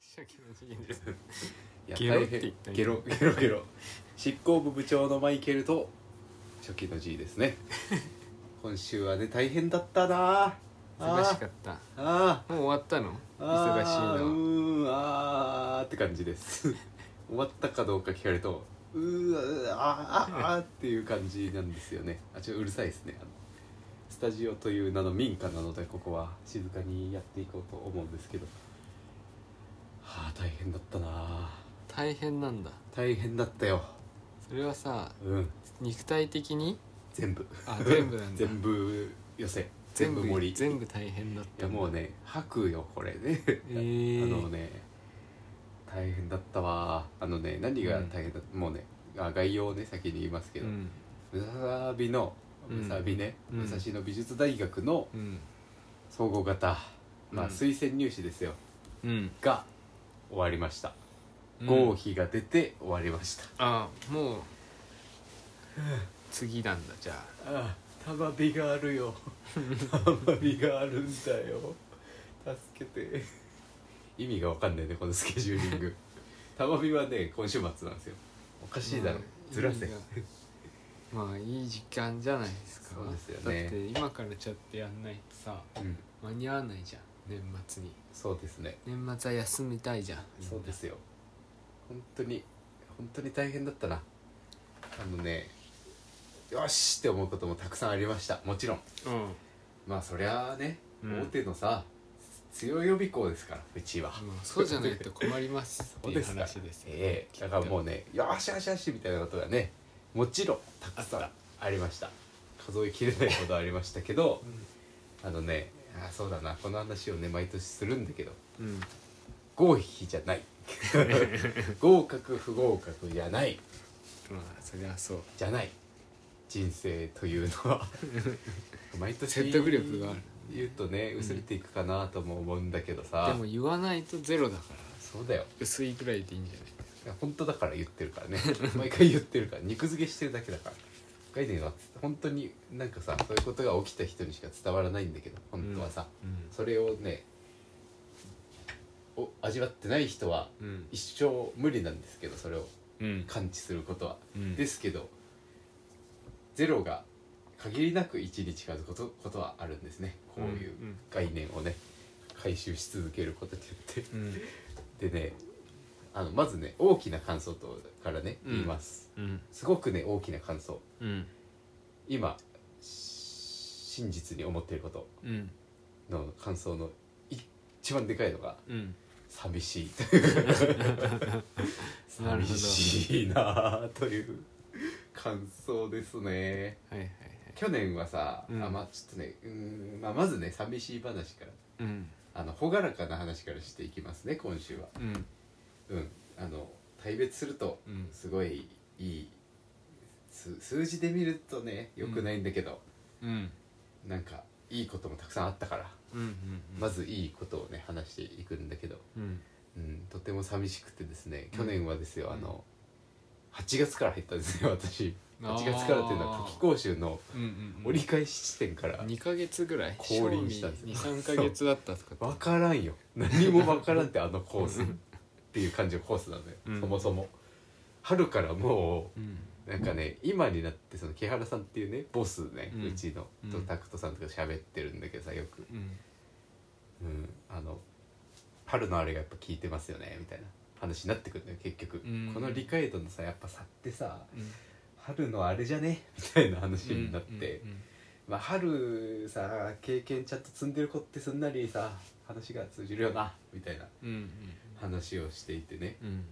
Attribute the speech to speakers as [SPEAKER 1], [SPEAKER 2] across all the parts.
[SPEAKER 1] さっきの次元です。
[SPEAKER 2] いや
[SPEAKER 1] ゲロ
[SPEAKER 2] 大
[SPEAKER 1] っ
[SPEAKER 2] 変
[SPEAKER 1] て言った
[SPEAKER 2] ゲロゲロゲロ執行部部長のマイケルと初期の G ですね 今週はね大変だったなあ
[SPEAKER 1] 忙し
[SPEAKER 2] あ
[SPEAKER 1] かった。も
[SPEAKER 2] ーあ
[SPEAKER 1] う終わったの？
[SPEAKER 2] ーあ
[SPEAKER 1] 忙しい
[SPEAKER 2] ーう
[SPEAKER 1] のは。
[SPEAKER 2] ーんあーって感じです 終わったかどうか聞かれるとうーあーあーあーっていう感じなんですよねあちょっとうるさいですねあのスタジオという名の民家なのでここは静かにやっていこうと思うんですけどはあ大変だったなあ
[SPEAKER 1] 大変なんだ。
[SPEAKER 2] 大変だったよ
[SPEAKER 1] それはさ、
[SPEAKER 2] うん
[SPEAKER 1] 肉体的に
[SPEAKER 2] 全部
[SPEAKER 1] あ全部なん だ
[SPEAKER 2] 全部寄せ全
[SPEAKER 1] 全
[SPEAKER 2] 部
[SPEAKER 1] 部
[SPEAKER 2] 盛りい
[SPEAKER 1] 全部大変だった
[SPEAKER 2] や
[SPEAKER 1] んだ。
[SPEAKER 2] もうね吐くよこれね、
[SPEAKER 1] ー
[SPEAKER 2] あのね大変だったわあのね何が大変だ、もうねあ概要をね先に言いますけ
[SPEAKER 1] う
[SPEAKER 2] ど、
[SPEAKER 1] ん
[SPEAKER 2] ムサビの
[SPEAKER 1] うん
[SPEAKER 2] ムサビね、
[SPEAKER 1] うん
[SPEAKER 2] 武蔵野美術大学の
[SPEAKER 1] うん
[SPEAKER 2] 総合型、まあ
[SPEAKER 1] うん
[SPEAKER 2] 推薦入試ですよ
[SPEAKER 1] うん。
[SPEAKER 2] が終わりました、
[SPEAKER 1] うん
[SPEAKER 2] 合否が出て終わりました
[SPEAKER 1] あもう次なんだじゃあ。
[SPEAKER 2] ああたまびがある よたまびがあるんだよ助けて意味がわかんないねこのスケジューリン グたまびはね今週末なんですよおかしいだろ、
[SPEAKER 1] まあ
[SPEAKER 2] ずらせ
[SPEAKER 1] いいがまあいい時間じゃないですか。
[SPEAKER 2] そうですよね
[SPEAKER 1] だって今からちゃってやんないとさ
[SPEAKER 2] うん
[SPEAKER 1] 間に合わないじゃん年末に。
[SPEAKER 2] そうですね
[SPEAKER 1] 年末は休みたいじゃん。
[SPEAKER 2] そうですよ本当に本当に大変だったなあのねよしって思うこともたくさんありましたもちろん
[SPEAKER 1] うん。
[SPEAKER 2] まあそりゃあね、
[SPEAKER 1] うん
[SPEAKER 2] 大手のさ強い予備校ですからうちは、
[SPEAKER 1] もうそうじゃないと困りますって
[SPEAKER 2] そう
[SPEAKER 1] いう
[SPEAKER 2] ですか
[SPEAKER 1] 話 ですよ
[SPEAKER 2] ええだからもうねよーしよしよしみたいなことがねもちろんたくさんありました数えきれないほどありましたけど あのねあそうだなこの話をね毎年するんだけど
[SPEAKER 1] うん
[SPEAKER 2] 合否じゃ ない合格不合格じゃない
[SPEAKER 1] まあそりゃそう
[SPEAKER 2] じゃない人生というの は毎年
[SPEAKER 1] 説得力がある
[SPEAKER 2] 言うとね薄れていくかなとも思うんだけどさ、
[SPEAKER 1] でも言わないとゼロだから
[SPEAKER 2] そうだよ
[SPEAKER 1] 薄いくらいでいいんじゃない
[SPEAKER 2] いや本当だから言ってるからね 毎回言ってるから肉付けしてるだけだから概念は本当になんかさそういうことが起きた人にしか伝わらないんだけど本当はさ、
[SPEAKER 1] うん
[SPEAKER 2] それをねお味わってない人は
[SPEAKER 1] うん
[SPEAKER 2] 一生無理なんですけどそれを
[SPEAKER 1] うん
[SPEAKER 2] 感知することは、
[SPEAKER 1] うん
[SPEAKER 2] ですけどゼロが限りなく1に近づくことことはあるんですねこういう
[SPEAKER 1] うんうん
[SPEAKER 2] 概念をね回収し続けることによって
[SPEAKER 1] うん
[SPEAKER 2] でねあのまずね大きな感想とからね
[SPEAKER 1] うん
[SPEAKER 2] 言います、
[SPEAKER 1] うん
[SPEAKER 2] すごくね大きな感想
[SPEAKER 1] うん
[SPEAKER 2] 今し真実に思っていること
[SPEAKER 1] うん
[SPEAKER 2] の感想の一番でかいのが
[SPEAKER 1] うん
[SPEAKER 2] 寂し い
[SPEAKER 1] なる
[SPEAKER 2] 寂
[SPEAKER 1] ほど
[SPEAKER 2] しいなあという感想ですね
[SPEAKER 1] はいはいはい
[SPEAKER 2] 去年はさ、
[SPEAKER 1] うん
[SPEAKER 2] あまあちょっとねうーん、まあ、まずね寂しい話から
[SPEAKER 1] うん
[SPEAKER 2] あの朗らかな話からしていきますね今週は
[SPEAKER 1] うん
[SPEAKER 2] うんあの大別すると
[SPEAKER 1] うん
[SPEAKER 2] すごいいい数数字で見るとねよくないんだけど、
[SPEAKER 1] うん
[SPEAKER 2] なんかいいこともたくさんあったから、
[SPEAKER 1] うんうん
[SPEAKER 2] まずいいことをね話していくんだけど、
[SPEAKER 1] うん
[SPEAKER 2] うん、とても寂しくてですね去年はですよ、
[SPEAKER 1] うん
[SPEAKER 2] あの8月から入ったんですよ私
[SPEAKER 1] あ
[SPEAKER 2] 8
[SPEAKER 1] ー
[SPEAKER 2] 月からっていうのは夏期講習の
[SPEAKER 1] うんうん
[SPEAKER 2] 折り返し地点から
[SPEAKER 1] 二ヶ月ぐらい
[SPEAKER 2] 降臨したんです
[SPEAKER 1] 二三ヶ月だったとかって
[SPEAKER 2] 分からんよ何も分からんってあのコースっていう感じのコースなのよ、
[SPEAKER 1] うん
[SPEAKER 2] そもそも春からもう
[SPEAKER 1] うん
[SPEAKER 2] なんかね今になってその木原さんっていうねボスね、
[SPEAKER 1] う
[SPEAKER 2] うんちの
[SPEAKER 1] うん
[SPEAKER 2] とタクトさんとか喋ってるんだけどさよく、
[SPEAKER 1] うん
[SPEAKER 2] うん、あの春のあれがやっぱ効いてますよねみたいな話になってくるんだよ結局、
[SPEAKER 1] うん
[SPEAKER 2] この理解度のさやっぱ差ってさ
[SPEAKER 1] うん
[SPEAKER 2] 春のあれじゃねみたいな話になって、
[SPEAKER 1] うんうん
[SPEAKER 2] まあ春さ経験ちゃんと積んでる子ってすんなりさ話が通じるよなみたいな
[SPEAKER 1] うん
[SPEAKER 2] 話をしていてね、
[SPEAKER 1] うん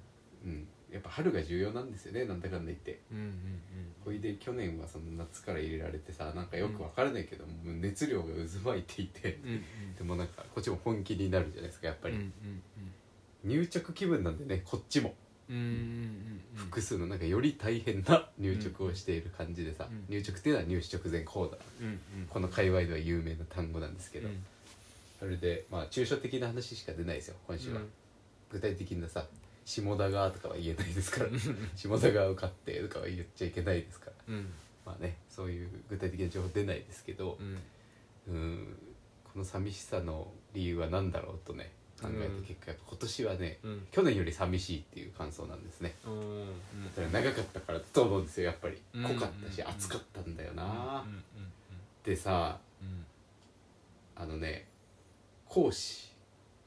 [SPEAKER 2] うん、やっぱ春が重要なんですよねなんだかんだ言って。
[SPEAKER 1] うんうんうん
[SPEAKER 2] ほいで去年はその夏から入れられてさなんかよくわからないけど、もう熱量が渦巻いていて
[SPEAKER 1] うんうん
[SPEAKER 2] でもなんかこっちも本気になるじゃないですかやっぱり、
[SPEAKER 1] うん
[SPEAKER 2] 入直気分なんでねこっちも
[SPEAKER 1] うんうんうんうんうん
[SPEAKER 2] 複数のなんかより大変な入直をしている感じでさ、
[SPEAKER 1] うん
[SPEAKER 2] 入直っていうのは入試直前講座
[SPEAKER 1] うんうん
[SPEAKER 2] この界隈では有名な単語なんですけど、
[SPEAKER 1] うん
[SPEAKER 2] それでまあ抽象的な話しか出ないですよ今週は、
[SPEAKER 1] うん
[SPEAKER 2] 具体的なさ下田川とかは言えないですから
[SPEAKER 1] うん
[SPEAKER 2] 下田川受かってとかは言っちゃいけないですから
[SPEAKER 1] うん
[SPEAKER 2] まあねそういう具体的な情報出ないですけど、
[SPEAKER 1] うん
[SPEAKER 2] うーんこの寂しさの理由は何だろうとね考えた結果、やっぱ今年はね
[SPEAKER 1] うん
[SPEAKER 2] 去年より寂しいっていう感想なんですね
[SPEAKER 1] うんうん
[SPEAKER 2] それは長かったからだと思うんですよやっぱり
[SPEAKER 1] うん
[SPEAKER 2] 濃かったし
[SPEAKER 1] うん
[SPEAKER 2] 暑かったんだよ
[SPEAKER 1] うん
[SPEAKER 2] な
[SPEAKER 1] うん
[SPEAKER 2] でさ
[SPEAKER 1] うん
[SPEAKER 2] あのね講師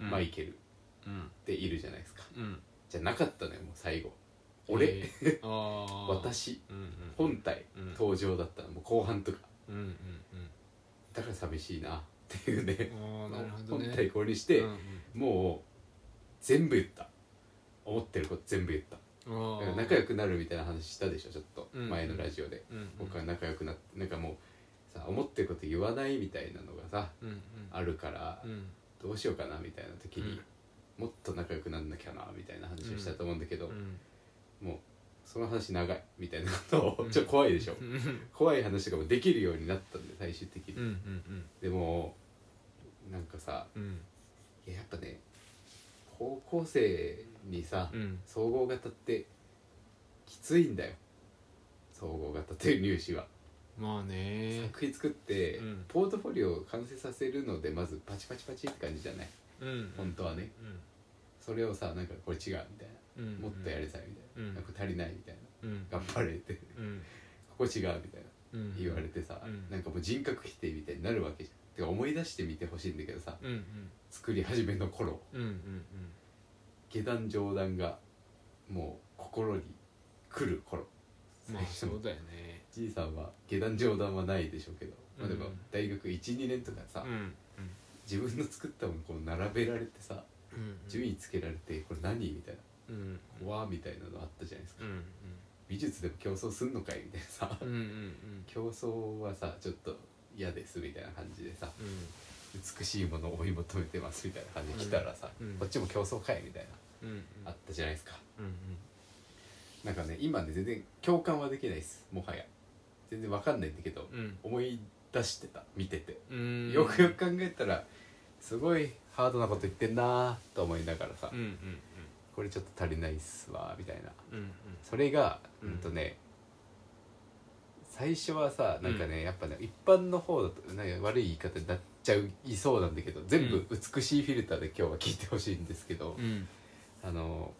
[SPEAKER 1] うん
[SPEAKER 2] マイケルっ
[SPEAKER 1] うん
[SPEAKER 2] ているじゃないですか
[SPEAKER 1] うん
[SPEAKER 2] じゃなかったのよもう最後俺
[SPEAKER 1] えーあー
[SPEAKER 2] 私
[SPEAKER 1] うんうん
[SPEAKER 2] 本体
[SPEAKER 1] うん
[SPEAKER 2] 登場だったのもう後半とか
[SPEAKER 1] うんうん
[SPEAKER 2] だから寂しいなっていうね
[SPEAKER 1] うんああなるほど
[SPEAKER 2] 本
[SPEAKER 1] ね
[SPEAKER 2] 体これにして、
[SPEAKER 1] うん
[SPEAKER 2] もう全部言った思ってること全部言った
[SPEAKER 1] うん
[SPEAKER 2] だ
[SPEAKER 1] あ
[SPEAKER 2] か
[SPEAKER 1] ー
[SPEAKER 2] ら仲良くなるみたいな話したでしょちょっと
[SPEAKER 1] うん
[SPEAKER 2] 前のラジオで、
[SPEAKER 1] うんうん
[SPEAKER 2] 僕は仲良くなってなんかもうさ思ってること言わないみたいなのがさ
[SPEAKER 1] うんうん
[SPEAKER 2] あるから
[SPEAKER 1] うん
[SPEAKER 2] どうしようかなみたいな時に、もっと仲良くなんなきゃなみたいな話をしたと思うんだけど、
[SPEAKER 1] うん
[SPEAKER 2] もうその話長いみたいなこと
[SPEAKER 1] う
[SPEAKER 2] を
[SPEAKER 1] ん
[SPEAKER 2] ちょっと怖いでしょ、
[SPEAKER 1] うんうん
[SPEAKER 2] 怖い話とかもできるようになったんで最終的に、
[SPEAKER 1] うんうん
[SPEAKER 2] でもなんかさ
[SPEAKER 1] うん
[SPEAKER 2] いややっぱね高校生にさ、
[SPEAKER 1] うん
[SPEAKER 2] 総合型ってきついんだよ総合型という入試は、
[SPEAKER 1] まあね
[SPEAKER 2] 作品作って、
[SPEAKER 1] うん
[SPEAKER 2] ポートフォリオを完成させるのでまずパチパチパチって感じじゃない
[SPEAKER 1] うん
[SPEAKER 2] 本当はねそれをさなんかこれ違うみたい
[SPEAKER 1] うんうん
[SPEAKER 2] なもっとやれたいみたいな,、
[SPEAKER 1] うん
[SPEAKER 2] なんか足りないみたい
[SPEAKER 1] うん
[SPEAKER 2] な頑張れって
[SPEAKER 1] うん
[SPEAKER 2] ここ違うみたいな
[SPEAKER 1] うん
[SPEAKER 2] 言われてさ、
[SPEAKER 1] うん
[SPEAKER 2] なんかもう人格否定みたいになるわけじゃんてか思い出してみてほしいんだけどさ
[SPEAKER 1] うんうん
[SPEAKER 2] 作り始めの頃
[SPEAKER 1] うんうん
[SPEAKER 2] 下段上段がもう心に来る頃
[SPEAKER 1] うんまあそうだよね
[SPEAKER 2] じいさんは下段上段はないでしょうけど、まあ、でも
[SPEAKER 1] うん
[SPEAKER 2] 大学12年とかさ、
[SPEAKER 1] うんうん
[SPEAKER 2] 自分の作ったものこう並べられてさ
[SPEAKER 1] うん
[SPEAKER 2] 順位つけられてこれ何みたい
[SPEAKER 1] うん
[SPEAKER 2] なわーみたいなのあったじゃないですか
[SPEAKER 1] うんうん
[SPEAKER 2] 美術でも競争すんのかいみたいなさ
[SPEAKER 1] うんうんうん
[SPEAKER 2] 競争はさちょっと嫌ですみたいな感じでさ
[SPEAKER 1] うん
[SPEAKER 2] 美しいものを追い求めてますみたいな感じで来たらさ、
[SPEAKER 1] うんうん
[SPEAKER 2] こっちも競争かいみたい
[SPEAKER 1] うんうん
[SPEAKER 2] なあったじゃないですか
[SPEAKER 1] うんうん
[SPEAKER 2] なんかね今ね全然共感はできないですもはや全然わかんないんだけど、
[SPEAKER 1] うん
[SPEAKER 2] 思い出してた見てて
[SPEAKER 1] うん
[SPEAKER 2] よくよく考えたらすごいハードなこと言ってんなーと思いながらさ、
[SPEAKER 1] うんうん
[SPEAKER 2] これちょっと足りないっすわーみたいな
[SPEAKER 1] うんうん
[SPEAKER 2] それがう
[SPEAKER 1] うん
[SPEAKER 2] んとね、最初はさなんかね、やっぱね一般の方だとなんか悪い言い方になっちゃいそうなんだけど全部美しいフィルターで今日は聞いてほしいんですけど、
[SPEAKER 1] うん
[SPEAKER 2] あの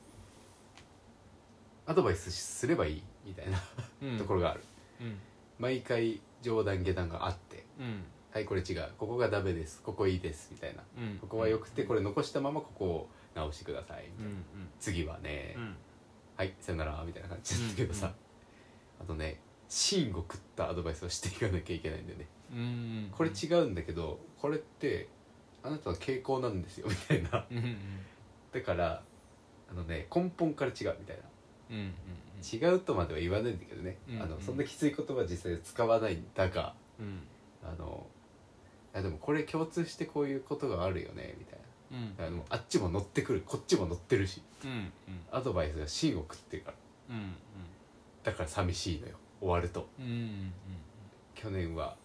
[SPEAKER 2] アドバイスすればいいみたいな
[SPEAKER 1] うん
[SPEAKER 2] ところがある、
[SPEAKER 1] うん
[SPEAKER 2] 毎回上段下段があって
[SPEAKER 1] うん
[SPEAKER 2] はいこれ違うここがダメですここいいですみたいな
[SPEAKER 1] うん
[SPEAKER 2] ここは良くてこれ残したままここを直してくださいみ
[SPEAKER 1] う
[SPEAKER 2] たい
[SPEAKER 1] ん
[SPEAKER 2] な、次はね、
[SPEAKER 1] うん
[SPEAKER 2] はいさよならみたいな感じだったけどさ、あとね芯を食ったアドバイスをしていかなきゃいけないんだよね
[SPEAKER 1] うんうん
[SPEAKER 2] これ違うんだけどこれってあなたの傾向なんですよみたいな
[SPEAKER 1] うんうん
[SPEAKER 2] だからあのね根本から違うみたいな
[SPEAKER 1] うんうん
[SPEAKER 2] 違うとまでは言わないんだけどね、
[SPEAKER 1] うん
[SPEAKER 2] あ
[SPEAKER 1] う
[SPEAKER 2] の
[SPEAKER 1] ん
[SPEAKER 2] そんなきつい言葉は実際使わないんだが
[SPEAKER 1] うん
[SPEAKER 2] あのいやでもこれ共通してこういうことがあるよねみたい
[SPEAKER 1] うん
[SPEAKER 2] なあのあっちも乗ってくるこっちも乗ってるし
[SPEAKER 1] うん
[SPEAKER 2] アドバイスが芯を食ってるから
[SPEAKER 1] うんうん
[SPEAKER 2] だから寂しいのよ終わると
[SPEAKER 1] うんうん
[SPEAKER 2] 去年は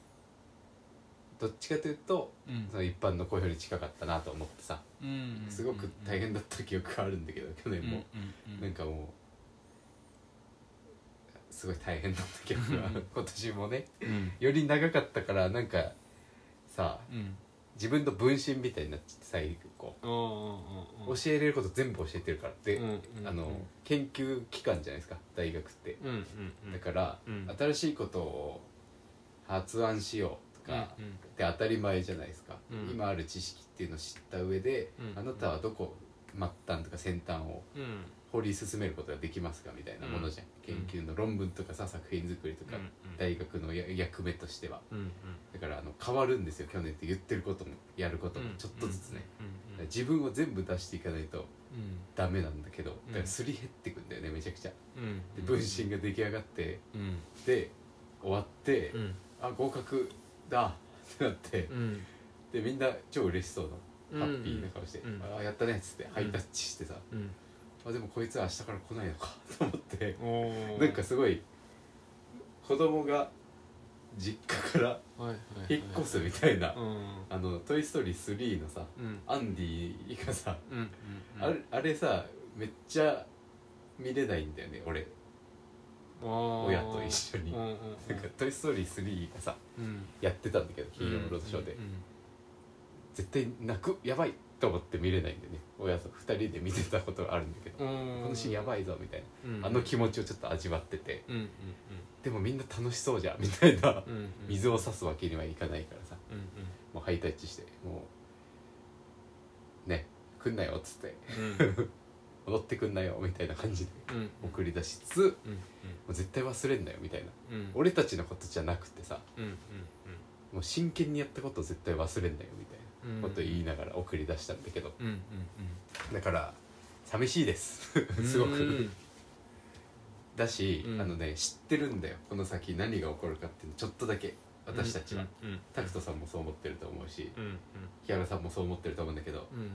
[SPEAKER 2] どっちかというと
[SPEAKER 1] うんうん
[SPEAKER 2] その一般の公表に近かったなと思ってさ
[SPEAKER 1] うん
[SPEAKER 2] すごく大変だった記憶があるんだけど去年も
[SPEAKER 1] うんうん
[SPEAKER 2] なんかもうすごい大変だった記憶が今年もね
[SPEAKER 1] うん
[SPEAKER 2] より長かったからなんかさ
[SPEAKER 1] うん
[SPEAKER 2] 自分の分身みたいになっちゃって最後
[SPEAKER 1] おーおー
[SPEAKER 2] 教
[SPEAKER 1] おー
[SPEAKER 2] えれること全部教えてるからで
[SPEAKER 1] うんうん
[SPEAKER 2] あの研究機関じゃないですか大学って
[SPEAKER 1] うんうんうん
[SPEAKER 2] だから
[SPEAKER 1] うん
[SPEAKER 2] 新しいことを発案しようとか
[SPEAKER 1] うんうん
[SPEAKER 2] って当たり前じゃないですか、
[SPEAKER 1] うん
[SPEAKER 2] 今ある知識っていうのを知った上で、
[SPEAKER 1] うん
[SPEAKER 2] あなたはどこ末端とか先端を
[SPEAKER 1] うん
[SPEAKER 2] 掘り進めることができますかみたいなものじゃん、
[SPEAKER 1] うん
[SPEAKER 2] 研究の論文とかさ作品作りとか、
[SPEAKER 1] うんうん
[SPEAKER 2] 大学のや役目としては
[SPEAKER 1] うんうん
[SPEAKER 2] だからあの変わるんですよ去年って言ってることもやることもちょっとずつね、
[SPEAKER 1] うんうん
[SPEAKER 2] 自分を全部出していかないとダメなんだけど
[SPEAKER 1] うん
[SPEAKER 2] だからすり減ってくんだよねめちゃくちゃ
[SPEAKER 1] うんうん
[SPEAKER 2] で分身が出来上がって
[SPEAKER 1] うん
[SPEAKER 2] で終わって、
[SPEAKER 1] うん
[SPEAKER 2] あ合格だってなって、
[SPEAKER 1] うん
[SPEAKER 2] でみんな超嬉しそう
[SPEAKER 1] うん
[SPEAKER 2] なハッピーな顔して「
[SPEAKER 1] うん
[SPEAKER 2] ああやったね」っつってハイタッチしてさ、
[SPEAKER 1] うん
[SPEAKER 2] あでもこいつは明日から来ないのか と思って
[SPEAKER 1] おー
[SPEAKER 2] なんかすごい子供が実家から
[SPEAKER 1] はいはいはい
[SPEAKER 2] 引っ越すみたいな、
[SPEAKER 1] うん
[SPEAKER 2] あの「トイ・ストーリー3」のさ
[SPEAKER 1] うん
[SPEAKER 2] アンディがさ、
[SPEAKER 1] うんうん
[SPEAKER 2] あれあれさめっちゃ見れないんだよね俺親
[SPEAKER 1] 親
[SPEAKER 2] と一緒に。
[SPEAKER 1] うんうん
[SPEAKER 2] なんか「トイ・ストーリー3」がさ
[SPEAKER 1] うん
[SPEAKER 2] やってたんだけど金曜ロードショーで、
[SPEAKER 1] うん
[SPEAKER 2] 絶対泣くやばいと思って見れないんでね親と2人で見てたことがあるんだけど、
[SPEAKER 1] こ
[SPEAKER 2] このシーンやばいぞみたいな、あの
[SPEAKER 1] の
[SPEAKER 2] 気持ちをちょっと味わってて
[SPEAKER 1] うんうん
[SPEAKER 2] でもみんな楽しそうじゃんみたいな、
[SPEAKER 1] うんうんうん
[SPEAKER 2] 水を差すわけにはいかないからさ
[SPEAKER 1] うん
[SPEAKER 2] もうハイタッチしてもうね来んなよっつって
[SPEAKER 1] うんうん
[SPEAKER 2] 踊ってくんなよみたいな感じで
[SPEAKER 1] うん
[SPEAKER 2] 送り出しつつも
[SPEAKER 1] うん
[SPEAKER 2] う絶対忘れんなよみたいな
[SPEAKER 1] うんうん
[SPEAKER 2] 俺たちのことじゃなくてさ
[SPEAKER 1] うんうん
[SPEAKER 2] もう真剣にやったことを絶対忘れんなよみたい
[SPEAKER 1] うんうん
[SPEAKER 2] なこと言いながら送り出したんだけど
[SPEAKER 1] うんうん
[SPEAKER 2] だから寂しいです
[SPEAKER 1] うん
[SPEAKER 2] すご
[SPEAKER 1] うんう
[SPEAKER 2] く
[SPEAKER 1] ん
[SPEAKER 2] だし、
[SPEAKER 1] うん
[SPEAKER 2] あのね知ってるんだよこの先何が起こるかっていうのちょっとだけ私たちは、
[SPEAKER 1] うんうん
[SPEAKER 2] タクトさんもそう思ってると思うし
[SPEAKER 1] うんうん
[SPEAKER 2] 木原さんもそう思ってると思うんだけど
[SPEAKER 1] うん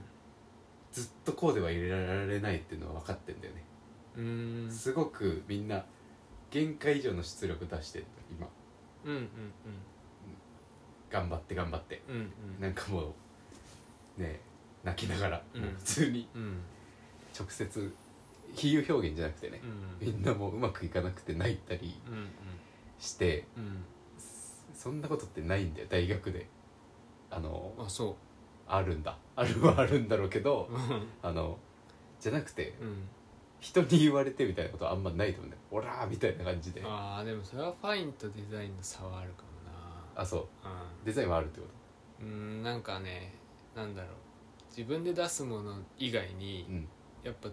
[SPEAKER 2] ずっとこうではいられないっていうのは分かってんだよね、
[SPEAKER 1] うーん
[SPEAKER 2] すごくみんな限界以上の出力出してる今
[SPEAKER 1] うんうん
[SPEAKER 2] 頑張って頑張って
[SPEAKER 1] うんうんう
[SPEAKER 2] なんんかもうね泣きながら、
[SPEAKER 1] うん
[SPEAKER 2] もう普通に
[SPEAKER 1] うん
[SPEAKER 2] 直接比喩表現じゃなくてね
[SPEAKER 1] う、ん
[SPEAKER 2] みんなもううまくいかなくて泣いたり
[SPEAKER 1] うん
[SPEAKER 2] して
[SPEAKER 1] うん
[SPEAKER 2] そんなことってないんだよ大学であの
[SPEAKER 1] うんあそ
[SPEAKER 2] あるんだあるはあるんだろうけど
[SPEAKER 1] ううん
[SPEAKER 2] あのじゃなくて
[SPEAKER 1] うん
[SPEAKER 2] 人に言われてみたいなことはあんまないと思うんだよオラーみたいな感じであ
[SPEAKER 1] ああでもそれはファインとデザインの差はあるかも
[SPEAKER 2] そう
[SPEAKER 1] な
[SPEAKER 2] デザインはあるってこ
[SPEAKER 1] うんうんなんかねなんだろう自分で出すもの以外に
[SPEAKER 2] とうん
[SPEAKER 1] やっぱ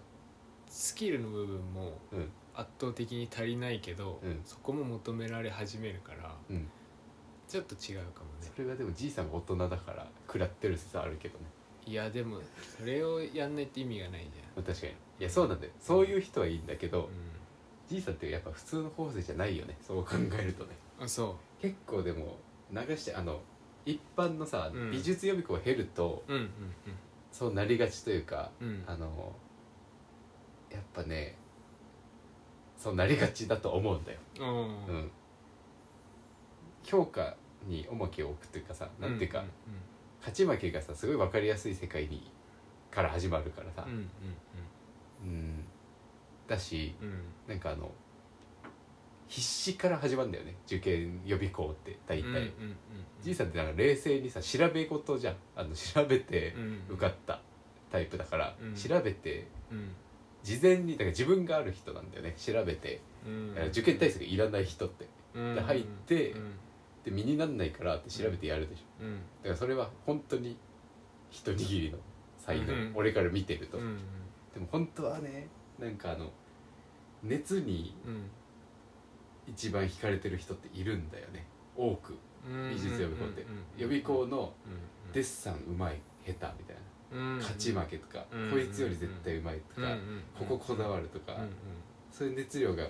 [SPEAKER 1] スキルの部分も
[SPEAKER 2] うん
[SPEAKER 1] 圧倒的に足りないけど、
[SPEAKER 2] うん
[SPEAKER 1] そこも求められ始めるから
[SPEAKER 2] うん
[SPEAKER 1] ちょっと違うかもね
[SPEAKER 2] それはでもじいさんが大人だから食らってる説はあるけどね
[SPEAKER 1] いやでもそれをやんないって意味がないじ
[SPEAKER 2] まあ確かにいやそうなんだよそういう人はいいんだけ
[SPEAKER 1] ゃん
[SPEAKER 2] ど、、
[SPEAKER 1] う
[SPEAKER 2] じいさんってやっぱ普通の高校生じゃないよねそう考えるとね
[SPEAKER 1] ん、あそ
[SPEAKER 2] 結構でも流してあの一般のさ、
[SPEAKER 1] うん
[SPEAKER 2] 美術予備校を経ると
[SPEAKER 1] ううんうん
[SPEAKER 2] そうなりがちというか、
[SPEAKER 1] うんうん
[SPEAKER 2] あのやっぱねそうなりがちだと思うんだよ、
[SPEAKER 1] うん
[SPEAKER 2] う
[SPEAKER 1] うん
[SPEAKER 2] ん、評価に重きを置くというかさなんていうか、勝ち負けがさすごい分かりやすい世界にから始まるからさ
[SPEAKER 1] うん、うん
[SPEAKER 2] うんだし
[SPEAKER 1] うんうん
[SPEAKER 2] なんかあの必死から始まるんだよね受験予備校って大体、
[SPEAKER 1] うんうんうん
[SPEAKER 2] じいさんってなんか冷静にさ調べ事じゃんあの調べて
[SPEAKER 1] うん
[SPEAKER 2] 受かったタイプだから、
[SPEAKER 1] うん
[SPEAKER 2] 調べて
[SPEAKER 1] うん
[SPEAKER 2] 事前にだから自分がある人なんだよね調べて、
[SPEAKER 1] うん
[SPEAKER 2] だから受験対策いらない人ってで入って
[SPEAKER 1] うん
[SPEAKER 2] で身になんないからって調べてやるでしょ
[SPEAKER 1] うん
[SPEAKER 2] だからそれは本当に一握りの才能、
[SPEAKER 1] うん
[SPEAKER 2] 俺から見てる
[SPEAKER 1] う
[SPEAKER 2] と、
[SPEAKER 1] んうん
[SPEAKER 2] でも本当はねなんかあの熱に
[SPEAKER 1] うん
[SPEAKER 2] 一番惹かれてる人っているんだよね多く
[SPEAKER 1] うん
[SPEAKER 2] 美術予備校って、
[SPEAKER 1] うんうんうん
[SPEAKER 2] 予備校の
[SPEAKER 1] うんうん
[SPEAKER 2] デッサンうまい下手みたいな
[SPEAKER 1] うん
[SPEAKER 2] 勝ち負けとか、
[SPEAKER 1] うん
[SPEAKER 2] こいつより絶対うまいとか、
[SPEAKER 1] うんうんうん
[SPEAKER 2] こここだわるとか、
[SPEAKER 1] うんうん
[SPEAKER 2] そういう熱量が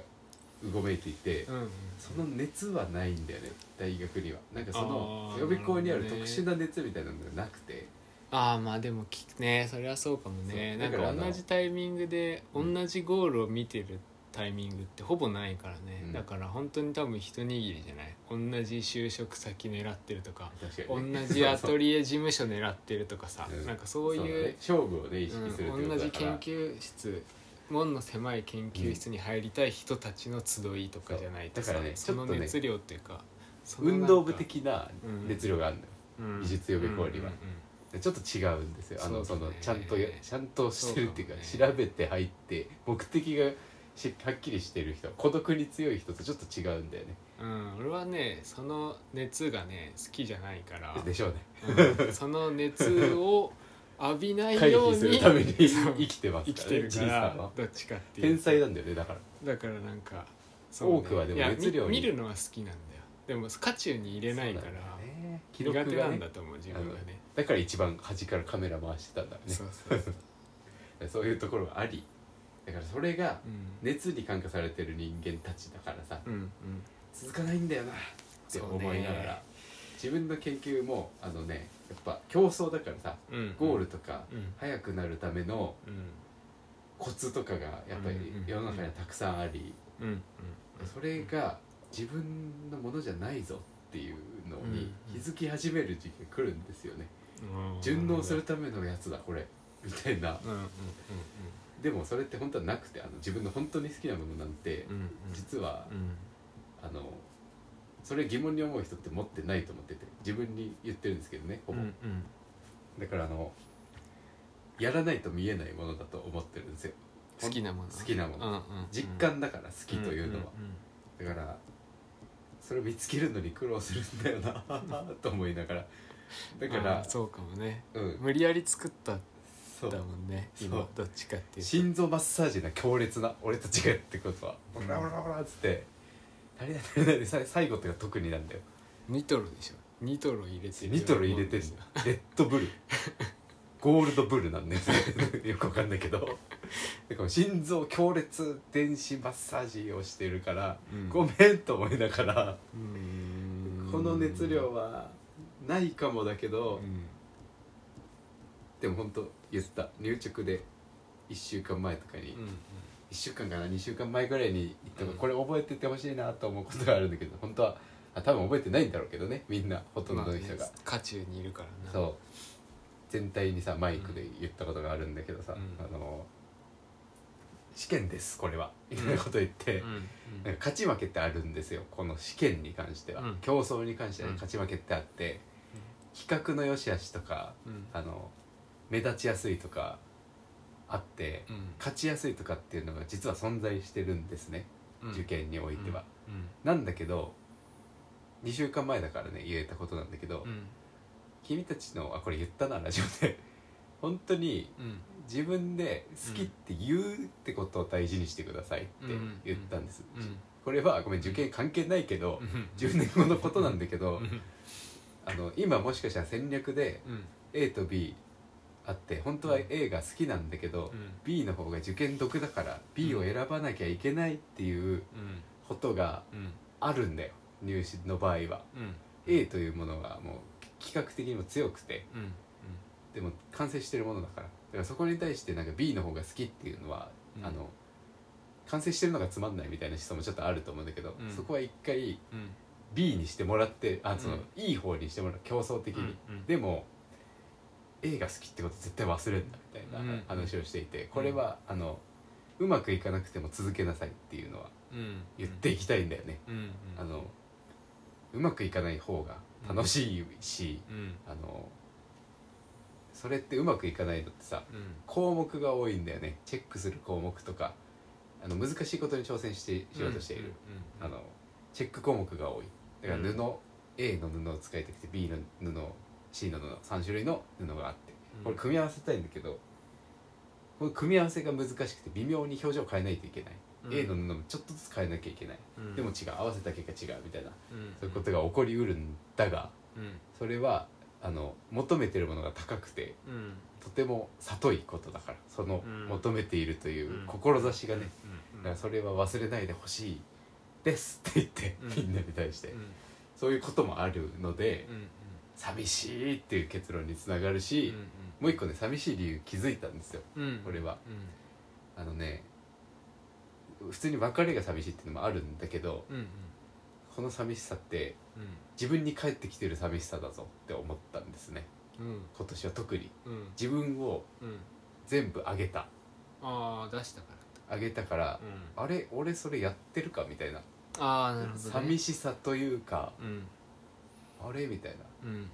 [SPEAKER 2] うごめいていて、
[SPEAKER 1] うんうん
[SPEAKER 2] その熱はないんだよね大学にはなんかその
[SPEAKER 1] あー
[SPEAKER 2] 予備校にある
[SPEAKER 1] なるほ
[SPEAKER 2] 特殊
[SPEAKER 1] どね
[SPEAKER 2] な熱みたいなのがなくて
[SPEAKER 1] ああまあでもきねそれはそうかもね
[SPEAKER 2] そ
[SPEAKER 1] な
[SPEAKER 2] うんだからあ
[SPEAKER 1] か
[SPEAKER 2] の
[SPEAKER 1] 同じタイミングで同
[SPEAKER 2] うん
[SPEAKER 1] じゴールを見てるタイミングってほぼないからね、
[SPEAKER 2] うん
[SPEAKER 1] だから本当に多分一握りじゃない同じ就職先狙ってるとか
[SPEAKER 2] 確か
[SPEAKER 1] 同
[SPEAKER 2] にね、
[SPEAKER 1] じア
[SPEAKER 2] そう
[SPEAKER 1] トリエ事務所狙ってるとかさ、
[SPEAKER 2] うん
[SPEAKER 1] なんかそう
[SPEAKER 2] そう
[SPEAKER 1] いう
[SPEAKER 2] そうだね、勝負をね意
[SPEAKER 1] う
[SPEAKER 2] 識するって
[SPEAKER 1] ん、
[SPEAKER 2] こ
[SPEAKER 1] 同
[SPEAKER 2] とだ
[SPEAKER 1] じ
[SPEAKER 2] から、
[SPEAKER 1] 研究室門の狭い研究室に入りたい人たちの集いとかじゃない
[SPEAKER 2] そ
[SPEAKER 1] と
[SPEAKER 2] う
[SPEAKER 1] さ、
[SPEAKER 2] だからね
[SPEAKER 1] その
[SPEAKER 2] ちょっとね
[SPEAKER 1] 熱量っていうかそのなん
[SPEAKER 2] 運
[SPEAKER 1] か
[SPEAKER 2] 動部的な熱量があるのよ、
[SPEAKER 1] うん
[SPEAKER 2] 美術予備校よりは
[SPEAKER 1] うんうんうん
[SPEAKER 2] ちょっと違うんですよあのそ
[SPEAKER 1] そうだ
[SPEAKER 2] の
[SPEAKER 1] ね
[SPEAKER 2] ちゃんとやちゃんとしてるっていうか
[SPEAKER 1] そうかもね
[SPEAKER 2] 調べて入って目的がしはっきりしてる人孤独に強い人とちょっと違うんだよね
[SPEAKER 1] うん、俺はねその熱がね好きじゃないから、
[SPEAKER 2] でしょうね
[SPEAKER 1] うんその熱を浴びない
[SPEAKER 2] 回
[SPEAKER 1] よ
[SPEAKER 2] 避
[SPEAKER 1] うに
[SPEAKER 2] するため に
[SPEAKER 1] そう
[SPEAKER 2] 生きてます
[SPEAKER 1] 生
[SPEAKER 2] からね
[SPEAKER 1] きてる
[SPEAKER 2] じ
[SPEAKER 1] か
[SPEAKER 2] いさ
[SPEAKER 1] ら
[SPEAKER 2] んは
[SPEAKER 1] どっちかっていう
[SPEAKER 2] 天才なんだよねだから
[SPEAKER 1] だからなんか
[SPEAKER 2] 多くはでも
[SPEAKER 1] いや
[SPEAKER 2] 熱量に
[SPEAKER 1] み見るのは好きなんだよでも渦中に入れないから
[SPEAKER 2] そうなんだよね記録
[SPEAKER 1] 苦
[SPEAKER 2] が
[SPEAKER 1] 手なん
[SPEAKER 2] ね
[SPEAKER 1] だと思う自分がね
[SPEAKER 2] だから一番端からカメラ回してたんだよね
[SPEAKER 1] そうそうそう、
[SPEAKER 2] そういうところがありだからそれが
[SPEAKER 1] うん
[SPEAKER 2] 熱に感化されてる人間たちだからさ
[SPEAKER 1] うんうん、
[SPEAKER 2] 続かないんだよなって思いながら自分の研究もあのねやっぱ競争だからさ
[SPEAKER 1] そうね、うん
[SPEAKER 2] ゴールとか
[SPEAKER 1] うん
[SPEAKER 2] 速くなるための
[SPEAKER 1] うん
[SPEAKER 2] コツとかがやっぱり世の中にはたくさんあり
[SPEAKER 1] うんうん
[SPEAKER 2] それが自分のものじゃないぞっていうのに気づき始める時期が来るんですよね
[SPEAKER 1] うん
[SPEAKER 2] 順応するためのやつだこれみたいな
[SPEAKER 1] うんうんうん
[SPEAKER 2] でもそれって本当はなくてあの自分の本当に好きなものなんて
[SPEAKER 1] うんうん
[SPEAKER 2] 実は
[SPEAKER 1] うん
[SPEAKER 2] あのそれ疑問に思う人って持ってないと思ってて自分に言ってるんですけどねほ
[SPEAKER 1] うん
[SPEAKER 2] ぼ
[SPEAKER 1] う
[SPEAKER 2] だ
[SPEAKER 1] ん
[SPEAKER 2] からあのやらないと見えないものだと思ってるんですよ
[SPEAKER 1] 好きなもの
[SPEAKER 2] 好きなも
[SPEAKER 1] うん
[SPEAKER 2] の
[SPEAKER 1] うん
[SPEAKER 2] 実感だから好きというのは、
[SPEAKER 1] んんん
[SPEAKER 2] だからそれを見つけるのに苦労するんだよな と思いながらだか
[SPEAKER 1] あ
[SPEAKER 2] ら
[SPEAKER 1] ーそうかもね
[SPEAKER 2] うん
[SPEAKER 1] 無理やり作ったん
[SPEAKER 2] そう
[SPEAKER 1] だもんね
[SPEAKER 2] そう
[SPEAKER 1] 今どっちかっていう
[SPEAKER 2] 心臓マッサージな強烈な俺たちがやってことはオラオラオラっつって足りない足りないでさ最後とか特になんだよ
[SPEAKER 1] ニトロでしょニトロ入れてる
[SPEAKER 2] ニトロ入れてる
[SPEAKER 1] ようなもんです
[SPEAKER 2] レ
[SPEAKER 1] よ
[SPEAKER 2] ッドブルゴールドブルなんだよねよくわ かんないけどでこの心臓強烈電子マッサージをしてるから、
[SPEAKER 1] うん
[SPEAKER 2] ごめんと思いながら、
[SPEAKER 1] うーん
[SPEAKER 2] この熱量はないかもだけ
[SPEAKER 1] う
[SPEAKER 2] ど、
[SPEAKER 1] ん
[SPEAKER 2] でもほんと言った入直で1週間前とかに、
[SPEAKER 1] うんうん
[SPEAKER 2] 1週間かな2週間前ぐらいに言ったの
[SPEAKER 1] うん
[SPEAKER 2] これ覚えててほしいなと思うことがあるんだけど本当はあ多分覚えてないんだろうけどねみんなほとんどの人が、
[SPEAKER 1] まあね渦中にいるからな
[SPEAKER 2] そう全体にさマイクで言ったことがあるんだけどさ、
[SPEAKER 1] うん
[SPEAKER 2] あの試験ですこれはみたいなこと言って、
[SPEAKER 1] うんう
[SPEAKER 2] なん
[SPEAKER 1] ん
[SPEAKER 2] か勝ち負けってあるんですよこの試験に関しては、
[SPEAKER 1] うん
[SPEAKER 2] 競争に関してはね
[SPEAKER 1] うん
[SPEAKER 2] 勝ち負けってあって、企画の良し悪しとか
[SPEAKER 1] うん
[SPEAKER 2] あの目立ちやすいとかあって、
[SPEAKER 1] うん
[SPEAKER 2] 勝ちやすいとかっていうのが実は存在してるんですね、
[SPEAKER 1] うん
[SPEAKER 2] 受験においては、
[SPEAKER 1] うん
[SPEAKER 2] なんだけど2週間前だからね言えたことなんだけど、
[SPEAKER 1] うん
[SPEAKER 2] 君たちのあこれ言ったなラジオで 本当に
[SPEAKER 1] うん
[SPEAKER 2] 自分で好きって言うってことを大事にしてくださいって言ったんです、
[SPEAKER 1] うんうん
[SPEAKER 2] これはごめん受験関係ないけど、
[SPEAKER 1] うん
[SPEAKER 2] 10年後のことなんだけど、
[SPEAKER 1] うん
[SPEAKER 2] あの今もしかしたら戦略で
[SPEAKER 1] うん
[SPEAKER 2] A と B あって本当は A が好きなんだけど、
[SPEAKER 1] うん
[SPEAKER 2] B の方が受験得だから B を選ばなきゃいけないっていう
[SPEAKER 1] うん
[SPEAKER 2] ことが
[SPEAKER 1] うん
[SPEAKER 2] あるんだよ入試の場合は。
[SPEAKER 1] うん
[SPEAKER 2] A というものがもう企画的にも強くて
[SPEAKER 1] うん
[SPEAKER 2] でも完成してるものだからだからそこに対してなんか B の方が好きっていうのは、
[SPEAKER 1] うん
[SPEAKER 2] あの完成してるのがつまんないみたいな思想もちょっとあると思うんだけど、
[SPEAKER 1] うん
[SPEAKER 2] そこは一回
[SPEAKER 1] うん
[SPEAKER 2] B にしてもらってあその、
[SPEAKER 1] うん
[SPEAKER 2] いい方にしてもらう競争的に、
[SPEAKER 1] うんうん
[SPEAKER 2] でも A が好きってこと絶対忘れんなみたい
[SPEAKER 1] うん
[SPEAKER 2] な話をしていて、これはあのうまくいかなくても続けなさいっていうのは
[SPEAKER 1] うん
[SPEAKER 2] 言っていきたいんだよね、
[SPEAKER 1] うんうん
[SPEAKER 2] あのうまくいかない方が楽しいし、
[SPEAKER 1] うん
[SPEAKER 2] あのそれってうまくいかないのってさ
[SPEAKER 1] うん
[SPEAKER 2] 項目が多いんだよねチェックする項目とかあの難しいことに挑戦してしようとしている、
[SPEAKER 1] うん
[SPEAKER 2] あのチェック項目が多いだから布、
[SPEAKER 1] う
[SPEAKER 2] A の布を使いたくて B の布 C の布3種類の布があって
[SPEAKER 1] うん
[SPEAKER 2] これ組み合わせたいんだけどこの組み合わせが難しくて微妙に表情を変えないといけない、
[SPEAKER 1] うん
[SPEAKER 2] A の布もちょっとずつ変えなきゃいけない、
[SPEAKER 1] うん
[SPEAKER 2] でも違う合わせた結果違うみたいな、
[SPEAKER 1] うん
[SPEAKER 2] そういうことが起こりうるんだが
[SPEAKER 1] うん
[SPEAKER 2] それはあの求めてるものが高くて
[SPEAKER 1] うん
[SPEAKER 2] とても里いことだからその
[SPEAKER 1] うん
[SPEAKER 2] 求めているという
[SPEAKER 1] うん
[SPEAKER 2] 志がね、
[SPEAKER 1] う
[SPEAKER 2] だ
[SPEAKER 1] ん
[SPEAKER 2] からそれは忘れないでほしいですって言って、
[SPEAKER 1] うん
[SPEAKER 2] みんなに対して、
[SPEAKER 1] うん
[SPEAKER 2] そういうこともあるので、
[SPEAKER 1] うんうん
[SPEAKER 2] 寂しいっていう結論につながる
[SPEAKER 1] うん
[SPEAKER 2] し、
[SPEAKER 1] うん
[SPEAKER 2] もう一個ね寂しい理由気づいたんですよ
[SPEAKER 1] うん
[SPEAKER 2] これは
[SPEAKER 1] うん
[SPEAKER 2] あのね普通に別れが寂しいっていうのもあるんだけど
[SPEAKER 1] うんうん
[SPEAKER 2] この寂しさって
[SPEAKER 1] うん
[SPEAKER 2] 自分に返ってきてる寂しさだぞって思ったんですね
[SPEAKER 1] うん
[SPEAKER 2] 今年は特に
[SPEAKER 1] うん
[SPEAKER 2] 自分を
[SPEAKER 1] うん
[SPEAKER 2] 全部あげた
[SPEAKER 1] ああ出したか
[SPEAKER 2] あげたから
[SPEAKER 1] ら、うん
[SPEAKER 2] あれ俺それやってるかみたいな
[SPEAKER 1] ああなるほどね
[SPEAKER 2] 寂しさというか
[SPEAKER 1] うん
[SPEAKER 2] あれみたいな
[SPEAKER 1] うんうん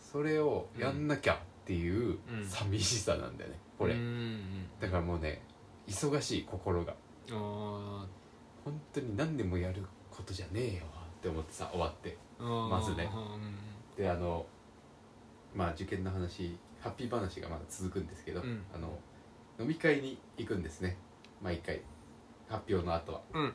[SPEAKER 2] それをやんなきゃっていう
[SPEAKER 1] うん
[SPEAKER 2] 寂しさなんだよねこれ、
[SPEAKER 1] うんうん
[SPEAKER 2] だからもうね忙しい心が
[SPEAKER 1] あ
[SPEAKER 2] 本当に何でもやることじゃねえよって思ってさ終わって
[SPEAKER 1] ーあー
[SPEAKER 2] まずね
[SPEAKER 1] う
[SPEAKER 2] であのまあ受験の話ハッピー話がまだ続くんですけど、
[SPEAKER 1] うん
[SPEAKER 2] あの飲み会に行くんですね毎回発表の後は
[SPEAKER 1] んうんうん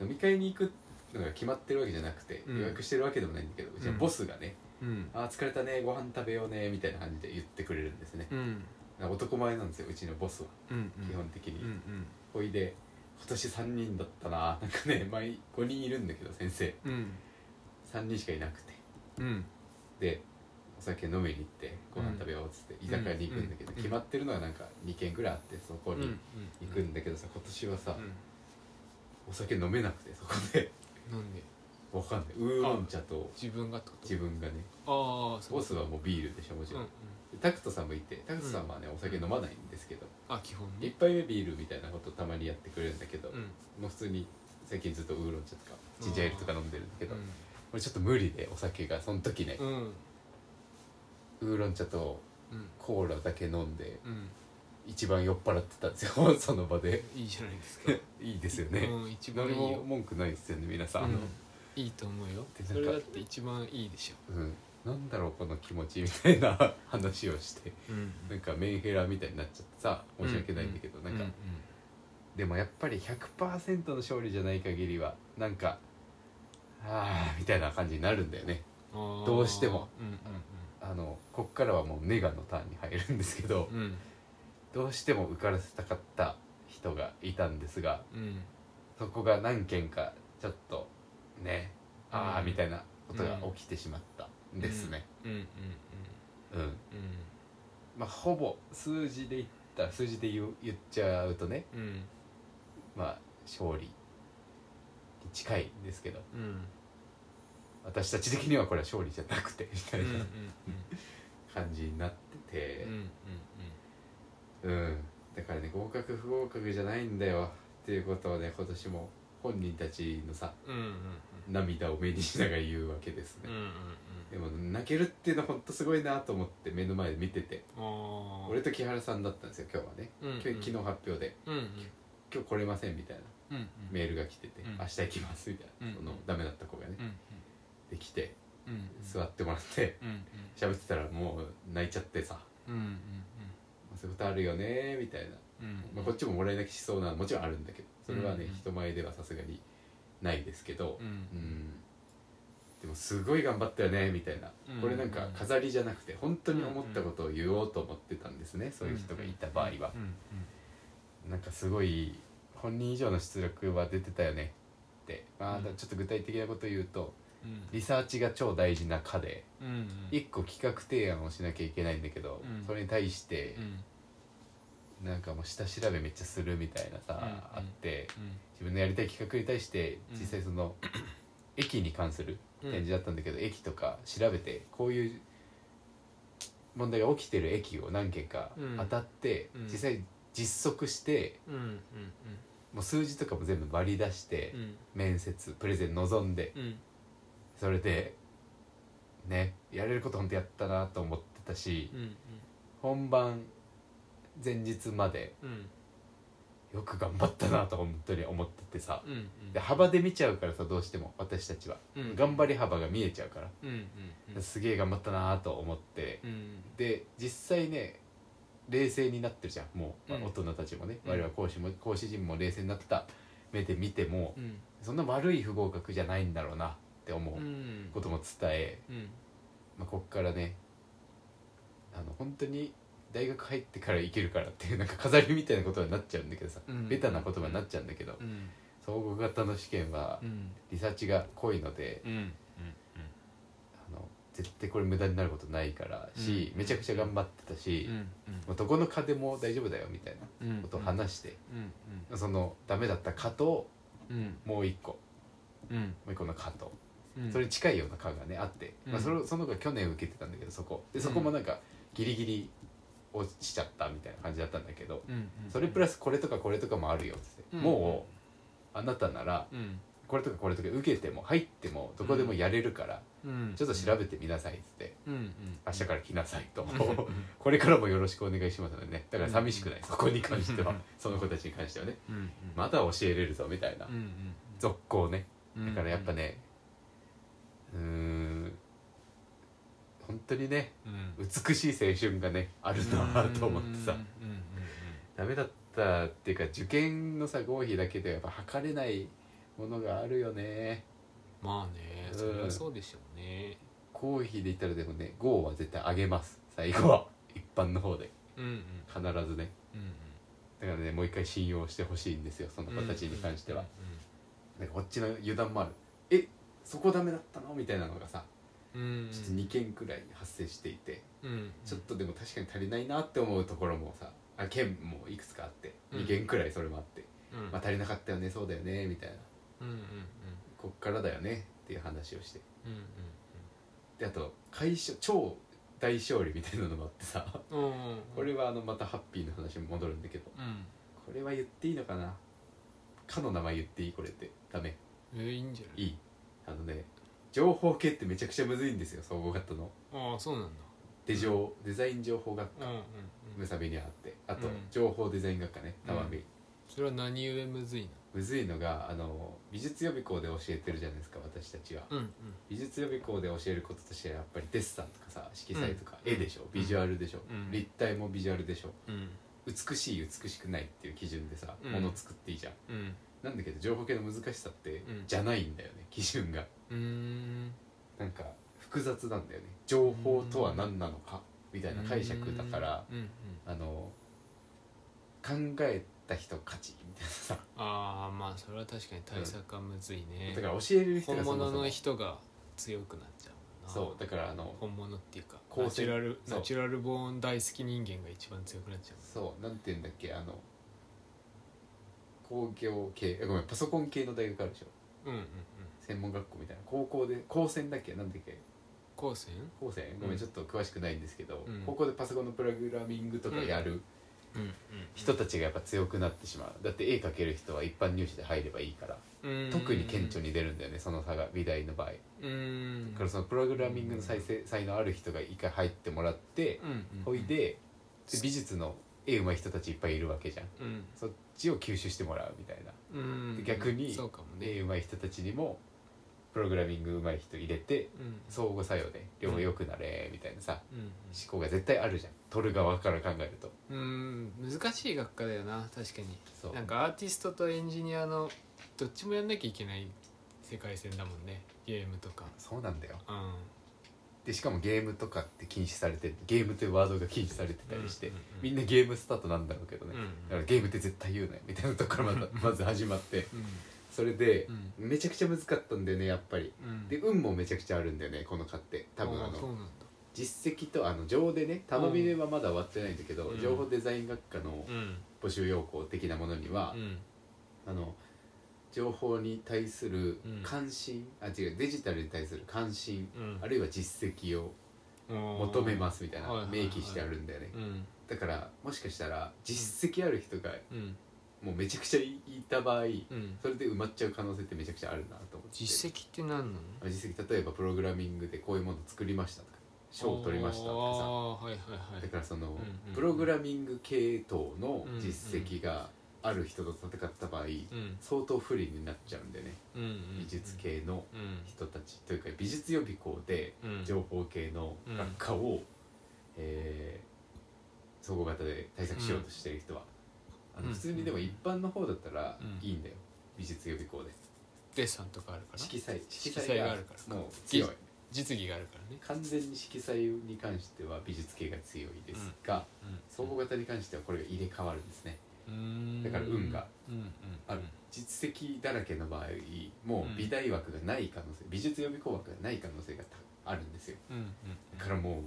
[SPEAKER 1] うん
[SPEAKER 2] 飲み会に行くのが決まってるわけじゃなくて、
[SPEAKER 1] うん
[SPEAKER 2] 予約してるわけでもないんだけどうちのボスがね
[SPEAKER 1] うん
[SPEAKER 2] 「あー疲れたねご飯食べようね」みたいな感じで言ってくれるんですね
[SPEAKER 1] うん
[SPEAKER 2] 男前なんですようちのボスは
[SPEAKER 1] うんうん
[SPEAKER 2] 基本的
[SPEAKER 1] うん
[SPEAKER 2] に、
[SPEAKER 1] うん
[SPEAKER 2] ほいで今年3人だったななんかね毎5人いるんだけど先生
[SPEAKER 1] うん
[SPEAKER 2] 3人しかいなくて
[SPEAKER 1] うん
[SPEAKER 2] でお酒飲みに行ってご飯食べようっつって居酒屋に行くんだけど、
[SPEAKER 1] うん
[SPEAKER 2] 決まってるのはなんか2軒ぐらいあってそこ
[SPEAKER 1] うんう
[SPEAKER 2] に
[SPEAKER 1] ん
[SPEAKER 2] 行くんだけどさ今年はさ、
[SPEAKER 1] う
[SPEAKER 2] お酒飲めなくてそこで
[SPEAKER 1] んなんで
[SPEAKER 2] わかんないウーロン茶と
[SPEAKER 1] 自分がってこと
[SPEAKER 2] 自分がね
[SPEAKER 1] ああそう
[SPEAKER 2] ボスはもうビールでしょもち
[SPEAKER 1] うん
[SPEAKER 2] ろん、
[SPEAKER 1] うん
[SPEAKER 2] でタクトさんもいてタクトさんはね、お酒飲まないんですけど
[SPEAKER 1] あ基本
[SPEAKER 2] 1
[SPEAKER 1] ね
[SPEAKER 2] 杯目ビールみたいなことたまにやってくれるんだけど、
[SPEAKER 1] うん
[SPEAKER 2] もう普通に最近ずっとウーロン茶とかジンジャーエールとか飲んでるんだけど、
[SPEAKER 1] うん
[SPEAKER 2] 俺ちょっと無理でお酒がその時ね、
[SPEAKER 1] うん
[SPEAKER 2] ウーロン茶と
[SPEAKER 1] うん
[SPEAKER 2] コーラだけ飲んで
[SPEAKER 1] うん
[SPEAKER 2] 一番酔っ払ってたんです よその場で
[SPEAKER 1] いいじゃないですか
[SPEAKER 2] いい ですよね、
[SPEAKER 1] うん、一番い
[SPEAKER 2] 誰
[SPEAKER 1] い
[SPEAKER 2] も
[SPEAKER 1] よ、
[SPEAKER 2] 文句ないですよね皆さん、
[SPEAKER 1] うん、いいと思うよ
[SPEAKER 2] でなん
[SPEAKER 1] そ
[SPEAKER 2] か
[SPEAKER 1] れだって一番いいでしょ
[SPEAKER 2] うん、なんだろうこの気持ちみたいな 話をして
[SPEAKER 1] うん
[SPEAKER 2] なんかメンヘラみたいになっちゃってさ申し訳ないんだけど、なんか、でもやっぱり100%の勝利じゃない限りはなんかあーみたいな感じになるんだよね
[SPEAKER 1] うん
[SPEAKER 2] どうしても、
[SPEAKER 1] うんうん
[SPEAKER 2] あのこっからはもうネガのターンに入るんですけど
[SPEAKER 1] うんうん
[SPEAKER 2] どうしても受からせたかった人がいたんですが
[SPEAKER 1] うん
[SPEAKER 2] そこが何件かちょっとねああ
[SPEAKER 1] うん
[SPEAKER 2] みたいなことが起きてしまったんですね
[SPEAKER 1] うんうんうん
[SPEAKER 2] うん、まあほぼ数字で言ったら数字で言う言っちゃうとね
[SPEAKER 1] うんうん
[SPEAKER 2] まあ勝利に近いんですけど
[SPEAKER 1] うん
[SPEAKER 2] 私たち的にはこれは勝利じゃなくてみた
[SPEAKER 1] う
[SPEAKER 2] い
[SPEAKER 1] ん
[SPEAKER 2] な
[SPEAKER 1] うんうん
[SPEAKER 2] 感じになってて
[SPEAKER 1] うんうんうん
[SPEAKER 2] うん、だからね合格不合格じゃないんだよっていうことをね今年も本人たちのさ
[SPEAKER 1] うんうんうん
[SPEAKER 2] 涙を目にしながら言うわけですね
[SPEAKER 1] うんうん、
[SPEAKER 2] でも泣けるっていうのは本当すごいなと思って目の前で見てて
[SPEAKER 1] あー
[SPEAKER 2] 俺と木原さんだったんですよ今日はね
[SPEAKER 1] うんうん
[SPEAKER 2] 今日昨日発表で
[SPEAKER 1] うんうん
[SPEAKER 2] 「今日来れません」みたいな
[SPEAKER 1] うんうん
[SPEAKER 2] メールが来てて
[SPEAKER 1] うん
[SPEAKER 2] 「明日行きます」みたいな、
[SPEAKER 1] うん
[SPEAKER 2] そのダメだった子がね
[SPEAKER 1] うん
[SPEAKER 2] で来て
[SPEAKER 1] うんうん
[SPEAKER 2] 座ってもらって
[SPEAKER 1] うん
[SPEAKER 2] 喋ってたらもう泣いちゃってさ
[SPEAKER 1] うんうん
[SPEAKER 2] 「そういうことあるよね」みたいな、
[SPEAKER 1] うんうん
[SPEAKER 2] まあ、こっちももらい泣きしそうなのもちろんあるんだけどそれはね、
[SPEAKER 1] うん
[SPEAKER 2] 人前ではさすがにないですけど
[SPEAKER 1] うん
[SPEAKER 2] うんでもすごい頑張ったよねみたいな、
[SPEAKER 1] うん
[SPEAKER 2] これなんか飾りじゃなくて本当に思ったことを言おうと思ってたんですね、そういう人がいた場合は
[SPEAKER 1] う、ん
[SPEAKER 2] なんかすごい本人以上の出力は出てたよねって、まあ
[SPEAKER 1] う、ん
[SPEAKER 2] ちょっと具体的なこと言うと
[SPEAKER 1] うん
[SPEAKER 2] リサーチが超大事な課で
[SPEAKER 1] うんうん
[SPEAKER 2] 一個企画提案をしなきゃいけないんだけど、
[SPEAKER 1] うん
[SPEAKER 2] それに対して
[SPEAKER 1] うんうん
[SPEAKER 2] なんかもう下調べめっちゃするみたいなさ、
[SPEAKER 1] うん
[SPEAKER 2] あって自分のやりたい企画に対して実際そ の、駅に関する
[SPEAKER 1] うん
[SPEAKER 2] 展示だったんだけど、駅とか調べてこういう問題が起きてる駅を何件か当たって、
[SPEAKER 1] うんうん
[SPEAKER 2] 実際実測して
[SPEAKER 1] うんうんうん
[SPEAKER 2] もう数字とかも全部割り出して、
[SPEAKER 1] うん
[SPEAKER 2] 面接プレゼン望んで
[SPEAKER 1] うん
[SPEAKER 2] それでねやれること本当やったなと思ってたし、
[SPEAKER 1] うん
[SPEAKER 2] 本番前日まで
[SPEAKER 1] うんうん
[SPEAKER 2] よく頑張ったなと本当に思っててさ
[SPEAKER 1] うんうん
[SPEAKER 2] で幅で見ちゃうからさどうしても私たちは
[SPEAKER 1] うん
[SPEAKER 2] 頑張り幅が見えちゃうか
[SPEAKER 1] うんうん
[SPEAKER 2] らすげえ頑張ったなと思って
[SPEAKER 1] うんうん
[SPEAKER 2] で実際ね冷静になってるじゃんもう、まあ
[SPEAKER 1] うん
[SPEAKER 2] 大人たちもね
[SPEAKER 1] うん
[SPEAKER 2] 我々講師も講師陣も冷静になった目で見ても
[SPEAKER 1] うん
[SPEAKER 2] そんな悪い不合格じゃないんだろうなって思
[SPEAKER 1] う
[SPEAKER 2] うんことも伝え、
[SPEAKER 1] うん
[SPEAKER 2] まあ、こっからねあの本当に大学入ってから生きるからっていうなんか飾りみたいなことになっちゃうんだけどさ、
[SPEAKER 1] うん
[SPEAKER 2] ベタな言葉になっちゃうんだけど、
[SPEAKER 1] うん
[SPEAKER 2] 総合型の試験は
[SPEAKER 1] うん
[SPEAKER 2] リサーチが濃いので、
[SPEAKER 1] うんうん
[SPEAKER 2] あの絶対これ無駄になることないからし、
[SPEAKER 1] うん
[SPEAKER 2] めちゃくちゃ頑張ってたし、
[SPEAKER 1] うん
[SPEAKER 2] もうどこの課でも大丈夫だよみたい
[SPEAKER 1] うんうん
[SPEAKER 2] なことを話して、
[SPEAKER 1] うん
[SPEAKER 2] そのダメだった課と
[SPEAKER 1] うん
[SPEAKER 2] もう一個
[SPEAKER 1] うん
[SPEAKER 2] もう一個の課と、
[SPEAKER 1] うん
[SPEAKER 2] それに近いような課がねあって、
[SPEAKER 1] うん
[SPEAKER 2] まあ、それその子が去年受けてたんだけどそこでそこもなんかギリギリ落ちちゃったみたいな感じだったんだけど、
[SPEAKER 1] うんうん
[SPEAKER 2] それプラスこれとかこれとかもあるよっつって、
[SPEAKER 1] うん
[SPEAKER 2] もうあなたなら
[SPEAKER 1] うん
[SPEAKER 2] これとかこれとか受けても入ってもどこでもやれるから、
[SPEAKER 1] うん
[SPEAKER 2] ちょっと調べてみなさいっつって、
[SPEAKER 1] うんうん
[SPEAKER 2] 明日から来なさいと、
[SPEAKER 1] うん
[SPEAKER 2] これからもよろしくお願いしますのでねだから寂しくない、
[SPEAKER 1] う
[SPEAKER 2] そこに関しては、
[SPEAKER 1] うん
[SPEAKER 2] その子たちに関してはね
[SPEAKER 1] うんうん
[SPEAKER 2] まだ教えれるぞみたいな、
[SPEAKER 1] うんうん
[SPEAKER 2] 続行ね
[SPEAKER 1] うん
[SPEAKER 2] だからやっぱねうーん本当にね
[SPEAKER 1] うん
[SPEAKER 2] 美しい青春がねあるなぁと思ってさ、
[SPEAKER 1] うんうんうん
[SPEAKER 2] ダメだったっていうか受験のさ合否だけではやっぱ測れないものがあるよね
[SPEAKER 1] まあねそりゃそうでしょうね
[SPEAKER 2] 合否で言ったらでもね合は絶対上げます最後は一般の方で
[SPEAKER 1] うんうん
[SPEAKER 2] 必ずね
[SPEAKER 1] うん
[SPEAKER 2] だからねもう一回信用してほしいんですよその
[SPEAKER 1] うん
[SPEAKER 2] 子たちに関しては、なんかこっちの油断もあるえそこダメだったのみたいなのがさ
[SPEAKER 1] うんうん
[SPEAKER 2] ちょっと2件くらい発生していて、
[SPEAKER 1] うん
[SPEAKER 2] ちょっとでも確かに足りないなって思うところもさあ件もいくつかあって
[SPEAKER 1] うん
[SPEAKER 2] 2件くらいそれもあって、
[SPEAKER 1] うん
[SPEAKER 2] まあ足りなかったよねそうだよねみたいな
[SPEAKER 1] うんうんうん
[SPEAKER 2] こっからだよねっていう話をして
[SPEAKER 1] うんうん
[SPEAKER 2] であと解消超大勝利みたいなのもあってさ
[SPEAKER 1] うんうんうん
[SPEAKER 2] これはあのまたハッピーの話に戻るんだけど
[SPEAKER 1] うん
[SPEAKER 2] これは言っていいのかなかの名前言っていいこれってダメ
[SPEAKER 1] えーいいんじゃない
[SPEAKER 2] いいあのね情報系ってめちゃくちゃむずいんですよ総合型の
[SPEAKER 1] ああそうなんだ
[SPEAKER 2] デジョデザイン情報学
[SPEAKER 1] うんうんう
[SPEAKER 2] ム
[SPEAKER 1] ん
[SPEAKER 2] サビにあってあと、
[SPEAKER 1] うん
[SPEAKER 2] 情報デザイン学科ね
[SPEAKER 1] うん
[SPEAKER 2] 生ビ、
[SPEAKER 1] それは何故むずい
[SPEAKER 2] むずいのがあの美術予備校で教えてるじゃないですか私たちは、
[SPEAKER 1] のうん
[SPEAKER 2] 美術予備校で教えることとしてはやっぱりデッサンとかさ色彩とか
[SPEAKER 1] うん
[SPEAKER 2] 絵でしょ、ビジュアルでしょ、
[SPEAKER 1] うん
[SPEAKER 2] 立体もビジュアルでしょ
[SPEAKER 1] うん
[SPEAKER 2] 美しい美しくないっていう基準でさ、
[SPEAKER 1] うん
[SPEAKER 2] もの作っていいじゃん
[SPEAKER 1] うん
[SPEAKER 2] なんだけど情報系の難しさって、
[SPEAKER 1] うん
[SPEAKER 2] じゃないんだよね基準が
[SPEAKER 1] うんうーん
[SPEAKER 2] なんか複雑なんだよね情報とは何なのかみたいな解釈だから、
[SPEAKER 1] うんうん
[SPEAKER 2] あの考えた人勝ちみたいなさ、
[SPEAKER 1] ああまあそれは確かに対策はむずいね
[SPEAKER 2] だから教える人
[SPEAKER 1] 本
[SPEAKER 2] がそも
[SPEAKER 1] 物
[SPEAKER 2] そも
[SPEAKER 1] の人が強くなっちゃうもんな
[SPEAKER 2] そうだからあの
[SPEAKER 1] 本物っていうか
[SPEAKER 2] 構成
[SPEAKER 1] ナチュラル
[SPEAKER 2] そう
[SPEAKER 1] ナチュラルボーン大好き人間が一番強くなっちゃ
[SPEAKER 2] そうなんて言うんだっけあの工業系あごめんパソコン系の大学あるでしょ
[SPEAKER 1] ううんうんうん
[SPEAKER 2] 専門学校みたいな高校で高専だっけなんだっけ
[SPEAKER 1] 高専
[SPEAKER 2] 高専ごめん、
[SPEAKER 1] うん
[SPEAKER 2] ちょっと詳しくないんですけど、
[SPEAKER 1] うん
[SPEAKER 2] 高校でパソコンのプログラミングとかやる
[SPEAKER 1] うんうん
[SPEAKER 2] 人たちがやっぱ強くなってしまうだって絵描ける人は一般入試で入ればいいから
[SPEAKER 1] うん
[SPEAKER 2] 特に顕著に出るんだよねその差が美大の場合
[SPEAKER 1] うん
[SPEAKER 2] だからそのプログラミングの再生才能ある人が一回入ってもらって
[SPEAKER 1] うんうん
[SPEAKER 2] ほいでで美術の絵上手い人たちいっぱいいるわけじゃん
[SPEAKER 1] うん
[SPEAKER 2] そっちを吸収してもらうみたいな
[SPEAKER 1] うん
[SPEAKER 2] 逆に
[SPEAKER 1] そうかもね
[SPEAKER 2] で上手い人たちにもプログラミング上手い人入れて
[SPEAKER 1] うん
[SPEAKER 2] 相互作用で両方良くなれみたいなさ
[SPEAKER 1] うん
[SPEAKER 2] 思考が絶対あるじゃん取る側から考えると
[SPEAKER 1] うんうん難しい学科だよな確かに
[SPEAKER 2] そう
[SPEAKER 1] なんかアーティストとエンジニアのどっちもやんなきゃいけない世界線だもんねゲームとか
[SPEAKER 2] そうなんだよ
[SPEAKER 1] うん
[SPEAKER 2] でしかもゲームとかって禁止されてゲームというワードが禁止されてたりして
[SPEAKER 1] うんうんうん
[SPEAKER 2] みんなゲームスタートなんだろうけど
[SPEAKER 1] う
[SPEAKER 2] ね
[SPEAKER 1] ん
[SPEAKER 2] だからゲームって絶対言うなよみたいなところからまたまず始まってそれで
[SPEAKER 1] うん
[SPEAKER 2] めちゃくちゃ難かったんだよねやっぱり
[SPEAKER 1] うんうん
[SPEAKER 2] で運もめちゃくちゃあるんだよねこの課って多分あ
[SPEAKER 1] ーそう
[SPEAKER 2] の
[SPEAKER 1] なんだ
[SPEAKER 2] 実績とあの情でね頼みではまだ終わってないんだけど、
[SPEAKER 1] うん
[SPEAKER 2] 情報デザイン学科の
[SPEAKER 1] うん
[SPEAKER 2] 募集要項的なものには
[SPEAKER 1] う、ん
[SPEAKER 2] あの情報に対する
[SPEAKER 1] うん
[SPEAKER 2] 関心、あ違うデジタルに対する関心、
[SPEAKER 1] うん
[SPEAKER 2] あるいは実績を求
[SPEAKER 1] 求
[SPEAKER 2] めますみたいな
[SPEAKER 1] はいはいはい
[SPEAKER 2] 明記してあるんだよね、
[SPEAKER 1] うん
[SPEAKER 2] だからもしかしたら実績ある人が
[SPEAKER 1] うん
[SPEAKER 2] もうめちゃくちゃいた場合、
[SPEAKER 1] うん
[SPEAKER 2] それで埋まっちゃう可能性ってめちゃくちゃあるなと思って
[SPEAKER 1] 実績って何なの
[SPEAKER 2] あ実績例えばプログラミングでこういうもの作りましたとか賞を取りましたとかさ
[SPEAKER 1] あーはいはいは
[SPEAKER 2] だ
[SPEAKER 1] い
[SPEAKER 2] からその、
[SPEAKER 1] んうん
[SPEAKER 2] プログラミング系統の実績がある人と戦った場合、
[SPEAKER 1] うん
[SPEAKER 2] 相当不利になっちゃうんでね、
[SPEAKER 1] うんうん
[SPEAKER 2] 美術系の
[SPEAKER 1] うん
[SPEAKER 2] 人たちというか美術予備校で
[SPEAKER 1] うん
[SPEAKER 2] 情報系の学科を、えー総合型で対策しようとしてる人は、あ
[SPEAKER 1] う
[SPEAKER 2] の
[SPEAKER 1] ん
[SPEAKER 2] 普通にでも一般の方だったら
[SPEAKER 1] うん
[SPEAKER 2] いいんだよ、美術予備校で
[SPEAKER 1] デッサンとかあるから
[SPEAKER 2] 色彩
[SPEAKER 1] 色彩があるから
[SPEAKER 2] もう強い
[SPEAKER 1] 技実技があるからね
[SPEAKER 2] 完全に色彩に関しては美術系が強いですが、
[SPEAKER 1] うん
[SPEAKER 2] 総合型に関してはこれが入れ替わるんですね
[SPEAKER 1] うーん
[SPEAKER 2] だから運が
[SPEAKER 1] うんうん
[SPEAKER 2] ある実績だらけの場合もう美大枠がない可能性、美術予備校枠がない可能性がたあるんですよ
[SPEAKER 1] うんうん
[SPEAKER 2] だからもう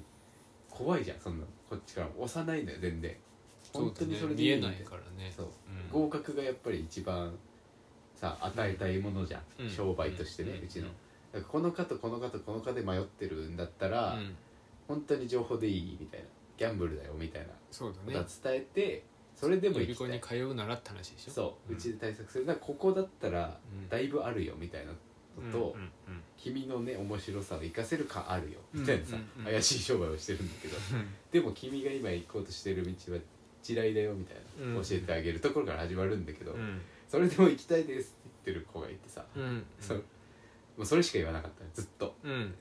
[SPEAKER 2] 怖いじゃんそんなのこっちから押さないのよ全然本当にそ
[SPEAKER 1] そ
[SPEAKER 2] れ
[SPEAKER 1] うだね
[SPEAKER 2] で
[SPEAKER 1] 見
[SPEAKER 2] いい
[SPEAKER 1] え
[SPEAKER 2] んだ
[SPEAKER 1] ない
[SPEAKER 2] よ
[SPEAKER 1] からね
[SPEAKER 2] そう、
[SPEAKER 1] うん
[SPEAKER 2] 合格がやっぱり一番さ与えたいものじゃん、
[SPEAKER 1] うん
[SPEAKER 2] 商売としてね、
[SPEAKER 1] うん
[SPEAKER 2] うちのだからこの科とこの科とこの科で迷ってるんだった
[SPEAKER 1] う
[SPEAKER 2] ら、
[SPEAKER 1] ん
[SPEAKER 2] 本当に情報でいいみたいなギャンブルだよみたいな
[SPEAKER 1] そうだ
[SPEAKER 2] ことは
[SPEAKER 1] ね
[SPEAKER 2] 伝えて、それでも
[SPEAKER 1] 予
[SPEAKER 2] 行
[SPEAKER 1] 備
[SPEAKER 2] きた
[SPEAKER 1] 校
[SPEAKER 2] い
[SPEAKER 1] に通うならって話でしょ
[SPEAKER 2] そう、うんちで対策するだからここだったら
[SPEAKER 1] うん
[SPEAKER 2] だいぶあるよみたいなのと、
[SPEAKER 1] うんうんうん
[SPEAKER 2] 君のね面白さを生かせるかあるよみたいなさ、
[SPEAKER 1] うんうんうん
[SPEAKER 2] 怪しい商売をしてるんだけどでも君が今行こうとしてる道は地雷だよみたいな、
[SPEAKER 1] うん
[SPEAKER 2] 教えてあげるところから始まるんだけど、
[SPEAKER 1] うん
[SPEAKER 2] それでも行きたいですって言ってる子がいてさ、
[SPEAKER 1] うんうん
[SPEAKER 2] そもうそれしか言わなかったねずっと
[SPEAKER 1] うんうん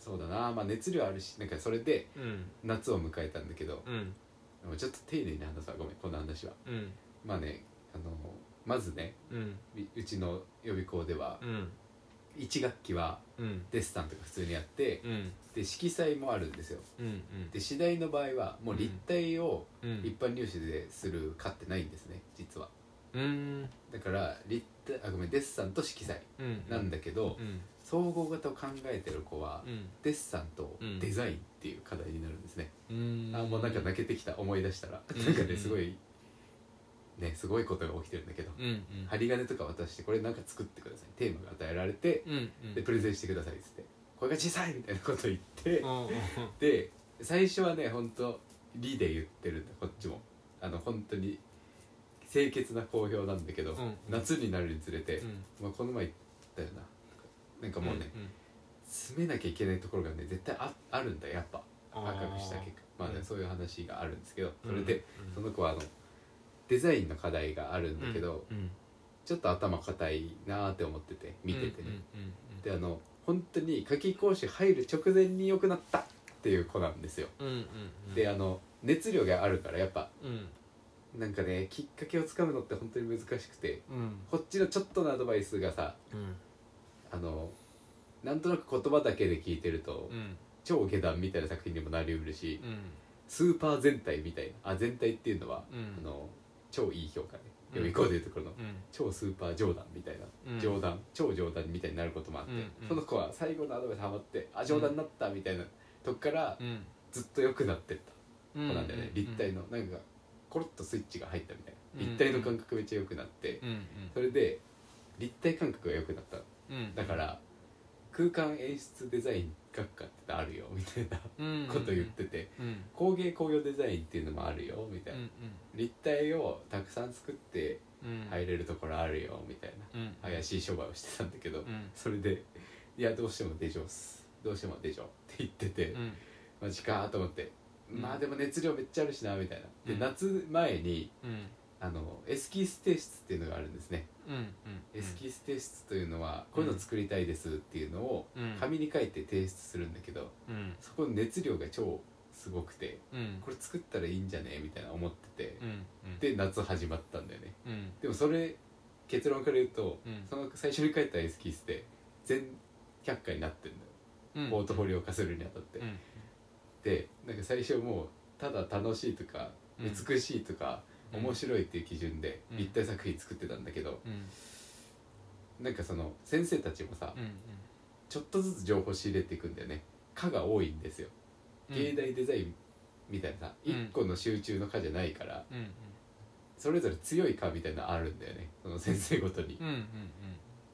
[SPEAKER 2] そうだなまあ熱量あるしなんかそれで
[SPEAKER 1] うん
[SPEAKER 2] 夏を迎えたんだけど、
[SPEAKER 1] うん
[SPEAKER 2] もうちょっと丁寧に話すわごめんこの話は
[SPEAKER 1] うん
[SPEAKER 2] まあねあのまずね
[SPEAKER 1] うん
[SPEAKER 2] うちの予備校では
[SPEAKER 1] うん
[SPEAKER 2] 1学期は
[SPEAKER 1] うん
[SPEAKER 2] デッサンとか普通にやって
[SPEAKER 1] うん
[SPEAKER 2] で色彩もあるんですよ
[SPEAKER 1] うん
[SPEAKER 2] で次第の場合はもう立体を
[SPEAKER 1] うん
[SPEAKER 2] 一般入試でするかってないんですね実は
[SPEAKER 1] うん
[SPEAKER 2] だから立体あごめんデッサンと色彩
[SPEAKER 1] うん
[SPEAKER 2] なんだけど
[SPEAKER 1] うん
[SPEAKER 2] 総合型を考えてる子は
[SPEAKER 1] うん
[SPEAKER 2] デッサンとデザインっていう課題になるんですね
[SPEAKER 1] うん
[SPEAKER 2] あもうなんか泣けてきた思い出したら
[SPEAKER 1] うん
[SPEAKER 2] なんかねすごいねすごいことが起きてるんだけど
[SPEAKER 1] うんうん
[SPEAKER 2] 針金とか渡してこれなんか作ってくださいテーマが与えられて
[SPEAKER 1] うんうん
[SPEAKER 2] でプレゼンしてくださいっつってこれが小さいみたいなこと言って
[SPEAKER 1] うんうん
[SPEAKER 2] で最初はねほんと「理」で言ってるんだこっちもあの本当に清潔な好評なんだけど、
[SPEAKER 1] うん
[SPEAKER 2] 夏になるにつれて、
[SPEAKER 1] うん
[SPEAKER 2] まあ、この前言ったよななんかもうね、
[SPEAKER 1] ん
[SPEAKER 2] 詰めなきゃいけないところがね絶対ああるんだよやっぱ赤くした結果まあね、
[SPEAKER 1] うん
[SPEAKER 2] そういう話があるんですけどそれ
[SPEAKER 1] うん
[SPEAKER 2] で、その子はあのデザインの課題があるんだけど、
[SPEAKER 1] うんうん
[SPEAKER 2] ちょっと頭固いなーって思ってて見ててね、
[SPEAKER 1] うんうんうん
[SPEAKER 2] であの本当に夏期講師入る直前に良くなったっていう子なんですよ、
[SPEAKER 1] うんうんうん
[SPEAKER 2] であの熱量があるからやっぱ
[SPEAKER 1] うん
[SPEAKER 2] なんかねきっかけをつかむのって本当に難しくて
[SPEAKER 1] うん
[SPEAKER 2] こっちのちょっとのアドバイスがさ
[SPEAKER 1] うん
[SPEAKER 2] あのなんとなく言葉だけで聞いてると、
[SPEAKER 1] うん
[SPEAKER 2] 超下段みたいな作品にもなりうるし、
[SPEAKER 1] うん
[SPEAKER 2] スーパー全体みたいなあ全体っていうのは、
[SPEAKER 1] うん
[SPEAKER 2] あの超いい評価ね
[SPEAKER 1] うん
[SPEAKER 2] 予備校でいうところの、
[SPEAKER 1] うん
[SPEAKER 2] 超スーパー冗談みたいな、
[SPEAKER 1] うん
[SPEAKER 2] 冗談超冗談みたいになることもあって、
[SPEAKER 1] うんうん
[SPEAKER 2] その子は最後のアドバイスハマってあ冗談になったみたいなとこから
[SPEAKER 1] うん
[SPEAKER 2] ずっと良くなってった
[SPEAKER 1] うん
[SPEAKER 2] 子なんだよね、
[SPEAKER 1] うん
[SPEAKER 2] 立体のなんかコロッとスイッチが入ったみたいな、
[SPEAKER 1] うん
[SPEAKER 2] 立体の感覚めっちゃ良くなって、
[SPEAKER 1] うん
[SPEAKER 2] それで立体感覚が良くなったの
[SPEAKER 1] うんうん
[SPEAKER 2] だから空間演出デザイン学科ってあるよみたいな
[SPEAKER 1] うん
[SPEAKER 2] こと言ってて、
[SPEAKER 1] うんうん
[SPEAKER 2] 工芸工業デザインっていうのもあるよみたいな、立体をたくさん作って
[SPEAKER 1] うんうん
[SPEAKER 2] 入れるところあるよみたいな
[SPEAKER 1] うん
[SPEAKER 2] 怪しい商売をしてたんだけど、
[SPEAKER 1] うん
[SPEAKER 2] それで「いやどうしても出場っすどうしても出場」って言ってて、
[SPEAKER 1] うん
[SPEAKER 2] マジかと思って、
[SPEAKER 1] うん
[SPEAKER 2] まあでも熱量めっちゃあるしなみたいなで、
[SPEAKER 1] うん
[SPEAKER 2] 夏前に
[SPEAKER 1] うん
[SPEAKER 2] あのエスキース提出っていうのがあるんですね、
[SPEAKER 1] うんうん
[SPEAKER 2] エスキース提出というのはこういうの作りたいですっていうのを
[SPEAKER 1] うん
[SPEAKER 2] 紙に書いて提出するんだけど
[SPEAKER 1] うん
[SPEAKER 2] そこの熱量が超すごくて
[SPEAKER 1] うん
[SPEAKER 2] これ作ったらいいんじゃねみたいな思ってて
[SPEAKER 1] うんうん
[SPEAKER 2] で夏始まったんだよね
[SPEAKER 1] うん
[SPEAKER 2] でもそれ結論から言うと、
[SPEAKER 1] うん
[SPEAKER 2] その最初に書いたエスキースで全100回になってんだよ、
[SPEAKER 1] うん
[SPEAKER 2] ポートフォリオ化するにあたって、
[SPEAKER 1] うん
[SPEAKER 2] でなんか最初もうただ楽しいとか、
[SPEAKER 1] うん
[SPEAKER 2] 美しいとか、
[SPEAKER 1] うん
[SPEAKER 2] 面白いっていう基準で
[SPEAKER 1] うん
[SPEAKER 2] 立体作品作ってたんだけど、
[SPEAKER 1] うん
[SPEAKER 2] なんかその先生たちもさ、
[SPEAKER 1] うん
[SPEAKER 2] ちょっとずつ情報仕入れていくんだよね科が多いんですよ、
[SPEAKER 1] うん
[SPEAKER 2] 芸大デザインみたいなさ
[SPEAKER 1] うん
[SPEAKER 2] 1個の集中の科じゃないから
[SPEAKER 1] うん
[SPEAKER 2] それぞれ強い科みたいなのあるんだよねその先生ごとに
[SPEAKER 1] うんうん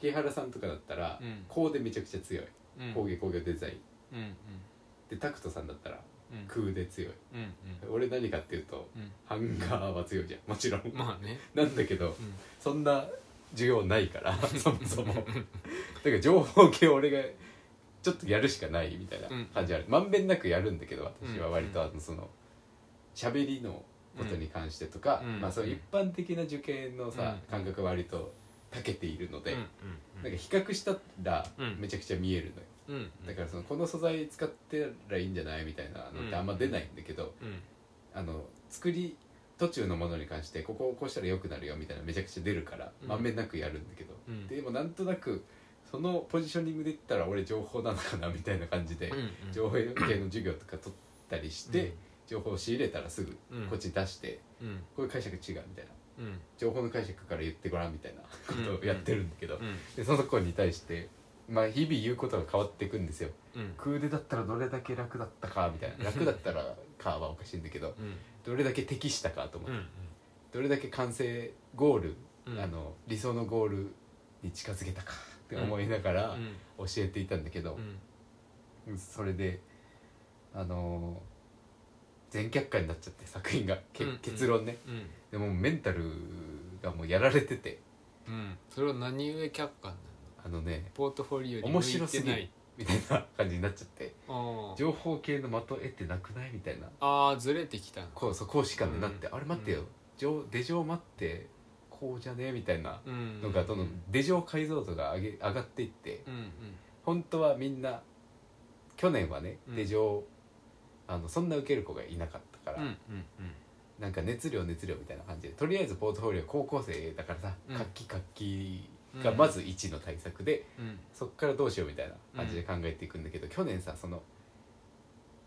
[SPEAKER 2] 木原さんとかだったら
[SPEAKER 1] うん
[SPEAKER 2] 工でめちゃくちゃ強い
[SPEAKER 1] うん
[SPEAKER 2] 工芸工業デザイン
[SPEAKER 1] うんうん
[SPEAKER 2] でタクトさんだったら
[SPEAKER 1] うん
[SPEAKER 2] 空で強い
[SPEAKER 1] うん
[SPEAKER 2] 俺何かっていうと
[SPEAKER 1] うん
[SPEAKER 2] ハンガーは強いじゃんもちろん
[SPEAKER 1] うんまあね
[SPEAKER 2] なんだけど
[SPEAKER 1] うん
[SPEAKER 2] そんな需要ない からそもそもだから情報系俺がちょっとやるしかないみたいな
[SPEAKER 1] うん
[SPEAKER 2] 感じあるまんべんなくやるんだけど私は
[SPEAKER 1] うん
[SPEAKER 2] 割とあのその喋りのことに関してとか、
[SPEAKER 1] うん
[SPEAKER 2] まあその一般的な受験のさ、
[SPEAKER 1] うん
[SPEAKER 2] 感覚は割と長けているので、
[SPEAKER 1] うん
[SPEAKER 2] なんか比較したら
[SPEAKER 1] うん
[SPEAKER 2] めちゃくちゃ見えるのよ、
[SPEAKER 1] うんうん
[SPEAKER 2] だからそのこの素材使ってらいいんじゃないみたいなのってあんま出ないんだけど、
[SPEAKER 1] うん
[SPEAKER 2] あの作り途中のものに関してここをこうしたら良くなるよみたいなめちゃくちゃ出るから
[SPEAKER 1] うん
[SPEAKER 2] まんべんなくやるんだけど、
[SPEAKER 1] うん
[SPEAKER 2] でもなんとなくそのポジショニングで言ったら俺情報なのかなみたいな感じで、
[SPEAKER 1] うんうん
[SPEAKER 2] 情報系の授業とか取ったりして、
[SPEAKER 1] うん
[SPEAKER 2] 情報を仕入れたらすぐ
[SPEAKER 1] うん
[SPEAKER 2] こっちに出して、
[SPEAKER 1] うん
[SPEAKER 2] こういう解釈違うみたいな
[SPEAKER 1] うん
[SPEAKER 2] 情報の解釈から言ってごらんみたいなことをやってるんだけど、
[SPEAKER 1] うん
[SPEAKER 2] でその子に対して、まあ、日々言うことが変わっていくんですよ
[SPEAKER 1] うん
[SPEAKER 2] 空手だったらどれだけ楽だったかみたい な楽だったらかはおかしいんだけど
[SPEAKER 1] うん
[SPEAKER 2] どれだけ適したかと思っ
[SPEAKER 1] う
[SPEAKER 2] て、
[SPEAKER 1] ん
[SPEAKER 2] どれだけ完成ゴール、
[SPEAKER 1] うん
[SPEAKER 2] あの理想のゴールに近づけたかって思いなが
[SPEAKER 1] う
[SPEAKER 2] ら
[SPEAKER 1] ん
[SPEAKER 2] 教えていたんだけど
[SPEAKER 1] う、ん
[SPEAKER 2] それであのー全却下になっちゃって作品がけ
[SPEAKER 1] うんうん
[SPEAKER 2] 結論ね、
[SPEAKER 1] うん
[SPEAKER 2] でもメンタルがもうやられてて
[SPEAKER 1] うんそれは何故却下なの
[SPEAKER 2] あのね
[SPEAKER 1] ポートフォリオに
[SPEAKER 2] 面
[SPEAKER 1] 向
[SPEAKER 2] 白
[SPEAKER 1] いて
[SPEAKER 2] すぎ
[SPEAKER 1] な
[SPEAKER 2] る
[SPEAKER 1] い
[SPEAKER 2] みたいな感じになっちゃって
[SPEAKER 1] あー
[SPEAKER 2] 情報系の的得てなくないみたいな
[SPEAKER 1] あーずれてきたの
[SPEAKER 2] こうそう講師官になって、
[SPEAKER 1] うん
[SPEAKER 2] あれ待ってよ、
[SPEAKER 1] うん
[SPEAKER 2] 上出城待ってこうじゃねみたいな
[SPEAKER 1] うん
[SPEAKER 2] のがどんどん出城解像度が上げ上がっていって
[SPEAKER 1] うんうん
[SPEAKER 2] 本当はみんな去年はね
[SPEAKER 1] うん
[SPEAKER 2] 出城、あのそんな受ける子がいなかったから、
[SPEAKER 1] うんうん
[SPEAKER 2] なんか熱量熱量みたいな感じでとりあえずポートフォリオ高校生だからさ、
[SPEAKER 1] うん
[SPEAKER 2] 活気活気がまず1の対策で、
[SPEAKER 1] うんうん
[SPEAKER 2] そっからどうしようみたいな感じで考えていくんだけど、去年さその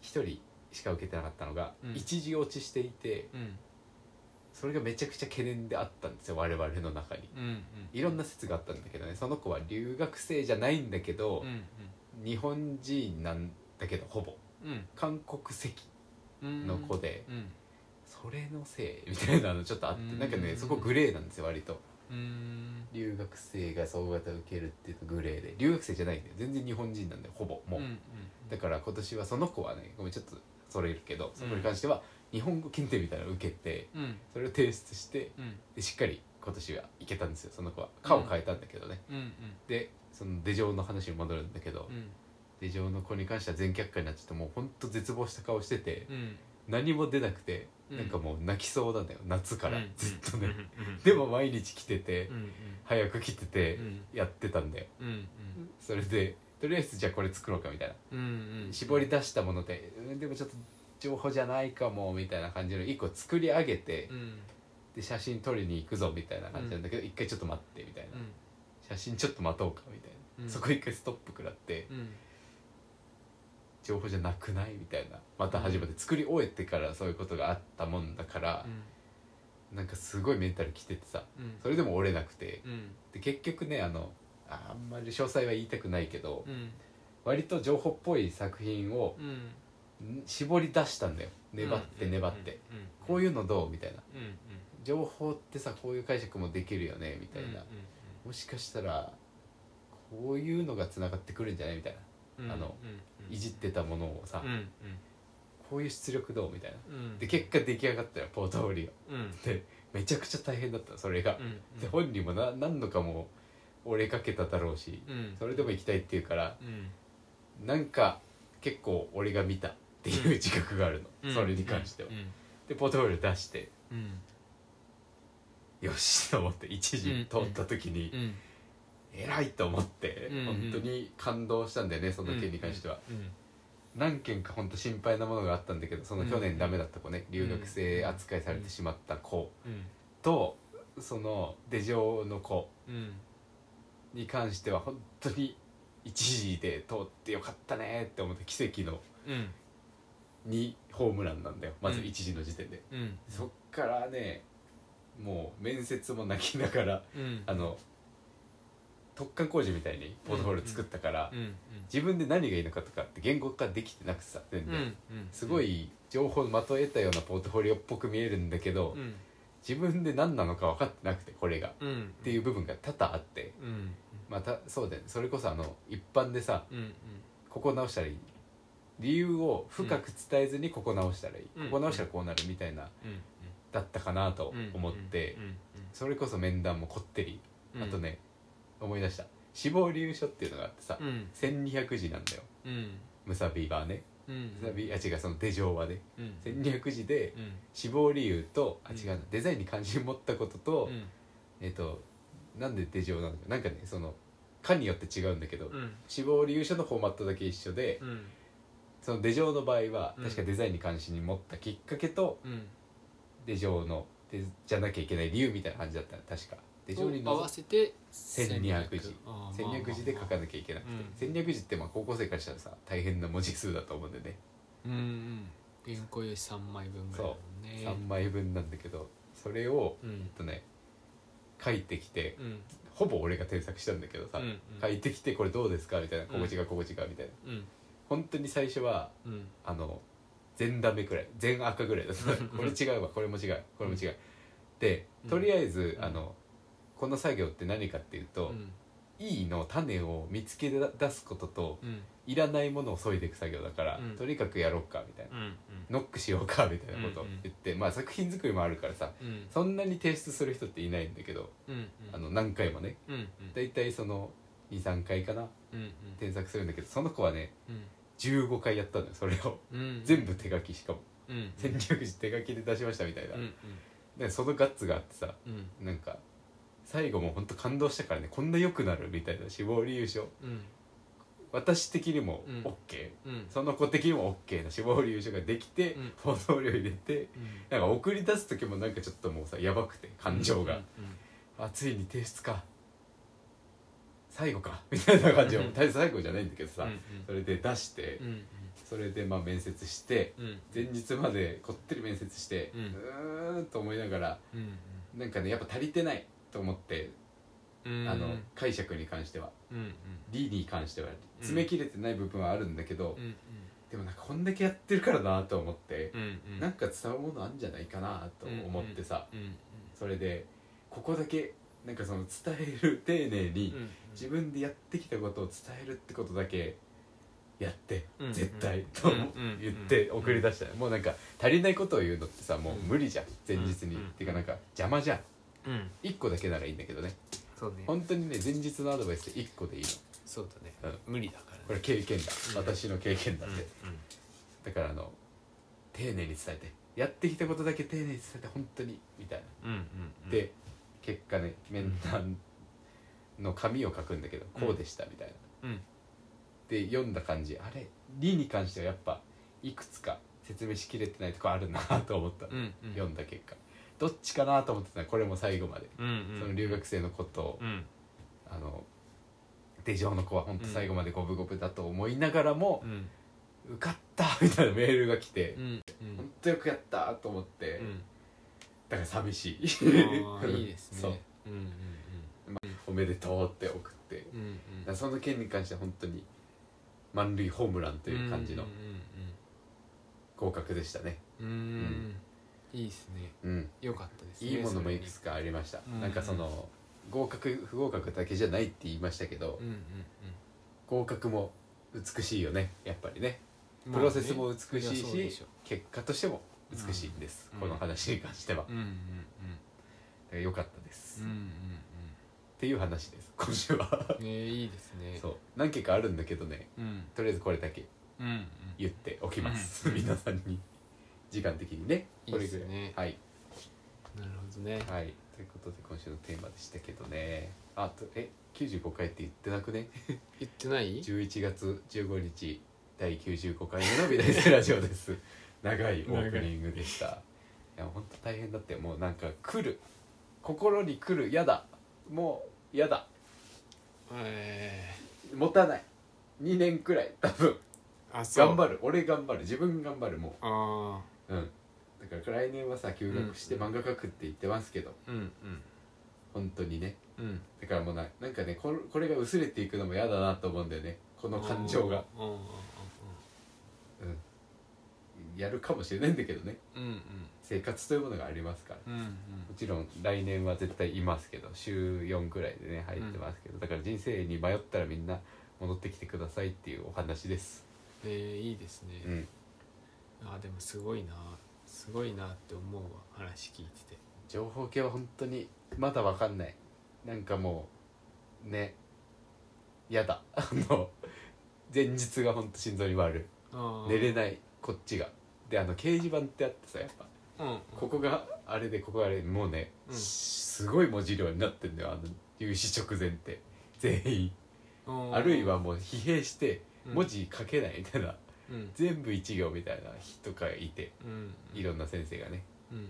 [SPEAKER 2] 1人しか受けてなかったのが、
[SPEAKER 1] うん
[SPEAKER 2] 一時落ちしていて。
[SPEAKER 1] うん
[SPEAKER 2] それがめちゃくちゃ懸念であったんですよ我々の中に
[SPEAKER 1] うんうん
[SPEAKER 2] いろんな説があったんだけどねその子は留学生じゃないんだけ
[SPEAKER 1] う
[SPEAKER 2] ど
[SPEAKER 1] ん、
[SPEAKER 2] 日本人なんだけどほぼ
[SPEAKER 1] うん
[SPEAKER 2] 韓国籍
[SPEAKER 1] うん
[SPEAKER 2] の子で、
[SPEAKER 1] うん
[SPEAKER 2] それのせいみたいなのちょっとあって、
[SPEAKER 1] うん
[SPEAKER 2] なんかねそこグレーなんですよ割と
[SPEAKER 1] うん
[SPEAKER 2] 留学生が総合型受けるっていうとグレーで留学生じゃないんだよ全然日本人なんだよほぼもう、
[SPEAKER 1] うんうん
[SPEAKER 2] だから今年はその子はねごめんちょっとそれるけどそこに関しては日本語検定みたいなのを受けて
[SPEAKER 1] うん
[SPEAKER 2] それを提出して
[SPEAKER 1] うん
[SPEAKER 2] でしっかり今年はいけたんですよその子は科を変えたんだけどね、
[SPEAKER 1] うんうん
[SPEAKER 2] でその出城の話に戻るんだけど、
[SPEAKER 1] うん
[SPEAKER 2] で情の子に関しては全却下になっちゃってもうほんと絶望した顔してて
[SPEAKER 1] うん
[SPEAKER 2] 何も出なくて、
[SPEAKER 1] うん
[SPEAKER 2] なんかもう泣きそうなんだよ夏から、
[SPEAKER 1] うん
[SPEAKER 2] ずっとね、
[SPEAKER 1] うんうん
[SPEAKER 2] でも毎日来てて、
[SPEAKER 1] うんうん
[SPEAKER 2] 早く来てて、
[SPEAKER 1] うん
[SPEAKER 2] やってたんだよ
[SPEAKER 1] うんうん
[SPEAKER 2] それでとりあえずじゃあこれ作ろうかみたいな、
[SPEAKER 1] うんうん
[SPEAKER 2] 絞り出したものでうんでもちょっと情報じゃないかもみたいな感じの一個作り上げて、
[SPEAKER 1] うんうん
[SPEAKER 2] で写真撮りに行くぞみたいな感じなんだけど、一回ちょっと待ってみたいな、写真ちょっと待とうかみたいな、
[SPEAKER 1] うん
[SPEAKER 2] そこ一回ストップ食らって、
[SPEAKER 1] うん
[SPEAKER 2] 情報じゃなくないみたいなまた始まって作り終えてからそういうことがあったもんだから、なんかすごいメンタルきててさ
[SPEAKER 1] うん
[SPEAKER 2] それでも折れなくて
[SPEAKER 1] うん
[SPEAKER 2] で結局ねあのあんまり詳細は言いたくないけど、
[SPEAKER 1] うん
[SPEAKER 2] 割と情報っぽい作品を
[SPEAKER 1] うん
[SPEAKER 2] ん絞り出したんだよ粘って粘って、
[SPEAKER 1] うんうん
[SPEAKER 2] こういうのどうみたいな
[SPEAKER 1] うんうん
[SPEAKER 2] 情報ってさこういう解釈もできるよねみたいな、もしかしたらこういうのがつながってくるんじゃないみたいな、
[SPEAKER 1] うんうん
[SPEAKER 2] あの
[SPEAKER 1] うんうん
[SPEAKER 2] いじってたものをさ、
[SPEAKER 1] うん
[SPEAKER 2] こういう出力どうみたいな
[SPEAKER 1] うんうん
[SPEAKER 2] で結果出来上がったらポートフォリ
[SPEAKER 1] うんうん
[SPEAKER 2] オでめちゃくちゃ大変だったのそれが、
[SPEAKER 1] うん
[SPEAKER 2] で本人もな何度かも折れかけただろうし、
[SPEAKER 1] うん
[SPEAKER 2] それでも行きたいっていうから
[SPEAKER 1] うん
[SPEAKER 2] なんか結構俺が見たっていう自覚があるの、
[SPEAKER 1] うん
[SPEAKER 2] それに関しては、
[SPEAKER 1] うん
[SPEAKER 2] でポートフォリオ出して
[SPEAKER 1] うん
[SPEAKER 2] よしと思って一時通った時に、
[SPEAKER 1] うん
[SPEAKER 2] 偉いと思って、
[SPEAKER 1] うん
[SPEAKER 2] 本当に感動したんだよねその件に関しては、
[SPEAKER 1] うん
[SPEAKER 2] 何件か本当心配なものがあったんだけどその去年ダメだった子ね、留学生扱いされてしまった子
[SPEAKER 1] うん
[SPEAKER 2] とその出城の子
[SPEAKER 1] うん
[SPEAKER 2] に関しては本当に一時で通ってよかったねって思って奇跡の
[SPEAKER 1] うん
[SPEAKER 2] 2ホームランなんだよまず
[SPEAKER 1] うん
[SPEAKER 2] 一時の時点で、
[SPEAKER 1] うん
[SPEAKER 2] そっからねもう面接も泣きながら
[SPEAKER 1] うん
[SPEAKER 2] あの特貫工事みたいにポートフォリオ作ったから、
[SPEAKER 1] うんうん
[SPEAKER 2] 自分で何がいいのかとかって言語化できてなくてさ全
[SPEAKER 1] う
[SPEAKER 2] 然、
[SPEAKER 1] んうん
[SPEAKER 2] すごい情報をまとえたようなポートフォリオっぽく見えるんだけど、
[SPEAKER 1] うん
[SPEAKER 2] 自分で何なのか分かってなくてこれがっ
[SPEAKER 1] うんって
[SPEAKER 2] いう部分が多々あって
[SPEAKER 1] うん
[SPEAKER 2] またそうだよねそれこそあの一般でさ
[SPEAKER 1] うんうん
[SPEAKER 2] ここ直したらいい理由を深く伝えずにここ直したらいい、
[SPEAKER 1] うん
[SPEAKER 2] ここ直したらこうなるみたいな
[SPEAKER 1] うん
[SPEAKER 2] だったかなと
[SPEAKER 1] うん
[SPEAKER 2] 思って、
[SPEAKER 1] うん
[SPEAKER 2] それこそ面談もこってり、
[SPEAKER 1] うん
[SPEAKER 2] あとね思い出した死亡理由書っていうのがあってさ、
[SPEAKER 1] うん
[SPEAKER 2] 1200字なんだよ
[SPEAKER 1] うん
[SPEAKER 2] ムサビはね
[SPEAKER 1] うん
[SPEAKER 2] あ違うその手錠はね
[SPEAKER 1] うん
[SPEAKER 2] 1200字で
[SPEAKER 1] うん
[SPEAKER 2] 死亡理由とあ
[SPEAKER 1] うん
[SPEAKER 2] 違うなデザインに関心持ったことと、
[SPEAKER 1] うん
[SPEAKER 2] えっとなんで手錠なのかなんかねその科によって違うんだけど、
[SPEAKER 1] うん
[SPEAKER 2] 死亡理由書のフォーマットだけ一緒で、
[SPEAKER 1] うん
[SPEAKER 2] その手錠の場合は
[SPEAKER 1] うん
[SPEAKER 2] 確かデザインに関心に持ったきっかけと
[SPEAKER 1] うん
[SPEAKER 2] 手錠のでじゃなきゃいけない理由みたいな感じだったの確か手錠に
[SPEAKER 1] 合わせて
[SPEAKER 2] 1200字
[SPEAKER 1] あーまあまあまあ
[SPEAKER 2] 1200字で書かなきゃいけなくて、
[SPEAKER 1] うん
[SPEAKER 2] 1200字ってまあ高校生からしたらさ大変な文字数だと思うんでね、
[SPEAKER 1] うんうん原稿用紙三枚分ぐらいだもんね
[SPEAKER 2] 3枚分なんだけどそれを
[SPEAKER 1] うん
[SPEAKER 2] えっとね書いてきて
[SPEAKER 1] うん
[SPEAKER 2] ほぼ俺が添削したんだけどさ、
[SPEAKER 1] うんうん
[SPEAKER 2] 書いてきてこれどうですかみたいな
[SPEAKER 1] うん
[SPEAKER 2] 心地が心地がみたいな
[SPEAKER 1] うん
[SPEAKER 2] 本当に最初は
[SPEAKER 1] うん
[SPEAKER 2] あの全ダメくらい全赤 ぐらいだった
[SPEAKER 1] うん
[SPEAKER 2] これ違うわこれも違うこれも違う、で
[SPEAKER 1] うん
[SPEAKER 2] とりあえず、
[SPEAKER 1] うん
[SPEAKER 2] あのこの作業って何かっていう
[SPEAKER 1] う
[SPEAKER 2] と
[SPEAKER 1] ん
[SPEAKER 2] 「いい」の種を見つけ出すことと
[SPEAKER 1] うん
[SPEAKER 2] いらないものを削いでいく作業だから、
[SPEAKER 1] うん
[SPEAKER 2] とにかくやろうかみたいな、
[SPEAKER 1] うん
[SPEAKER 2] ノックしようかみたいなことを言って、まあ作品作りもあるからさ
[SPEAKER 1] うんうん
[SPEAKER 2] そんなに提出する人っていないんだけど、
[SPEAKER 1] うん
[SPEAKER 2] あの何回もね
[SPEAKER 1] うんうん
[SPEAKER 2] 大体その23回かな
[SPEAKER 1] うん
[SPEAKER 2] 添削するんだけどその子はね
[SPEAKER 1] うん
[SPEAKER 2] 15回やったのよそれを
[SPEAKER 1] うん
[SPEAKER 2] 全部手書きしかも
[SPEAKER 1] うんうん
[SPEAKER 2] 千百字手書きで出しましたみたいな、
[SPEAKER 1] うん
[SPEAKER 2] でそのガッツがあってさ
[SPEAKER 1] うん
[SPEAKER 2] なんか最後もうほんと感動したからねこんな良くなるみたいな死亡理由書
[SPEAKER 1] うん
[SPEAKER 2] 私的にも
[SPEAKER 1] うん
[SPEAKER 2] OK、
[SPEAKER 1] うん
[SPEAKER 2] その子的にも OK な死亡理由書ができて
[SPEAKER 1] うん
[SPEAKER 2] 放送量入れて
[SPEAKER 1] うん
[SPEAKER 2] なんか送り出す時もなんかちょっともうさやばくて感情が、
[SPEAKER 1] うん
[SPEAKER 2] あついに提出か最後かみたいな感じを
[SPEAKER 1] うんうん
[SPEAKER 2] 大して最後じゃないんだけどさ、
[SPEAKER 1] うん
[SPEAKER 2] それで出して、
[SPEAKER 1] うんうん
[SPEAKER 2] それでまあ面接して
[SPEAKER 1] うん
[SPEAKER 2] 前日までこってり面接して、
[SPEAKER 1] う
[SPEAKER 2] うんーんと思いながら
[SPEAKER 1] うん
[SPEAKER 2] なんかねやっぱ足りてないと思って、
[SPEAKER 1] うん
[SPEAKER 2] あの解釈に関しては
[SPEAKER 1] うんうん
[SPEAKER 2] D に関しては詰め切れてない部分はあるんだけど、
[SPEAKER 1] うん
[SPEAKER 2] でもなんかこんだけやってるからなと思って
[SPEAKER 1] う、んうん
[SPEAKER 2] なんか伝わるものあるんじゃないかなと思ってさ、
[SPEAKER 1] うんうん
[SPEAKER 2] それでここだけなんかその伝える丁寧に、
[SPEAKER 1] うん
[SPEAKER 2] 自分でやってきたことを伝えるってことだけやって、
[SPEAKER 1] うん
[SPEAKER 2] 絶
[SPEAKER 1] う
[SPEAKER 2] 対
[SPEAKER 1] ん
[SPEAKER 2] と
[SPEAKER 1] うんうん
[SPEAKER 2] 言って送り出した、もうなんか足りないことを言うのってさもう
[SPEAKER 1] うん
[SPEAKER 2] 無理じゃん前日に、
[SPEAKER 1] うん
[SPEAKER 2] っていうかなんか邪魔じゃん
[SPEAKER 1] うん
[SPEAKER 2] 1個だけならいいんだけどね
[SPEAKER 1] そうね
[SPEAKER 2] 本当にね前日のアドバイスで1個でいいの
[SPEAKER 1] そうだね、
[SPEAKER 2] うん
[SPEAKER 1] 無理だからね
[SPEAKER 2] これ経験だ、
[SPEAKER 1] うん
[SPEAKER 2] 私の経験だ
[SPEAKER 1] う
[SPEAKER 2] っ
[SPEAKER 1] ん
[SPEAKER 2] て、だからあの丁寧に伝えてやってきたことだけ丁寧に伝えて本当にみたいな、
[SPEAKER 1] うんうんうん
[SPEAKER 2] で結果ね面談の紙を書くんだけど、こうでしたみたいな
[SPEAKER 1] うん
[SPEAKER 2] で読んだ感じあれ「理」に関してはやっぱいくつか説明しきれてないとこあるなと思った、
[SPEAKER 1] うんうん
[SPEAKER 2] 読んだ結果どっちかなと思ってたらこれも最後まで、
[SPEAKER 1] うんうん
[SPEAKER 2] その留学生のことを、
[SPEAKER 1] うん
[SPEAKER 2] あのデジョーの子は本当最後まで五分五分だと思いながらも
[SPEAKER 1] う、ん
[SPEAKER 2] 受かったみたいなメールが来て、
[SPEAKER 1] うん
[SPEAKER 2] ほんとよくやったと思って、
[SPEAKER 1] うん
[SPEAKER 2] だから寂しい
[SPEAKER 1] あーいいです
[SPEAKER 2] そう
[SPEAKER 1] ねうんうん
[SPEAKER 2] おめでとうって送ってだか
[SPEAKER 1] うんうんうん
[SPEAKER 2] らその件に関しては本当に満塁ホームランという感じの
[SPEAKER 1] うん
[SPEAKER 2] 合格でしたね
[SPEAKER 1] うんうんうんうんいいですね
[SPEAKER 2] うん
[SPEAKER 1] 良かったですね
[SPEAKER 2] いいものもいくつかありました、
[SPEAKER 1] うん
[SPEAKER 2] なんかその合格不合格だけじゃないって言いましたけど、
[SPEAKER 1] それにうんうん
[SPEAKER 2] 合格も美しいよねやっぱりね
[SPEAKER 1] うん
[SPEAKER 2] プロセスも美しい
[SPEAKER 1] まあね
[SPEAKER 2] し
[SPEAKER 1] やそうでょ
[SPEAKER 2] 結果としても美しいんです、
[SPEAKER 1] うん
[SPEAKER 2] この話に関しては、だか
[SPEAKER 1] うんうん
[SPEAKER 2] ら良かったです、
[SPEAKER 1] うんう
[SPEAKER 2] っ
[SPEAKER 1] んうん
[SPEAKER 2] ていう話です今週は
[SPEAKER 1] うんねいいですね
[SPEAKER 2] そう何件かあるんだけどね
[SPEAKER 1] うん
[SPEAKER 2] とりあえずこれだけ
[SPEAKER 1] うんうん
[SPEAKER 2] 言っておきます、
[SPEAKER 1] うん
[SPEAKER 2] 皆さんに時間的にね
[SPEAKER 1] い
[SPEAKER 2] こ
[SPEAKER 1] い
[SPEAKER 2] れ
[SPEAKER 1] で
[SPEAKER 2] ぐらい
[SPEAKER 1] すね
[SPEAKER 2] はい
[SPEAKER 1] なるほどね
[SPEAKER 2] はいということで今週のテーマでしたけどねあとえ95回って言ってなくね
[SPEAKER 1] 言ってない
[SPEAKER 2] 11月15日第95回目の美大生ラジオです 長いオープニングでしたいやほんと大変だってもうなんか来る心に来るやだもうやだ
[SPEAKER 1] え
[SPEAKER 2] 持たない2年くらい多分
[SPEAKER 1] ーあそう
[SPEAKER 2] 頑張る俺頑張る自分頑張るも
[SPEAKER 1] あ
[SPEAKER 2] ううんだから来年はさ休学して
[SPEAKER 1] うん
[SPEAKER 2] 漫画描くって言ってますけど、
[SPEAKER 1] あうんうん
[SPEAKER 2] 本当にね
[SPEAKER 1] うん
[SPEAKER 2] だからもうななんかねこれこれが薄れていくのも嫌だなと思うんだよねこの感情が
[SPEAKER 1] うんうんうん
[SPEAKER 2] うんやるかもしれないんだけどね
[SPEAKER 1] うんうん
[SPEAKER 2] 生活というものがありますから
[SPEAKER 1] うんうん
[SPEAKER 2] もちろん来年は絶対いますけど週4くらいでね入ってますけど、だから人生に迷ったらみんな戻ってきてくださいっていうお話です
[SPEAKER 1] えーいいですね、
[SPEAKER 2] うん
[SPEAKER 1] あでもすごいなすごいなって思うわ話聞いてて
[SPEAKER 2] 情報系は本当にまだわかんないなんかもうねやだあの前日が本当心臓に悪
[SPEAKER 1] あ
[SPEAKER 2] い寝れ
[SPEAKER 1] い、
[SPEAKER 2] ないこっちがであの掲示板ってあってさやっぱ
[SPEAKER 1] うんうん、
[SPEAKER 2] ここがあれでここがあれもうね、
[SPEAKER 1] うん
[SPEAKER 2] すごい文字量になってんだよあの入試直前って全員
[SPEAKER 1] うん
[SPEAKER 2] あるいは、もう疲弊して
[SPEAKER 1] うん
[SPEAKER 2] 文字書けないみたいな、
[SPEAKER 1] うん
[SPEAKER 2] 全部一行みたいな人がいて
[SPEAKER 1] うん、
[SPEAKER 2] いろんな先生がね
[SPEAKER 1] うんうん
[SPEAKER 2] だ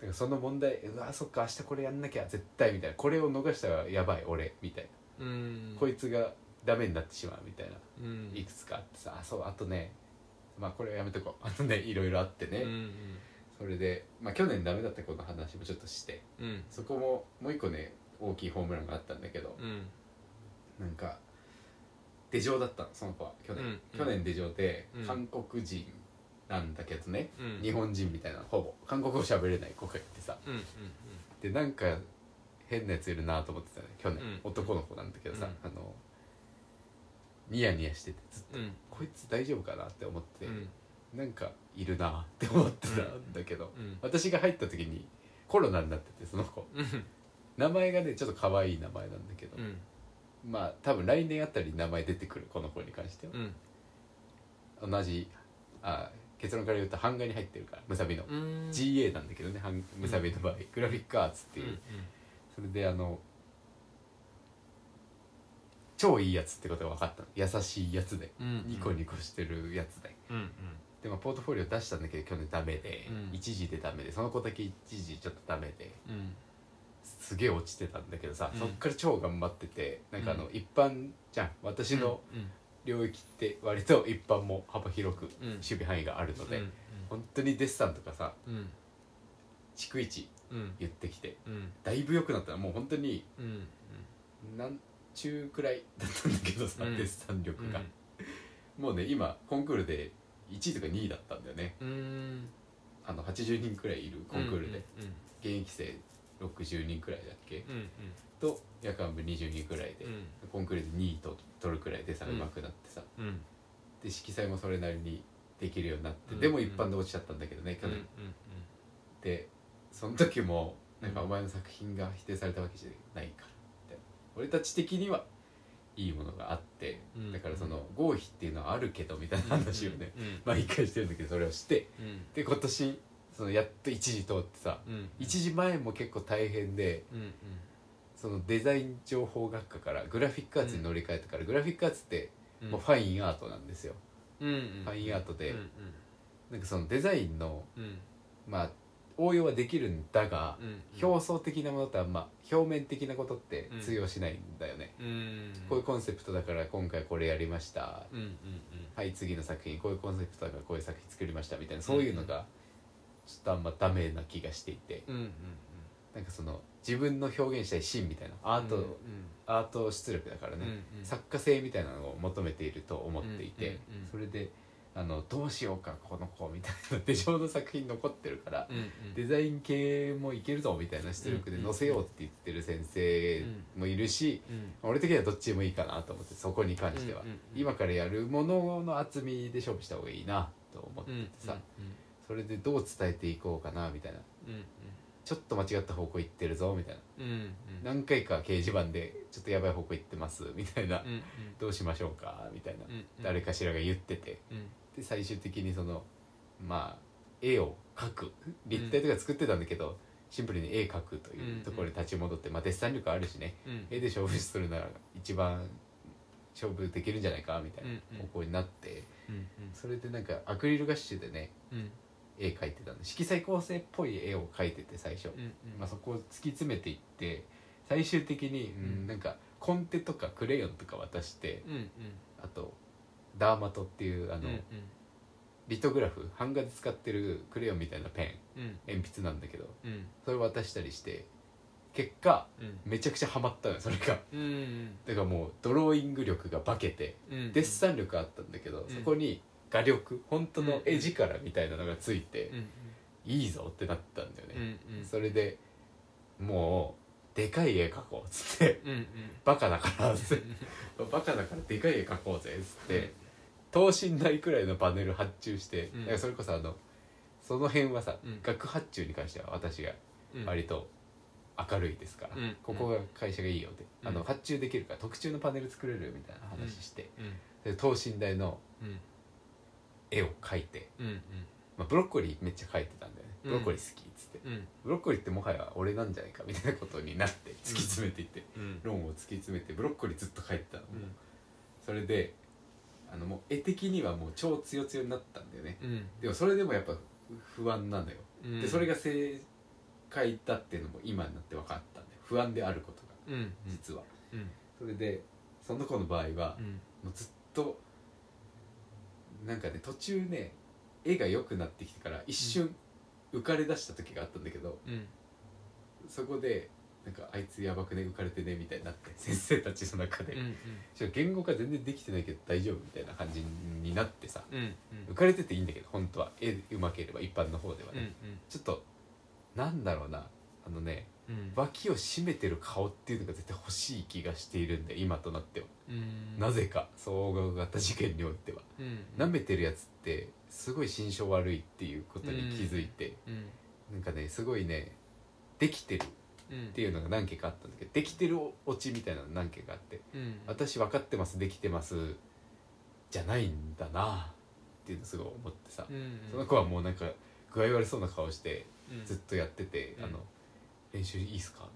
[SPEAKER 2] からその問題うわそっか明日これやんなきゃ絶対みたいなこれを逃したらやばい俺みたいな、
[SPEAKER 1] うん
[SPEAKER 2] こいつがダメになってしまうみたいな
[SPEAKER 1] うん
[SPEAKER 2] いくつかあってさあそうあとねまあこれはやめとこうあとねいろいろあってね、
[SPEAKER 1] うん
[SPEAKER 2] それでまあ去年ダメだった子の話もちょっとして
[SPEAKER 1] うんうん
[SPEAKER 2] そこももう一個ね大きいホームランがあったんだけど、
[SPEAKER 1] うん
[SPEAKER 2] なんか出場だったのその子は去年、
[SPEAKER 1] うん
[SPEAKER 2] 去年出場で、
[SPEAKER 1] うん
[SPEAKER 2] 韓国人なんだけどね、
[SPEAKER 1] うん
[SPEAKER 2] 日本人みたいなほぼ韓国語喋れない子がいてさ
[SPEAKER 1] うんうん
[SPEAKER 2] でなんか変なやついるなと思ってたね去年、
[SPEAKER 1] うん
[SPEAKER 2] 男の子なんだけどさ、
[SPEAKER 1] う
[SPEAKER 2] あのニヤニヤしててずっと
[SPEAKER 1] うん
[SPEAKER 2] こいつ大丈夫かなって思って、
[SPEAKER 1] うん
[SPEAKER 2] なんかいるなって思ってたんだけど、
[SPEAKER 1] うん
[SPEAKER 2] 私が入った時にコロナになっててその子
[SPEAKER 1] うん
[SPEAKER 2] 名前がねちょっと可愛い名前なんだけど、
[SPEAKER 1] うん
[SPEAKER 2] まあ多分来年あたり名前出てくるこの子に関しては、
[SPEAKER 1] うん
[SPEAKER 2] 同じあ結論から言うと版画に入ってるからムサビの、
[SPEAKER 1] うん
[SPEAKER 2] GA なんだけどね版ムサビの場合、グラフィックアーツっていう、それであの超いいやつってことが分かったの優しいやつで、
[SPEAKER 1] うんうん
[SPEAKER 2] ニコニコしてるやつで
[SPEAKER 1] うんうん
[SPEAKER 2] でもポートフォリオ出したんだけど去年ダメで、
[SPEAKER 1] うん
[SPEAKER 2] 一時でダメでその子だけ一時ちょっとダメで
[SPEAKER 1] うん
[SPEAKER 2] すげえ落ちてたんだけどさ、
[SPEAKER 1] うん
[SPEAKER 2] そっから超頑張っててなんかあの、
[SPEAKER 1] う
[SPEAKER 2] 一般じゃん私の、領域って割と一般も幅広く
[SPEAKER 1] うん
[SPEAKER 2] 守備範囲があるの
[SPEAKER 1] うん
[SPEAKER 2] で、本当にデッサンとかさ
[SPEAKER 1] うん
[SPEAKER 2] 逐一
[SPEAKER 1] うん
[SPEAKER 2] 言ってきて
[SPEAKER 1] うん
[SPEAKER 2] だいぶ良くなったらもう本当に
[SPEAKER 1] うん
[SPEAKER 2] 何中くらいだったんだけどさ、
[SPEAKER 1] うん
[SPEAKER 2] デッサン力
[SPEAKER 1] うん
[SPEAKER 2] が、もうね今コンクールで1位とか2位だったんだよね
[SPEAKER 1] うん
[SPEAKER 2] あの80人くらいいるコンクールで、
[SPEAKER 1] うん
[SPEAKER 2] 現役生60人くらいだっけ
[SPEAKER 1] うん
[SPEAKER 2] と夜間部20人くらいで、
[SPEAKER 1] うん
[SPEAKER 2] コンクールで2位と取るくらいでさ
[SPEAKER 1] うん
[SPEAKER 2] 上手くなってさ、
[SPEAKER 1] うんうん
[SPEAKER 2] で色彩もそれなりにできるようになって、
[SPEAKER 1] うん
[SPEAKER 2] でも一般で落ちちゃったんだけどね去
[SPEAKER 1] うん
[SPEAKER 2] 年、でその時もなんかお前の作品が否定されたわけじゃないからみたいな俺たち的にはいいものがあって、
[SPEAKER 1] うん
[SPEAKER 2] だからその合否っていうのはあるけどみたいな話をね、
[SPEAKER 1] う ん
[SPEAKER 2] 毎回してるんだけどそれをして
[SPEAKER 1] うん
[SPEAKER 2] で今年そのやっと1時通ってさ
[SPEAKER 1] うん
[SPEAKER 2] 1時前も結構大変で
[SPEAKER 1] うんうん
[SPEAKER 2] そのデザイン情報学科からグラフィックアーツに乗り換えたから、グラフィックアーツって
[SPEAKER 1] うん
[SPEAKER 2] もうファインアートなんですよ、
[SPEAKER 1] うんうん
[SPEAKER 2] ファインアートで、
[SPEAKER 1] うん
[SPEAKER 2] なんかそのデザインの
[SPEAKER 1] うんうん
[SPEAKER 2] まあ応用はできるんだが、
[SPEAKER 1] うん
[SPEAKER 2] 表層的なものとあんま表面的なことって通用しないんだよね、
[SPEAKER 1] うん
[SPEAKER 2] こういうコンセプトだから今回これやりました、
[SPEAKER 1] うんうん
[SPEAKER 2] はい次の作品こういうコンセプトだからこういう作品作りましたみたいなそういうのがちょっとあんまダメな気がしていて
[SPEAKER 1] うんうんうん
[SPEAKER 2] なんかその自分の表現したい芯みたいなアート、
[SPEAKER 1] うん
[SPEAKER 2] アート出力だから
[SPEAKER 1] うん
[SPEAKER 2] ね、
[SPEAKER 1] うんうん
[SPEAKER 2] 作家性みたいなのを求めていると思っていて、
[SPEAKER 1] うんうんうん
[SPEAKER 2] それであのどうしようかこの子みたいな手帳の作品残ってるから
[SPEAKER 1] うんうん
[SPEAKER 2] デザイン系もいけるぞみたいな出力で載せようって言ってる先生もいるし、
[SPEAKER 1] うん
[SPEAKER 2] 俺的にはどっちでもいいかなと思ってそこに関しては、
[SPEAKER 1] うんうんうん
[SPEAKER 2] 今からやるものの厚みで勝負した方がいいなと思って
[SPEAKER 1] うん
[SPEAKER 2] てさ、
[SPEAKER 1] うん
[SPEAKER 2] それでどう伝えていこうかなみたいな
[SPEAKER 1] うん
[SPEAKER 2] ちょっと間違った方向行ってるぞみたいな
[SPEAKER 1] うんうんうん
[SPEAKER 2] 何回か掲示板でちょっとやばい方向行ってますみたいな、
[SPEAKER 1] うんうん
[SPEAKER 2] どうしましょうかみたいな、
[SPEAKER 1] うんうん
[SPEAKER 2] 誰かしらが言ってて
[SPEAKER 1] うん
[SPEAKER 2] で最終的にそのまあ絵を描く立体とか作ってたんだけど、シンプルに絵描くというところに立ち戻って、まあデッサン力あるしね
[SPEAKER 1] うん
[SPEAKER 2] 絵で勝負するなら一番勝負できるんじゃないかみたいな
[SPEAKER 1] うん
[SPEAKER 2] 方向になって、
[SPEAKER 1] うん
[SPEAKER 2] それでなんかアクリルガッシュでね
[SPEAKER 1] うんうん
[SPEAKER 2] 絵描いてたんで色彩構成っぽい絵を描いてて最初、
[SPEAKER 1] うんうん
[SPEAKER 2] まあ、そこを突き詰めていって最終的に、うん
[SPEAKER 1] うん
[SPEAKER 2] なんかコンテとかクレヨンとか渡して
[SPEAKER 1] うんうん
[SPEAKER 2] あとダーマトっていうあの、
[SPEAKER 1] うん
[SPEAKER 2] リトグラフ版画で使ってるクレヨンみたいなペ
[SPEAKER 1] うん
[SPEAKER 2] ン鉛筆なんだけど
[SPEAKER 1] うんうん
[SPEAKER 2] それ渡したりして結果
[SPEAKER 1] うん
[SPEAKER 2] めちゃくちゃハマったのよそれが
[SPEAKER 1] うん
[SPEAKER 2] だからもうドローイング力が化けて
[SPEAKER 1] うん
[SPEAKER 2] デッサン力あったんだけど、
[SPEAKER 1] うん
[SPEAKER 2] そこに画力本当の絵力みたいなのがついて、
[SPEAKER 1] うん
[SPEAKER 2] いいぞってなったんだよ
[SPEAKER 1] うんう
[SPEAKER 2] ね、
[SPEAKER 1] んうん
[SPEAKER 2] それでもうでかい絵描こうっつって
[SPEAKER 1] うんうん
[SPEAKER 2] バカだからっつって バカだからでかい絵描こうぜっつって、等身大くらいのパネル発注して、
[SPEAKER 1] うん
[SPEAKER 2] だからそれこそあのその辺はさ、
[SPEAKER 1] うん
[SPEAKER 2] 学発注に関しては私が
[SPEAKER 1] うん
[SPEAKER 2] 割と明るいですから、
[SPEAKER 1] うん
[SPEAKER 2] ここが会社がいいよって、
[SPEAKER 1] うん
[SPEAKER 2] あの発注できるから特注のパネル作れるみたいな話して、
[SPEAKER 1] うん
[SPEAKER 2] で等身大の
[SPEAKER 1] うん
[SPEAKER 2] 絵を描いて、
[SPEAKER 1] うん
[SPEAKER 2] まあ、ブロッコリーめっちゃ描いてたんだよね
[SPEAKER 1] う
[SPEAKER 2] ブ
[SPEAKER 1] ん
[SPEAKER 2] ロッコリー好きっつって、
[SPEAKER 1] うん
[SPEAKER 2] ブロッコリーってもはや俺なんじゃないかみたいなことになって突き詰めていって、
[SPEAKER 1] うん
[SPEAKER 2] 論を突き詰めてブロッコリーずっと描いてたの、
[SPEAKER 1] うん
[SPEAKER 2] それであのもう絵的にはもう超強強になったんだよね、
[SPEAKER 1] うん
[SPEAKER 2] でもそれでもやっぱ不安なのよ、
[SPEAKER 1] うん
[SPEAKER 2] でそれが正解だっていうのも今になって分かったんで不安であることが
[SPEAKER 1] うんうん
[SPEAKER 2] 実は、
[SPEAKER 1] うん
[SPEAKER 2] それでその子の場合は
[SPEAKER 1] う、ん
[SPEAKER 2] もうずっとなんかね途中ね絵が良くなってきてから一瞬浮かれ出した時があったんだけど
[SPEAKER 1] うん
[SPEAKER 2] そこでなんかあいつやばくね浮かれてねみたいになって先生たちの中で、
[SPEAKER 1] うん
[SPEAKER 2] ちょ言語化全然できてないけど大丈夫みたいな感じになってさ
[SPEAKER 1] うんうん
[SPEAKER 2] 浮かれてていいんだけど本当は絵うまければ一般の方では
[SPEAKER 1] う
[SPEAKER 2] ね、
[SPEAKER 1] ん
[SPEAKER 2] ちょっとなんだろうなあのね
[SPEAKER 1] うん
[SPEAKER 2] 脇を締めてる顔っていうのが絶対欲しい気がしているんで今となっては、
[SPEAKER 1] うん
[SPEAKER 2] なぜか総合型事件においては
[SPEAKER 1] うん
[SPEAKER 2] 舐めてるやつってすごい心象悪いっていうことに気づいて、
[SPEAKER 1] うん
[SPEAKER 2] なんかねすごいねできてる
[SPEAKER 1] うん
[SPEAKER 2] っていうのが何件かあったんだけどできてるオチみたいなの何件かあって
[SPEAKER 1] うん
[SPEAKER 2] 私分かってますできてますじゃないんだなっていうのすごい思ってさ、
[SPEAKER 1] うん
[SPEAKER 2] その子はもうなんか具合悪そうな顔して
[SPEAKER 1] うん
[SPEAKER 2] ずっとやってて、
[SPEAKER 1] うん
[SPEAKER 2] あの練習いいっすか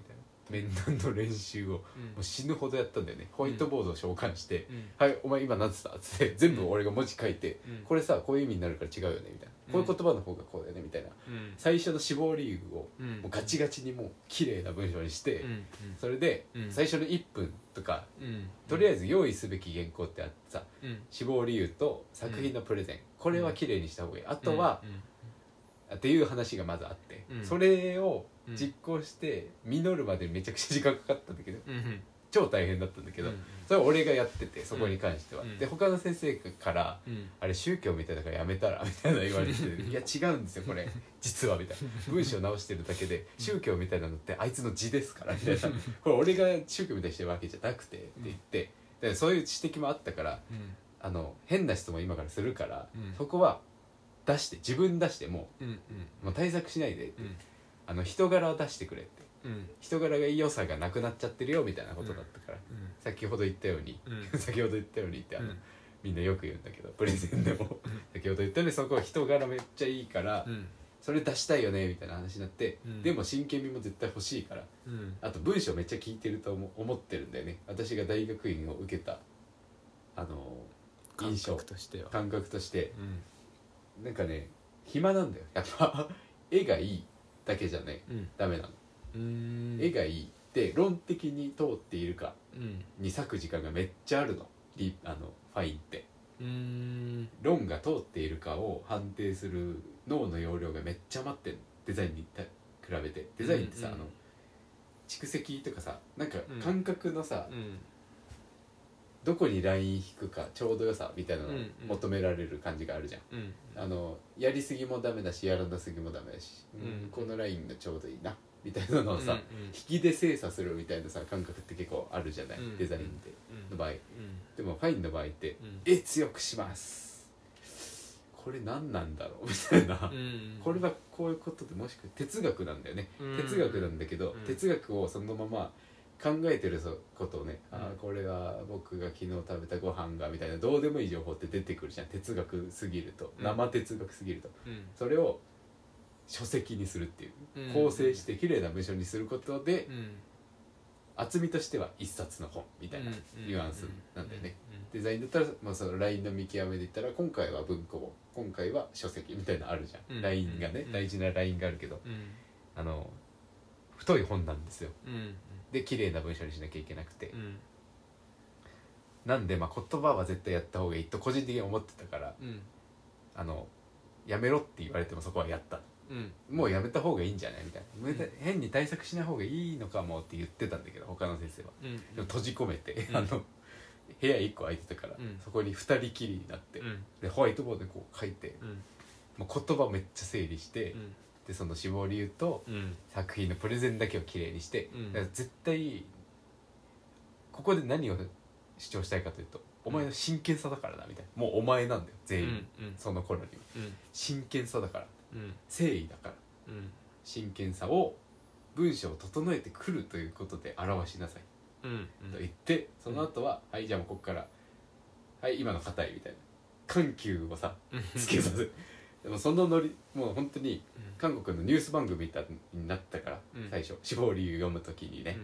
[SPEAKER 2] みたいな面談の練習をも
[SPEAKER 1] うん
[SPEAKER 2] う死ぬほどやったんだよねホワイトボードを召喚して
[SPEAKER 1] うん
[SPEAKER 2] 「はいお前今何つった?」っつって全部俺が文字書いて
[SPEAKER 1] うん
[SPEAKER 2] 「これさこういう意味になるから違うよね」みたいな「こういう言葉の方がこうだよね」みたいな
[SPEAKER 1] うん
[SPEAKER 2] 最初の志望理由を
[SPEAKER 1] うん
[SPEAKER 2] もうガチガチにもう綺麗な文章にして
[SPEAKER 1] うん
[SPEAKER 2] それで
[SPEAKER 1] うん
[SPEAKER 2] 最初の1分とか
[SPEAKER 1] うんうん
[SPEAKER 2] とりあえず用意すべき原稿ってあってさ
[SPEAKER 1] うん
[SPEAKER 2] 志望理由と作品のプレゼンこれは綺麗にした方がいいあとはっていう話がまずあって
[SPEAKER 1] うん
[SPEAKER 2] それを
[SPEAKER 1] うん
[SPEAKER 2] 実行して実るまでめちゃくちゃ時間かかったんだけど
[SPEAKER 1] うんうん
[SPEAKER 2] 超大変だったんだけど
[SPEAKER 1] うん
[SPEAKER 2] それは俺がやっててそこに関しては
[SPEAKER 1] うん
[SPEAKER 2] で他の先生から
[SPEAKER 1] うん
[SPEAKER 2] あれ宗教みたいだからやめたらみたいな言われて ていや違うんですよこれ実はみたいな文章直してるだけで宗教みたいなのってあいつの字ですからみたいなこれ俺が宗教みたいにしてるわけじゃなくてって言ってでそういう指摘もあったから
[SPEAKER 1] うん
[SPEAKER 2] あの変な質問今からするから、
[SPEAKER 1] うん
[SPEAKER 2] そこは出して自分出しても
[SPEAKER 1] うん
[SPEAKER 2] うもう対策しないでって、
[SPEAKER 1] うん
[SPEAKER 2] あの人柄を出してくれって
[SPEAKER 1] うん
[SPEAKER 2] 人柄が良さがなくなっちゃってるよみたいなことだったから、
[SPEAKER 1] うん
[SPEAKER 2] 先ほど言ったように、
[SPEAKER 1] うん
[SPEAKER 2] 先ほど言ったようにってあの、
[SPEAKER 1] うん
[SPEAKER 2] みんなよく言うんだけどプレゼンでも先ほど言ったようにそこは人柄めっちゃいいから、
[SPEAKER 1] うん
[SPEAKER 2] それ出したいよねみたいな話になって、
[SPEAKER 1] うん
[SPEAKER 2] でも真剣味も絶対欲しいから
[SPEAKER 1] うん
[SPEAKER 2] あと文章めっちゃ聞いてると思思ってるんだよね私が大学院を受けたあの
[SPEAKER 1] 感
[SPEAKER 2] 印象
[SPEAKER 1] 覚としては
[SPEAKER 2] 感覚として
[SPEAKER 1] うん
[SPEAKER 2] なんかね暇なんだよやっぱ 絵がいいだけじゃね
[SPEAKER 1] うん
[SPEAKER 2] ダメなの、
[SPEAKER 1] うん
[SPEAKER 2] 絵がいいで論的に通っているか
[SPEAKER 1] うん
[SPEAKER 2] に割く時間がめっちゃあるのリあのファインって
[SPEAKER 1] うん
[SPEAKER 2] 論が通っているかを判定する脳の容量がめっちゃ待ってんのデザインにた比べてデザインってさ、
[SPEAKER 1] うんうん
[SPEAKER 2] あの蓄積とかさなんか
[SPEAKER 1] うん
[SPEAKER 2] 感覚のさ、
[SPEAKER 1] うん
[SPEAKER 2] どこにライン引くかちょうど良さみたいなの
[SPEAKER 1] うんうん
[SPEAKER 2] 求められる感じがあるじゃん、
[SPEAKER 1] うん
[SPEAKER 2] あのやりすぎもダメだしやらなすぎもダメだし、
[SPEAKER 1] うん
[SPEAKER 2] このラインがちょうどいいなみたいなのをさ、
[SPEAKER 1] うん
[SPEAKER 2] 引きで精査するみたいなさ感覚って結構あるじゃない、
[SPEAKER 1] うん
[SPEAKER 2] デザインって、
[SPEAKER 1] う
[SPEAKER 2] の
[SPEAKER 1] ん
[SPEAKER 2] 場合
[SPEAKER 1] うん
[SPEAKER 2] でもファインの場合って
[SPEAKER 1] うん
[SPEAKER 2] 「え強くします」これ何なんだろうみたいな、
[SPEAKER 1] うん
[SPEAKER 2] これはこういうことでもしくは哲学なんだよね、
[SPEAKER 1] うん
[SPEAKER 2] 哲学なんだけど、
[SPEAKER 1] うん
[SPEAKER 2] 哲学をそのまま考えてるそことをね、ああ
[SPEAKER 1] うん
[SPEAKER 2] これは僕が昨日食べたご飯がみたいなどうでもいい情報って出てくるじゃん哲学すぎると
[SPEAKER 1] うん
[SPEAKER 2] 生哲学すぎると、
[SPEAKER 1] うん
[SPEAKER 2] それを書籍にするっていう、
[SPEAKER 1] うん
[SPEAKER 2] 構成して綺麗な文章にすることで、
[SPEAKER 1] うん
[SPEAKER 2] 厚みとしては一冊の本みたいな
[SPEAKER 1] うんうん
[SPEAKER 2] ニュアンスなんだよね、
[SPEAKER 1] うん
[SPEAKER 2] デザインだったら、まあ、そのラインの見極めで言ったら今回は文庫本今回は書籍みたいなのあるじゃん、
[SPEAKER 1] うん
[SPEAKER 2] ラインがね、
[SPEAKER 1] うん
[SPEAKER 2] 大事なラインがあるけど
[SPEAKER 1] うん
[SPEAKER 2] あの太い本なんですよ
[SPEAKER 1] うん
[SPEAKER 2] で綺麗な文章にしなきゃいけなくて、
[SPEAKER 1] うん
[SPEAKER 2] なんで、まあ、言葉は絶対やった方がいいと個人的に思ってたから
[SPEAKER 1] うん
[SPEAKER 2] あのやめろって言われてもそこはやった
[SPEAKER 1] うん
[SPEAKER 2] もうやめた方がいいんじゃないみたいな、
[SPEAKER 1] うん
[SPEAKER 2] 変に対策しない方がいいのかもって言ってたんだけど他の先生は
[SPEAKER 1] うん
[SPEAKER 2] でも閉じ込めて、
[SPEAKER 1] うん
[SPEAKER 2] あの部屋1個空いてたから、
[SPEAKER 1] うん
[SPEAKER 2] そこに2人きりになって、
[SPEAKER 1] うん
[SPEAKER 2] でホワイトボードでこう書いて
[SPEAKER 1] うん
[SPEAKER 2] もう言葉めっちゃ整理して、
[SPEAKER 1] うん
[SPEAKER 2] でその志望理由と
[SPEAKER 1] うん
[SPEAKER 2] 作品のプレゼンだけをきれいにして、
[SPEAKER 1] うん
[SPEAKER 2] だから絶対ここで何を主張したいかというと、お前の真剣さだからだみたいなもうお前なんだよ
[SPEAKER 1] う
[SPEAKER 2] 全員、
[SPEAKER 1] んうん
[SPEAKER 2] その頃に
[SPEAKER 1] うん
[SPEAKER 2] 真剣さだから
[SPEAKER 1] うん
[SPEAKER 2] 誠意だから
[SPEAKER 1] うん
[SPEAKER 2] 真剣さを文章を整えてくるということで表しなさい
[SPEAKER 1] うん
[SPEAKER 2] と言ってその後は、はいじゃあもうこっからはい今の硬いみたいな緩急をさ
[SPEAKER 1] うん
[SPEAKER 2] つけさせるでもそのノリもう本当に韓国のニュース番組みたいになったから、
[SPEAKER 1] うん
[SPEAKER 2] 最初志望理由読むときにね、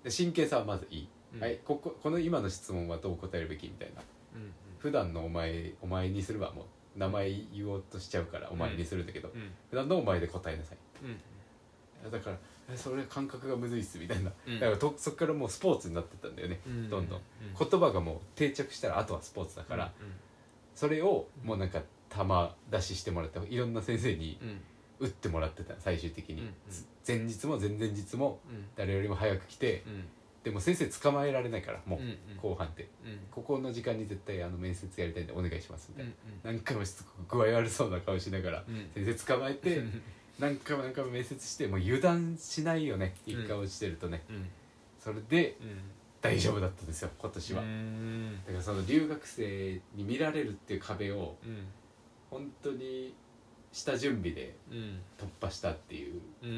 [SPEAKER 1] う
[SPEAKER 2] で真剣さはまずいい、
[SPEAKER 1] ん
[SPEAKER 2] はいこここの今の質問はどう答えるべきみたいな
[SPEAKER 1] うん
[SPEAKER 2] 普段のお前お前にすればもう名前言おうとしちゃうからお前にするんだけど、
[SPEAKER 1] うんうん
[SPEAKER 2] 普段のお前で答えなさい
[SPEAKER 1] うん
[SPEAKER 2] だからえそれ感覚がむずいっすみたいな、
[SPEAKER 1] うん
[SPEAKER 2] だからとそこからもうスポーツになってったんだよね、
[SPEAKER 1] うん
[SPEAKER 2] どんどん
[SPEAKER 1] うん
[SPEAKER 2] 言葉がもう定着したらあとはスポーツだから、それをもうなんか玉出ししてもらっていろんな先生に
[SPEAKER 1] うんうん
[SPEAKER 2] 打ってもらってた最終的に、
[SPEAKER 1] うんうん
[SPEAKER 2] 前日も前々日も
[SPEAKER 1] うん
[SPEAKER 2] 誰よりも早く来て
[SPEAKER 1] うん
[SPEAKER 2] でも先生捕まえられないからもう
[SPEAKER 1] うんうん
[SPEAKER 2] 後半って、
[SPEAKER 1] うん
[SPEAKER 2] ここの時間に絶対あの面接やりたいんでお願いしますみた
[SPEAKER 1] う
[SPEAKER 2] い
[SPEAKER 1] ん
[SPEAKER 2] な、
[SPEAKER 1] うん
[SPEAKER 2] 何回もしつこく具合悪そうな顔しながら、
[SPEAKER 1] うん
[SPEAKER 2] 先生捕まえて、
[SPEAKER 1] うん
[SPEAKER 2] 何回も何回も面接してもう油断しないよね一回落ちてるとね、
[SPEAKER 1] うん
[SPEAKER 2] それで
[SPEAKER 1] うん
[SPEAKER 2] 大丈夫だったんですよ今年は、
[SPEAKER 1] う
[SPEAKER 2] だ
[SPEAKER 1] ん
[SPEAKER 2] からその留学生に見られるっていう壁を
[SPEAKER 1] うん
[SPEAKER 2] 本当に下準備で
[SPEAKER 1] うん
[SPEAKER 2] 突破したっていう
[SPEAKER 1] うん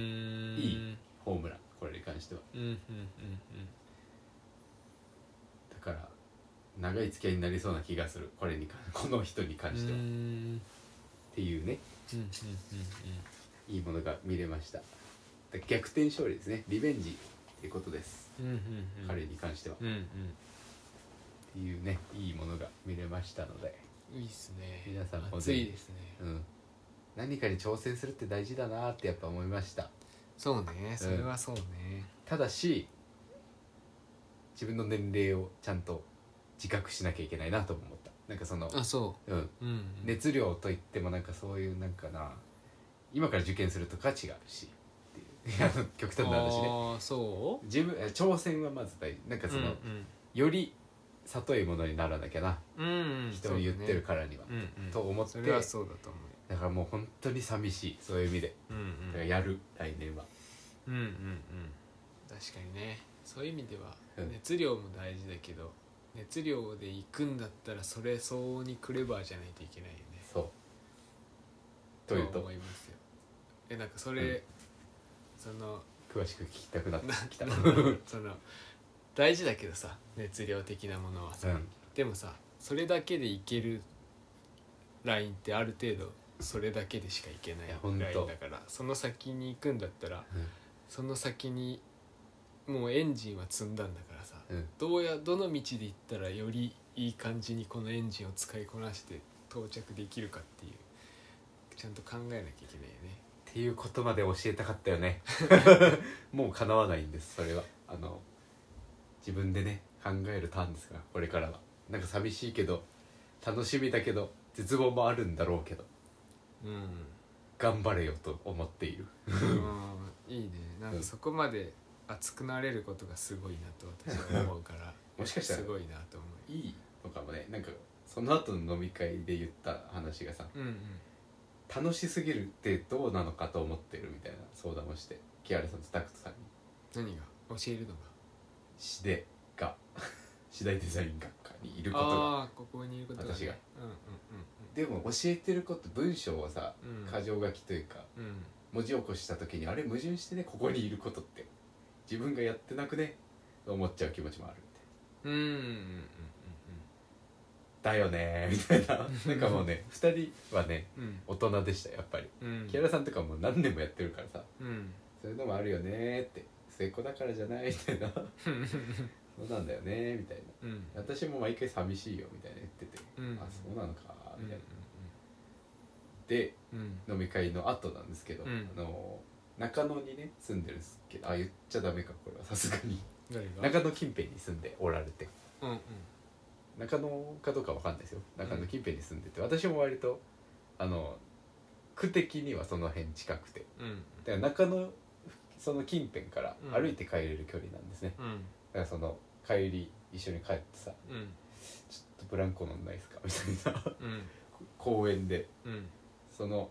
[SPEAKER 2] いいホームランこれに関しては
[SPEAKER 1] うんうんうん
[SPEAKER 2] だから長い付き合いになりそうな気がするこれに関 この人に
[SPEAKER 1] う
[SPEAKER 2] 関
[SPEAKER 1] ん
[SPEAKER 2] しては、
[SPEAKER 1] う
[SPEAKER 2] っ
[SPEAKER 1] ん
[SPEAKER 2] ていうね
[SPEAKER 1] うんうん
[SPEAKER 2] いいものが見れましただから逆転勝利ですねリベンジっていうことです、
[SPEAKER 1] うんうんうんうん
[SPEAKER 2] 彼に関しては、
[SPEAKER 1] うん
[SPEAKER 2] っていうねいいものが見れましたので
[SPEAKER 1] うんいいっすね
[SPEAKER 2] 皆さんも
[SPEAKER 1] 暑
[SPEAKER 2] ぜひ
[SPEAKER 1] いですね
[SPEAKER 2] うん何かに挑戦するって大事だなってやっぱ思いました
[SPEAKER 1] そうねそれはそうね
[SPEAKER 2] ただし自分の年齢をちゃんと自覚しなきゃいけないなとも思ったなんかその、
[SPEAKER 1] あそ
[SPEAKER 2] うん、
[SPEAKER 1] ううんうん
[SPEAKER 2] 熱量といってもなんかそういうなんかな今から受験するとか違うしっていういやあの極端な話ね
[SPEAKER 1] ああそ
[SPEAKER 2] 自分え挑戦はまず大事なん
[SPEAKER 1] う
[SPEAKER 2] かその、
[SPEAKER 1] うん
[SPEAKER 2] より里いものにならなきゃな、
[SPEAKER 1] うんうん
[SPEAKER 2] 人に言ってるからには、
[SPEAKER 1] そうだねうんうん
[SPEAKER 2] と思って
[SPEAKER 1] それはそうだと思
[SPEAKER 2] だからもう本当に寂しいそういう意味で、
[SPEAKER 1] ううんうん
[SPEAKER 2] だからやる来年は
[SPEAKER 1] うんうんうん確かにねそういう意味では
[SPEAKER 2] うん
[SPEAKER 1] 熱量も大事だけど熱量で行くんだったらそれ相応にクレバーじゃないといけないよね
[SPEAKER 2] そうというと
[SPEAKER 1] 思いますよえなんかそれその
[SPEAKER 2] 詳しく聞きたくなって
[SPEAKER 1] な
[SPEAKER 2] きた
[SPEAKER 1] なん だろう その大事だけどさ熱量的なものはさ、
[SPEAKER 2] うん
[SPEAKER 1] でもさそれだけでいけるラインってある程度それだけでしかいけない
[SPEAKER 2] いやほんと
[SPEAKER 1] ラインだからその先に行くんだったらその先にもうエンジンは積んだんだからさ
[SPEAKER 2] うん
[SPEAKER 1] どうやどの道で行ったらよりいい感じにこのエンジンを使いこなして到着できるかっていうちゃんと考えなきゃいけないよね。
[SPEAKER 2] っていうことまで教えたかったよ ねもうかなわないんですそれはあの自分でね考えるターンですからこれからはなんか寂しいけど楽しみだけど絶望もあるんだろうけど
[SPEAKER 1] うん
[SPEAKER 2] 頑張れよと思っている
[SPEAKER 1] うんいいねなん
[SPEAKER 2] う
[SPEAKER 1] か
[SPEAKER 2] ん
[SPEAKER 1] そこまで熱くなれることがすごいなと私は思うから
[SPEAKER 2] もしかしたら
[SPEAKER 1] すごいなと思
[SPEAKER 2] いいのかもねなんかその後の飲み会で言った話がさ
[SPEAKER 1] ううんうん
[SPEAKER 2] 楽しすぎるってどうなのかと思ってるみたいな相談をして木原さんとタクトさんに
[SPEAKER 1] 何が教えるのが
[SPEAKER 2] シデ がシダイデザイン学科にいることが
[SPEAKER 1] ああーここにいることね
[SPEAKER 2] 私が
[SPEAKER 1] うんうん
[SPEAKER 2] でも教えてること文章はさ
[SPEAKER 1] うんうん
[SPEAKER 2] 箇条書きというか
[SPEAKER 1] うん
[SPEAKER 2] 文字起こした時にあれ矛盾してねここにいることって自分がやってなくねと思っちゃう気持ちもあるみ
[SPEAKER 1] うんうんうんうん
[SPEAKER 2] たいなだよねみたい ななんかもうね2人はね
[SPEAKER 1] うん
[SPEAKER 2] 大人でしたやっぱり
[SPEAKER 1] うんうん
[SPEAKER 2] 木原さんとかもう何年もやってるからさ
[SPEAKER 1] うん
[SPEAKER 2] そういうのもあるよねって末っ子だからじゃないみたいなそうなんだよねみたいな
[SPEAKER 1] うんうん
[SPEAKER 2] 私も毎回寂しいよみたいな言ってて、
[SPEAKER 1] うん
[SPEAKER 2] あそうなのかみたいな、で
[SPEAKER 1] うん
[SPEAKER 2] 飲み会の後なんですけど、
[SPEAKER 1] うん
[SPEAKER 2] あの中野にね住んでるんですけどあ言っちゃダメかこれはさすがに
[SPEAKER 1] 誰が
[SPEAKER 2] 中野近辺に住んでおられて
[SPEAKER 1] うんうん
[SPEAKER 2] 中野かどうかわかんないですよ中野近辺に住んでて、私も割とあの区的にはその辺近くて
[SPEAKER 1] うん
[SPEAKER 2] だから中野その近辺から
[SPEAKER 1] うん
[SPEAKER 2] 歩いて帰れる距離なんですね、
[SPEAKER 1] うん
[SPEAKER 2] だからその帰り一緒に帰ってさ
[SPEAKER 1] うん
[SPEAKER 2] 「ちょっとブランコ飲んないですか?」みたい な
[SPEAKER 1] うん
[SPEAKER 2] 公園で
[SPEAKER 1] うん
[SPEAKER 2] その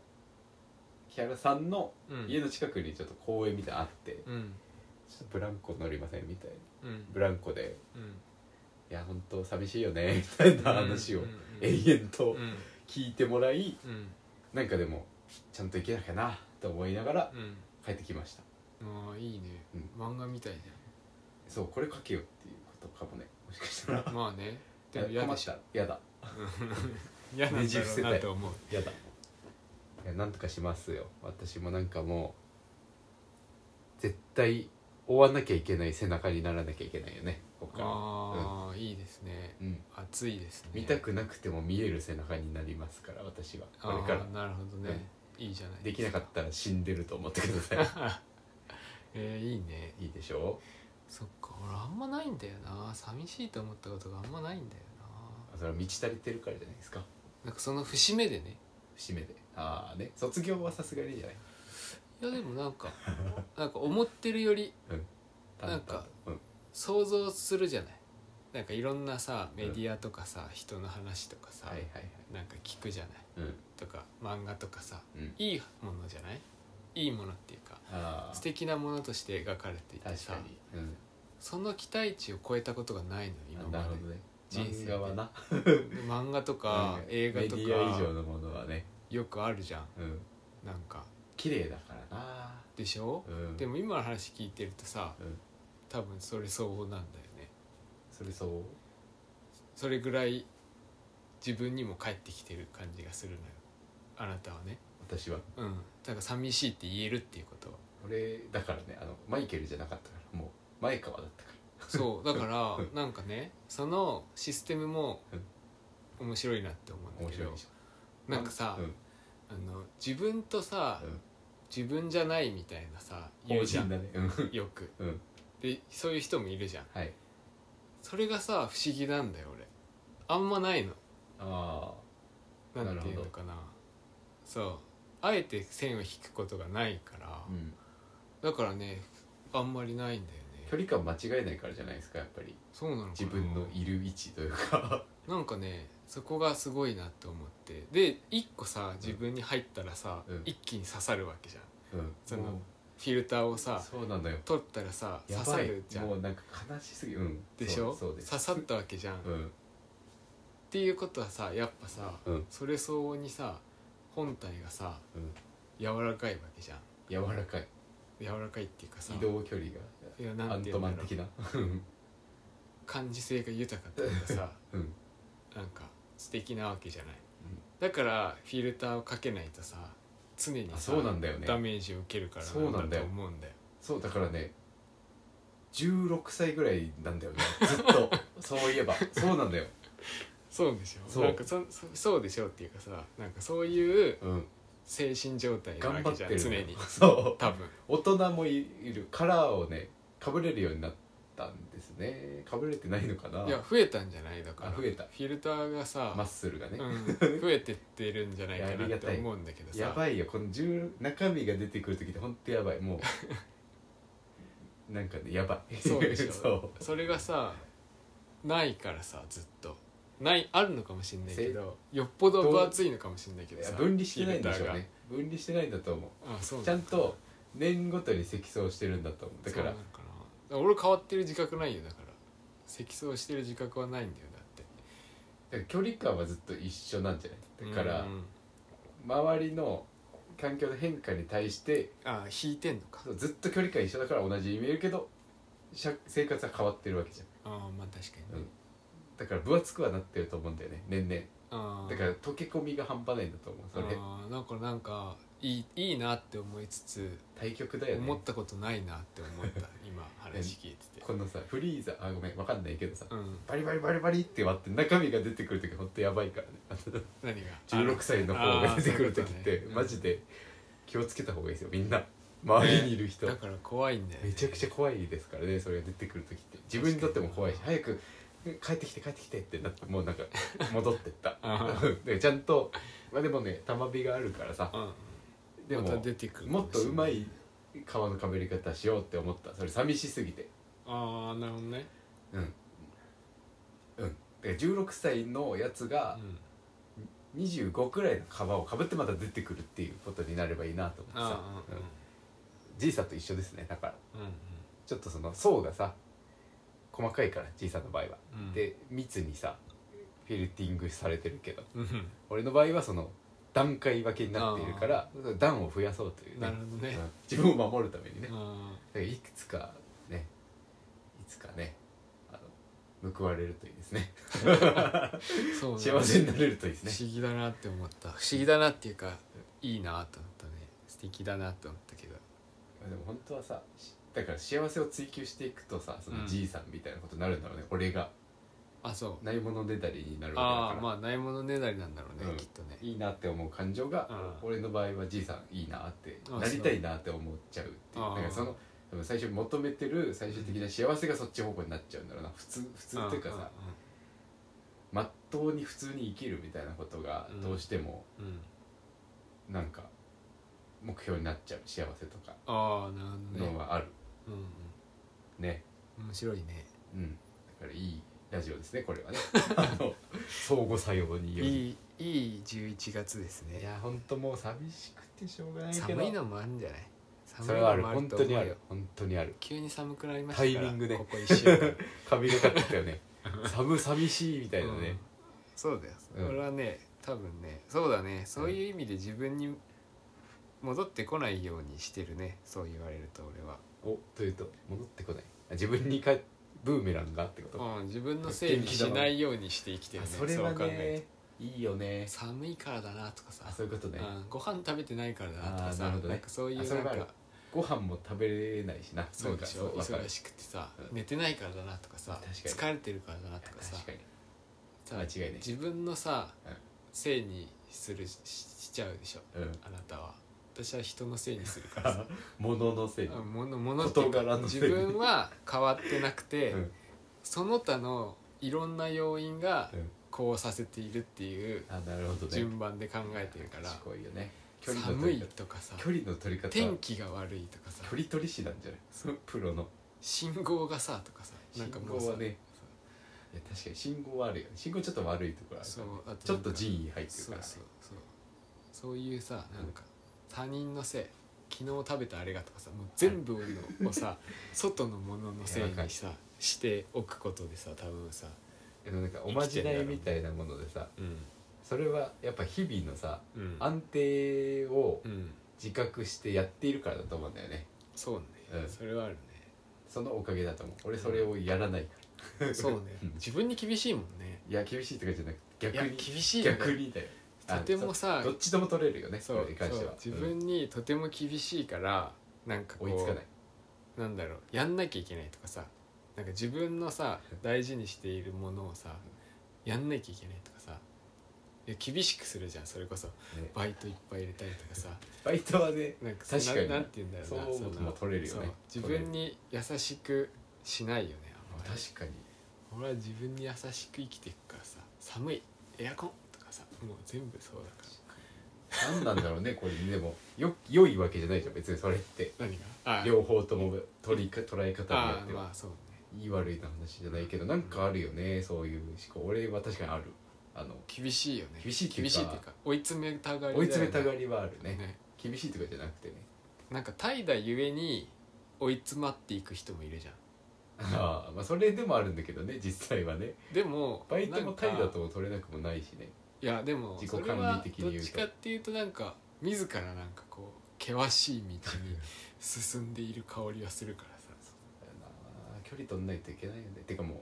[SPEAKER 2] 木原さんの
[SPEAKER 1] うん
[SPEAKER 2] 家の近くにちょっと公園みたいなのあって、ちょ
[SPEAKER 1] うん
[SPEAKER 2] っとブランコ乗りませんみたいな
[SPEAKER 1] うん
[SPEAKER 2] ブランコで
[SPEAKER 1] うん
[SPEAKER 2] 「いや本当寂しいよね」みたいな話を
[SPEAKER 1] うん
[SPEAKER 2] 永遠と
[SPEAKER 1] うん
[SPEAKER 2] 聞いてもらい
[SPEAKER 1] うん
[SPEAKER 2] なんかでもちゃんと行けなきゃなと思いながら
[SPEAKER 1] うん
[SPEAKER 2] 帰ってきました
[SPEAKER 1] ああいいね、漫画みたいじ
[SPEAKER 2] そうこれかけようっていうことかもねもしかした
[SPEAKER 1] ゃ
[SPEAKER 2] ら
[SPEAKER 1] んまあ ねでも嫌
[SPEAKER 2] 困
[SPEAKER 1] で
[SPEAKER 2] っ
[SPEAKER 1] しょ
[SPEAKER 2] たやだ
[SPEAKER 1] うん嫌なんだろうなと思う
[SPEAKER 2] やだいやなんとかしますよ私もなんかもう絶対追わなきゃいけない背中にならなきゃいけないよねここから
[SPEAKER 1] ああ、いいですね
[SPEAKER 2] うん
[SPEAKER 1] 暑いですね
[SPEAKER 2] 見たくなくても見える背中になりますから私はこれか
[SPEAKER 1] あ
[SPEAKER 2] ら
[SPEAKER 1] あなるほどね、いいじゃない
[SPEAKER 2] できなかったら死んでると思ってください
[SPEAKER 1] た えー、いいね
[SPEAKER 2] いいでしょ
[SPEAKER 1] そっか俺あんまないんだよな寂しいと思ったことがあんまないんだよ
[SPEAKER 2] うそれは満ち足りてるからじゃないですか
[SPEAKER 1] ななんかその節目でね
[SPEAKER 2] 節目でああね卒業はさすがにじゃない
[SPEAKER 1] いやで もなんかなんか思ってるより
[SPEAKER 2] 淡々と
[SPEAKER 1] なんか
[SPEAKER 2] うん
[SPEAKER 1] 想像するじゃないなんかいろんなさメディアとかさ、人の話とかさ、
[SPEAKER 2] はいはいはい
[SPEAKER 1] なんか聞くじゃない
[SPEAKER 2] うん
[SPEAKER 1] とか漫画とかさ
[SPEAKER 2] うん
[SPEAKER 1] いいものじゃないいいものっていうか
[SPEAKER 2] ああ
[SPEAKER 1] 素敵なものとして描かれていて
[SPEAKER 2] 確
[SPEAKER 1] さ
[SPEAKER 2] かにうん
[SPEAKER 1] その期待値を超えたことがないの今
[SPEAKER 2] なる
[SPEAKER 1] ま
[SPEAKER 2] ほどね
[SPEAKER 1] 人生
[SPEAKER 2] 漫
[SPEAKER 1] で
[SPEAKER 2] 画はな
[SPEAKER 1] でで漫画とか
[SPEAKER 2] うん
[SPEAKER 1] 映画と
[SPEAKER 2] メディア以上
[SPEAKER 1] か
[SPEAKER 2] のものはね
[SPEAKER 1] よくあるじゃん
[SPEAKER 2] うん
[SPEAKER 1] なんか
[SPEAKER 2] 綺麗だからな
[SPEAKER 1] でしょ
[SPEAKER 2] うん
[SPEAKER 1] でも今の話聞いてるとさ
[SPEAKER 2] うん
[SPEAKER 1] 多分それ相応なんだよね
[SPEAKER 2] それそう
[SPEAKER 1] それぐらい自分にも返ってきてる感じがするのよあなたはね
[SPEAKER 2] 私は
[SPEAKER 1] うんだから寂しいって言えるっていうことは
[SPEAKER 2] 俺だからねあのマイケルじゃなかったからもう前川だったから
[SPEAKER 1] そうだからなんかねそのシステムも面白いなって思うん
[SPEAKER 2] 面
[SPEAKER 1] だけ
[SPEAKER 2] 白い
[SPEAKER 1] ど
[SPEAKER 2] でしょ
[SPEAKER 1] なんかさ、
[SPEAKER 2] うん
[SPEAKER 1] あの自分とさ、
[SPEAKER 2] うん
[SPEAKER 1] 自分じゃないみたいなさ言
[SPEAKER 2] 法
[SPEAKER 1] うじゃ
[SPEAKER 2] 人
[SPEAKER 1] ん
[SPEAKER 2] だねうん
[SPEAKER 1] よく
[SPEAKER 2] うん
[SPEAKER 1] でそういう人もいるじゃん
[SPEAKER 2] はい
[SPEAKER 1] それがさ不思議なんだよ俺あんまないの
[SPEAKER 2] あ
[SPEAKER 1] なんていうのかなそうあえて線を引くことがないから
[SPEAKER 2] あ、うん、
[SPEAKER 1] だからねあんまりないんだよ
[SPEAKER 2] 距
[SPEAKER 1] ね
[SPEAKER 2] 離感間違えないからじゃないですかやっぱり
[SPEAKER 1] そうなのかな
[SPEAKER 2] 自分のいる位置というか
[SPEAKER 1] なんかねそこがすごいなって思ってで一個さ自分に入ったらさ、
[SPEAKER 2] うん
[SPEAKER 1] 一気に刺さるわけじゃん
[SPEAKER 2] うん
[SPEAKER 1] その
[SPEAKER 2] もう
[SPEAKER 1] フィルターをさ
[SPEAKER 2] そうなのよ
[SPEAKER 1] 取ったらさ
[SPEAKER 2] や
[SPEAKER 1] 刺
[SPEAKER 2] ば
[SPEAKER 1] さ
[SPEAKER 2] い
[SPEAKER 1] るじゃ
[SPEAKER 2] も
[SPEAKER 1] ん
[SPEAKER 2] うなんか悲しすぎうん
[SPEAKER 1] でしょ
[SPEAKER 2] そうそうで
[SPEAKER 1] 刺
[SPEAKER 2] す
[SPEAKER 1] さったわけじゃん、
[SPEAKER 2] う
[SPEAKER 1] っ
[SPEAKER 2] ん
[SPEAKER 1] ていうことはさやっぱさ
[SPEAKER 2] うん
[SPEAKER 1] それ相応にさ本体がさ
[SPEAKER 2] うん
[SPEAKER 1] 柔らかいわけじゃん
[SPEAKER 2] 柔らかい
[SPEAKER 1] 柔らかいっていうかさ
[SPEAKER 2] 移動距離
[SPEAKER 1] いや
[SPEAKER 2] が
[SPEAKER 1] な
[SPEAKER 2] ア
[SPEAKER 1] ん
[SPEAKER 2] ン
[SPEAKER 1] ていうん
[SPEAKER 2] ト
[SPEAKER 1] だ
[SPEAKER 2] マ
[SPEAKER 1] ろ
[SPEAKER 2] ン
[SPEAKER 1] う
[SPEAKER 2] 的なうん
[SPEAKER 1] 感じ性が豊かっていう かさ
[SPEAKER 2] うん
[SPEAKER 1] なんか素敵なわけじゃないだからフィルターをかけないとさ常に
[SPEAKER 2] あ
[SPEAKER 1] さ
[SPEAKER 2] そうなんだよね
[SPEAKER 1] ダメージを受けるから
[SPEAKER 2] そうなんだよ
[SPEAKER 1] と思うんだよ
[SPEAKER 2] そうだからね16歳ぐらいなんだよねずっ とそういえばそうなんだよ
[SPEAKER 1] そうでしょ
[SPEAKER 2] そう
[SPEAKER 1] なんかそそそうでしょっていうかさなんかそういう
[SPEAKER 2] うん
[SPEAKER 1] 精神状態な
[SPEAKER 2] 頑張
[SPEAKER 1] わけ
[SPEAKER 2] っ
[SPEAKER 1] じ
[SPEAKER 2] て
[SPEAKER 1] ゃん
[SPEAKER 2] る
[SPEAKER 1] 常
[SPEAKER 2] のよ
[SPEAKER 1] に
[SPEAKER 2] そう
[SPEAKER 1] 多分
[SPEAKER 2] 大人もいるカラーをねかぶれるようになったんですねかぶれてないのかない
[SPEAKER 1] や増えたんじゃないだから
[SPEAKER 2] あ増えた
[SPEAKER 1] フィルターがさ、
[SPEAKER 2] マッスルがね、
[SPEAKER 1] うん、増えてってるんじゃないか
[SPEAKER 2] いやあり
[SPEAKER 1] な
[SPEAKER 2] が
[SPEAKER 1] って
[SPEAKER 2] たい
[SPEAKER 1] 思うんだけどさ
[SPEAKER 2] やばいよこの10中身が出てくる時ってほんとやばいも うなんかねやばい
[SPEAKER 1] そうでしょ
[SPEAKER 2] そ
[SPEAKER 1] それがさないからさずっとないあるのかもしんないけどよっぽど分厚いのかもしんないけ
[SPEAKER 2] う
[SPEAKER 1] ど
[SPEAKER 2] いや
[SPEAKER 1] さ
[SPEAKER 2] 分離してないんでし
[SPEAKER 1] フィ
[SPEAKER 2] ょう
[SPEAKER 1] ル
[SPEAKER 2] ね分離してないんだと思
[SPEAKER 1] ターがあそう
[SPEAKER 2] う
[SPEAKER 1] な
[SPEAKER 2] ちゃ
[SPEAKER 1] の
[SPEAKER 2] んと年ごとに積層してるんだと思うだ
[SPEAKER 1] そ
[SPEAKER 2] か
[SPEAKER 1] うな
[SPEAKER 2] ら
[SPEAKER 1] のかなだから俺変わってる自覚ないよだから積層してる自覚はないんだよだって
[SPEAKER 2] だから距離感はずっと一緒なんじゃないだから
[SPEAKER 1] うん
[SPEAKER 2] 周りの環境の変化に対して
[SPEAKER 1] あ引いてんのか
[SPEAKER 2] ずっと距離感一緒だから同じに見えるけどしゃ生活は変わってるわけじゃん
[SPEAKER 1] ああまあ確かにね、
[SPEAKER 2] だから分厚くはなってると思うんだよね年々
[SPEAKER 1] ああ
[SPEAKER 2] だから溶け込みが半端ないんだと思うそれ
[SPEAKER 1] ああなんかなんかいいいいなって思いつつ
[SPEAKER 2] 対局だよね
[SPEAKER 1] 思ったことないなって思った 今話聞いてて
[SPEAKER 2] このさフリーザあごめんわかんないけどさ
[SPEAKER 1] うん
[SPEAKER 2] バリバリバリバリって割って中身が出てくる時ほんとやばいからね
[SPEAKER 1] 何が
[SPEAKER 2] 16歳の方が出てくる時っ
[SPEAKER 1] あーそうい
[SPEAKER 2] て
[SPEAKER 1] うことね
[SPEAKER 2] マジで気をつけた方がいいですよみんな周りにいる人
[SPEAKER 1] だから怖いんだよ、ね、
[SPEAKER 2] めちゃくちゃ怖いですからねそれが出てくる時って自分にとっても怖いし早く帰ってきて帰ってきてってなってもうなん か戻ってった
[SPEAKER 1] あ
[SPEAKER 2] でちゃんとまあでもね玉火があるからさ
[SPEAKER 1] うん
[SPEAKER 2] でも
[SPEAKER 1] また出てくるか
[SPEAKER 2] もっと
[SPEAKER 1] しれ
[SPEAKER 2] うま
[SPEAKER 1] ない
[SPEAKER 2] 皮のかぶり方しようって思ったそれ寂しすぎて
[SPEAKER 1] ああなるほどね
[SPEAKER 2] うんうんだから16歳のやつが
[SPEAKER 1] うん
[SPEAKER 2] 25くらいの皮をかぶってまた出てくるっていうことになればいいなと思ってさ
[SPEAKER 1] あ
[SPEAKER 2] うんじいさんと一緒ですねだから
[SPEAKER 1] あうんうん
[SPEAKER 2] ちょっとその層がさ細かいからじいさんの場合は
[SPEAKER 1] うんうん
[SPEAKER 2] で密にさフィルティングされてるけど
[SPEAKER 1] うん
[SPEAKER 2] 俺の場合はその段階分けになっているから段を増やそうというね
[SPEAKER 1] なるほどね
[SPEAKER 2] うん自分を守るためにね、だか
[SPEAKER 1] あ
[SPEAKER 2] らいくつかねいつかねあの報われるといいですね
[SPEAKER 1] ーそうだね
[SPEAKER 2] 幸せになれるといいです
[SPEAKER 1] 不
[SPEAKER 2] ね
[SPEAKER 1] 思議だなって思った不思議だなっていうかいいなと思ったね素敵だなと思ったけど
[SPEAKER 2] でも本当はさしだから幸せを追求していくとさそのじいさんみたいなことになるんだろうね、俺が
[SPEAKER 1] あそう
[SPEAKER 2] ないものねだりになるわけだか
[SPEAKER 1] ああ
[SPEAKER 2] ら、
[SPEAKER 1] まあないものねだりなんだろうね、
[SPEAKER 2] うん
[SPEAKER 1] きっとね
[SPEAKER 2] いいなって思う感情が
[SPEAKER 1] あ
[SPEAKER 2] 俺の場合はじいさんいいなって
[SPEAKER 1] あ
[SPEAKER 2] なりたいなって思っちゃうっていう
[SPEAKER 1] あ
[SPEAKER 2] だか
[SPEAKER 1] ー
[SPEAKER 2] らその多分最初求めてる最終的な幸せがそっち方向になっちゃうんだろうな普通普通というかさまっとうに普通に生きるみたいなことが
[SPEAKER 1] うん
[SPEAKER 2] どうしても
[SPEAKER 1] うんうんうん
[SPEAKER 2] なんか目標になっちゃう幸せとか
[SPEAKER 1] ああなるほど
[SPEAKER 2] の
[SPEAKER 1] ね、
[SPEAKER 2] はある
[SPEAKER 1] うん
[SPEAKER 2] ね
[SPEAKER 1] うん、面白いね
[SPEAKER 2] うんだからいいラジオですねこれはね あの相互作用により
[SPEAKER 1] いいいい11月ですね
[SPEAKER 2] いやほんともう寂しくてしょうがないけど
[SPEAKER 1] 寒いのもあるんじゃない寒い
[SPEAKER 2] それはある
[SPEAKER 1] のも
[SPEAKER 2] 本
[SPEAKER 1] と
[SPEAKER 2] 当
[SPEAKER 1] 思う
[SPEAKER 2] に
[SPEAKER 1] よ
[SPEAKER 2] ある本当にある
[SPEAKER 1] 急に寒くなりましたから
[SPEAKER 2] タイミングね
[SPEAKER 1] ここ一週 間
[SPEAKER 2] 髪がかってたよ ね寒寂しいみたいな
[SPEAKER 1] うん
[SPEAKER 2] ね、
[SPEAKER 1] そうだよ
[SPEAKER 2] うん
[SPEAKER 1] 俺はね多分ねそうだねそういう意味で自分に戻ってこないようにしてるねそう言われると俺は
[SPEAKER 2] おというと戻ってこないあ自分にかブーメランがってこと、
[SPEAKER 1] うん、自分のせいにしないようにして生きてる
[SPEAKER 2] あ
[SPEAKER 1] ね
[SPEAKER 2] それは
[SPEAKER 1] う考え
[SPEAKER 2] ねいいよね
[SPEAKER 1] て寒いからだなとかさ
[SPEAKER 2] あそういうことね
[SPEAKER 1] うんご飯食べてないからだなとかさ
[SPEAKER 2] あーなるほどね
[SPEAKER 1] んかそういうな
[SPEAKER 2] あそれ
[SPEAKER 1] ん
[SPEAKER 2] はある
[SPEAKER 1] か
[SPEAKER 2] ご飯も食べれないしな
[SPEAKER 1] そうでしょ
[SPEAKER 2] なんかそうわか
[SPEAKER 1] 忙
[SPEAKER 2] る
[SPEAKER 1] しくてさ
[SPEAKER 2] うん
[SPEAKER 1] 寝てないからだなとかさ
[SPEAKER 2] 確
[SPEAKER 1] 疲れてるからだなとかさ
[SPEAKER 2] 確かに
[SPEAKER 1] さ
[SPEAKER 2] 間違いない
[SPEAKER 1] 自分のさ、
[SPEAKER 2] うん
[SPEAKER 1] せいにするししちゃうでしょ
[SPEAKER 2] うん
[SPEAKER 1] あなたは私は人のせいにするか らさ
[SPEAKER 2] あ物のせいに
[SPEAKER 1] あものものっていうか
[SPEAKER 2] 事柄のせ
[SPEAKER 1] 自
[SPEAKER 2] い
[SPEAKER 1] 分は変わってなくて、
[SPEAKER 2] うん
[SPEAKER 1] その他のいろんな要因が
[SPEAKER 2] うん
[SPEAKER 1] こうさせているっていう
[SPEAKER 2] あなるほどね
[SPEAKER 1] 順番で考えてるから、
[SPEAKER 2] 賢いよね距離の
[SPEAKER 1] 寒
[SPEAKER 2] 取り
[SPEAKER 1] い
[SPEAKER 2] 方
[SPEAKER 1] とかさ
[SPEAKER 2] 距離の取り方
[SPEAKER 1] 天
[SPEAKER 2] 距
[SPEAKER 1] 気が悪いとかさ
[SPEAKER 2] 離取り師なんじゃないそのプロの
[SPEAKER 1] 信号がさとかさなん
[SPEAKER 2] 信
[SPEAKER 1] かも
[SPEAKER 2] 号
[SPEAKER 1] うさ
[SPEAKER 2] はねいや確かに信号はあるよね信号ちょっと悪いところある
[SPEAKER 1] そう
[SPEAKER 2] から
[SPEAKER 1] あ
[SPEAKER 2] ちょっ
[SPEAKER 1] な
[SPEAKER 2] と
[SPEAKER 1] んか
[SPEAKER 2] 人為入ってる
[SPEAKER 1] そ
[SPEAKER 2] から
[SPEAKER 1] う
[SPEAKER 2] ね
[SPEAKER 1] そうそうそういうさなんか他人のせい昨日食べたあれがとかさもう全部 のをさ外のもののせいにさしておくことでさ多分さ、
[SPEAKER 2] でもなんかおまじないみたいなものでさ
[SPEAKER 1] うん
[SPEAKER 2] それはやっぱ日々のさ
[SPEAKER 1] うん
[SPEAKER 2] 安定を
[SPEAKER 1] うん、
[SPEAKER 2] 自覚してやっているからだと思うんだよね
[SPEAKER 1] そうね、
[SPEAKER 2] うん
[SPEAKER 1] それはある
[SPEAKER 2] そのおかげだと思う俺それをやらないから
[SPEAKER 1] ねそうね
[SPEAKER 2] うん
[SPEAKER 1] 自分に厳しいもんね
[SPEAKER 2] いや厳しいとかじゃなくて
[SPEAKER 1] いや
[SPEAKER 2] 逆に
[SPEAKER 1] 厳しいよね
[SPEAKER 2] 逆にだよあ
[SPEAKER 1] とてもさ
[SPEAKER 2] そどっちとも取れるよね
[SPEAKER 1] そ
[SPEAKER 2] そうれに関しては
[SPEAKER 1] そう自
[SPEAKER 2] うん
[SPEAKER 1] 分にとても厳しいからなんかこ
[SPEAKER 2] 追
[SPEAKER 1] う
[SPEAKER 2] いつかない
[SPEAKER 1] なんだろうやんなきゃいけないとかさなんか自分のさ大事にしているものをさやんなきゃいけないとかさいや厳しくするじゃんそれこそ
[SPEAKER 2] ね
[SPEAKER 1] バイトいっぱい入れたりとかさ
[SPEAKER 2] バイトはね
[SPEAKER 1] なんか
[SPEAKER 2] 確かに
[SPEAKER 1] ななんて言うんだろうな
[SPEAKER 2] そう思うとも取れるよね
[SPEAKER 1] そう自分に優しくしないよねあんまり
[SPEAKER 2] 確かに
[SPEAKER 1] 俺は自分に優しく生きていくからさ寒いエアコンとかさもう全部そうだから
[SPEAKER 2] 何なんだろうねこれでもよ良いわけじゃないじゃん別にそれって
[SPEAKER 1] 何があ
[SPEAKER 2] 両方とも取りか捉え方によ
[SPEAKER 1] あ
[SPEAKER 2] っ
[SPEAKER 1] あ
[SPEAKER 2] ては
[SPEAKER 1] まあそうね
[SPEAKER 2] いい悪いの話じゃないけどなんかあるよねそういう思考俺は確かにあるあの
[SPEAKER 1] 厳しいよね
[SPEAKER 2] 厳しいっていうか
[SPEAKER 1] 厳しいっていうか追い詰めたがりだよ
[SPEAKER 2] 追い
[SPEAKER 1] ね
[SPEAKER 2] 詰めたがりはあるね
[SPEAKER 1] ね
[SPEAKER 2] 厳しいとかじゃなくてね
[SPEAKER 1] なんか怠惰ゆえに追い詰まっていく人もいるじゃん
[SPEAKER 2] ああまあそれでもあるんだけどね実際はね
[SPEAKER 1] でも
[SPEAKER 2] バイトも
[SPEAKER 1] なんか
[SPEAKER 2] 態度とも取れなくもないしね
[SPEAKER 1] いやでも
[SPEAKER 2] 自己
[SPEAKER 1] それ
[SPEAKER 2] 管
[SPEAKER 1] は
[SPEAKER 2] 理的に言うと
[SPEAKER 1] どっちかっていうとなんか自らなんかこう険しい 道に進んでいる香りはするからさ
[SPEAKER 2] だよな距離取んないといけないよねてかもう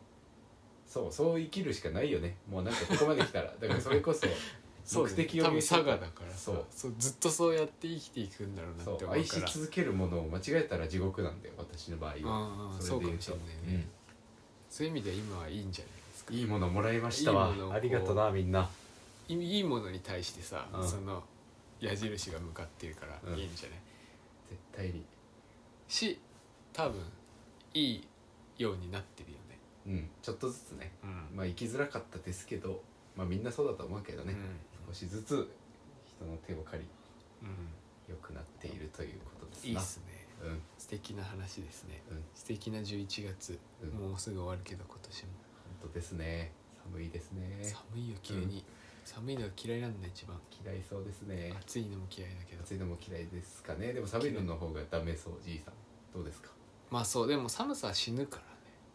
[SPEAKER 2] そうそう生きるしかないよねもうなんかここまで来たらだからそれこそ
[SPEAKER 1] そう
[SPEAKER 2] 目
[SPEAKER 1] ね
[SPEAKER 2] 的を
[SPEAKER 1] 多
[SPEAKER 2] 見
[SPEAKER 1] 分
[SPEAKER 2] つ
[SPEAKER 1] 佐賀だからさ
[SPEAKER 2] そう
[SPEAKER 1] そうずっとそうやって生きていくんだろうな
[SPEAKER 2] そ
[SPEAKER 1] って
[SPEAKER 2] う
[SPEAKER 1] 思う
[SPEAKER 2] 愛
[SPEAKER 1] か
[SPEAKER 2] し
[SPEAKER 1] ら
[SPEAKER 2] 続けるものを間違えたら地獄なんだよ私の場合は
[SPEAKER 1] ああそ
[SPEAKER 2] そうれ
[SPEAKER 1] か
[SPEAKER 2] で言
[SPEAKER 1] も
[SPEAKER 2] う
[SPEAKER 1] し
[SPEAKER 2] と
[SPEAKER 1] れないね、そういう意味では今はいいんじゃないですか
[SPEAKER 2] いいものもらいましたわ
[SPEAKER 1] いいものを
[SPEAKER 2] ありがとうなみんない
[SPEAKER 1] いいものに対してさ、
[SPEAKER 2] うん
[SPEAKER 1] その矢印が向かってるから
[SPEAKER 2] うん
[SPEAKER 1] いいんじゃない、
[SPEAKER 2] 絶対に
[SPEAKER 1] し多分いいようになってるよね、
[SPEAKER 2] うんちょっとずつね
[SPEAKER 1] うん
[SPEAKER 2] まあ生きづらかったですけどまあみんなそうだと思うけどね、少しずつ人の手を借り
[SPEAKER 1] うん
[SPEAKER 2] 良くなっているということです
[SPEAKER 1] いいっ
[SPEAKER 2] な
[SPEAKER 1] すね
[SPEAKER 2] うん
[SPEAKER 1] 素敵な話ですね
[SPEAKER 2] うん
[SPEAKER 1] 素敵な11月、
[SPEAKER 2] うん
[SPEAKER 1] もうすぐ終わるけど今年も
[SPEAKER 2] 本当ですね寒いですね
[SPEAKER 1] 寒いよ急に、寒いのが嫌いなんだ一番
[SPEAKER 2] 嫌いそうですね
[SPEAKER 1] 暑いのも嫌いだけど
[SPEAKER 2] 暑いのも嫌いですかねでも寒いのの方がダメそうじいさんどうですか
[SPEAKER 1] まあそうでも寒さは死ぬからね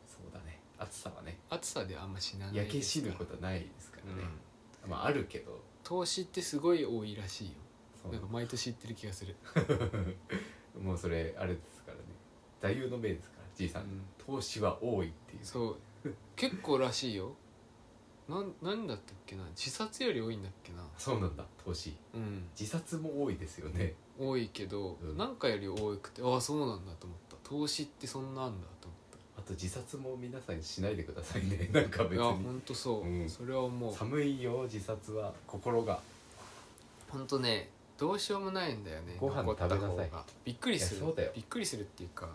[SPEAKER 2] そうだね暑さはね
[SPEAKER 1] 暑さではあんま死なない
[SPEAKER 2] 焼け死
[SPEAKER 1] です
[SPEAKER 2] ぬ
[SPEAKER 1] から
[SPEAKER 2] ことはないですからね
[SPEAKER 1] うん、
[SPEAKER 2] まああるけど
[SPEAKER 1] 投資ってすごい多いらしいよ
[SPEAKER 2] そう
[SPEAKER 1] なんか毎年言ってる気がする、
[SPEAKER 2] もうそれあれですからね座右の銘ですからじいさん、
[SPEAKER 1] うん
[SPEAKER 2] 投資は多いっていう
[SPEAKER 1] そう結構らしいよなん何だったっけな自殺より多いんだっけな
[SPEAKER 2] そうなんだ投資
[SPEAKER 1] うん
[SPEAKER 2] 自殺も多いですよね
[SPEAKER 1] 多いけど、
[SPEAKER 2] うん
[SPEAKER 1] なんかより多くてああそうなんだと思った投資ってそんなあんだと思っ
[SPEAKER 2] あと自殺も皆さんしないでくださいね なんか
[SPEAKER 1] たい
[SPEAKER 2] 別
[SPEAKER 1] や
[SPEAKER 2] に
[SPEAKER 1] ほんとそう、
[SPEAKER 2] うん
[SPEAKER 1] それはもう
[SPEAKER 2] 寒いよ自殺は心が
[SPEAKER 1] ほんとねどうしようもないんだよね
[SPEAKER 2] ご飯
[SPEAKER 1] 残った方が
[SPEAKER 2] 食べなさ
[SPEAKER 1] びっくりす
[SPEAKER 2] い
[SPEAKER 1] る
[SPEAKER 2] やそうだよ
[SPEAKER 1] びっくりするっていうか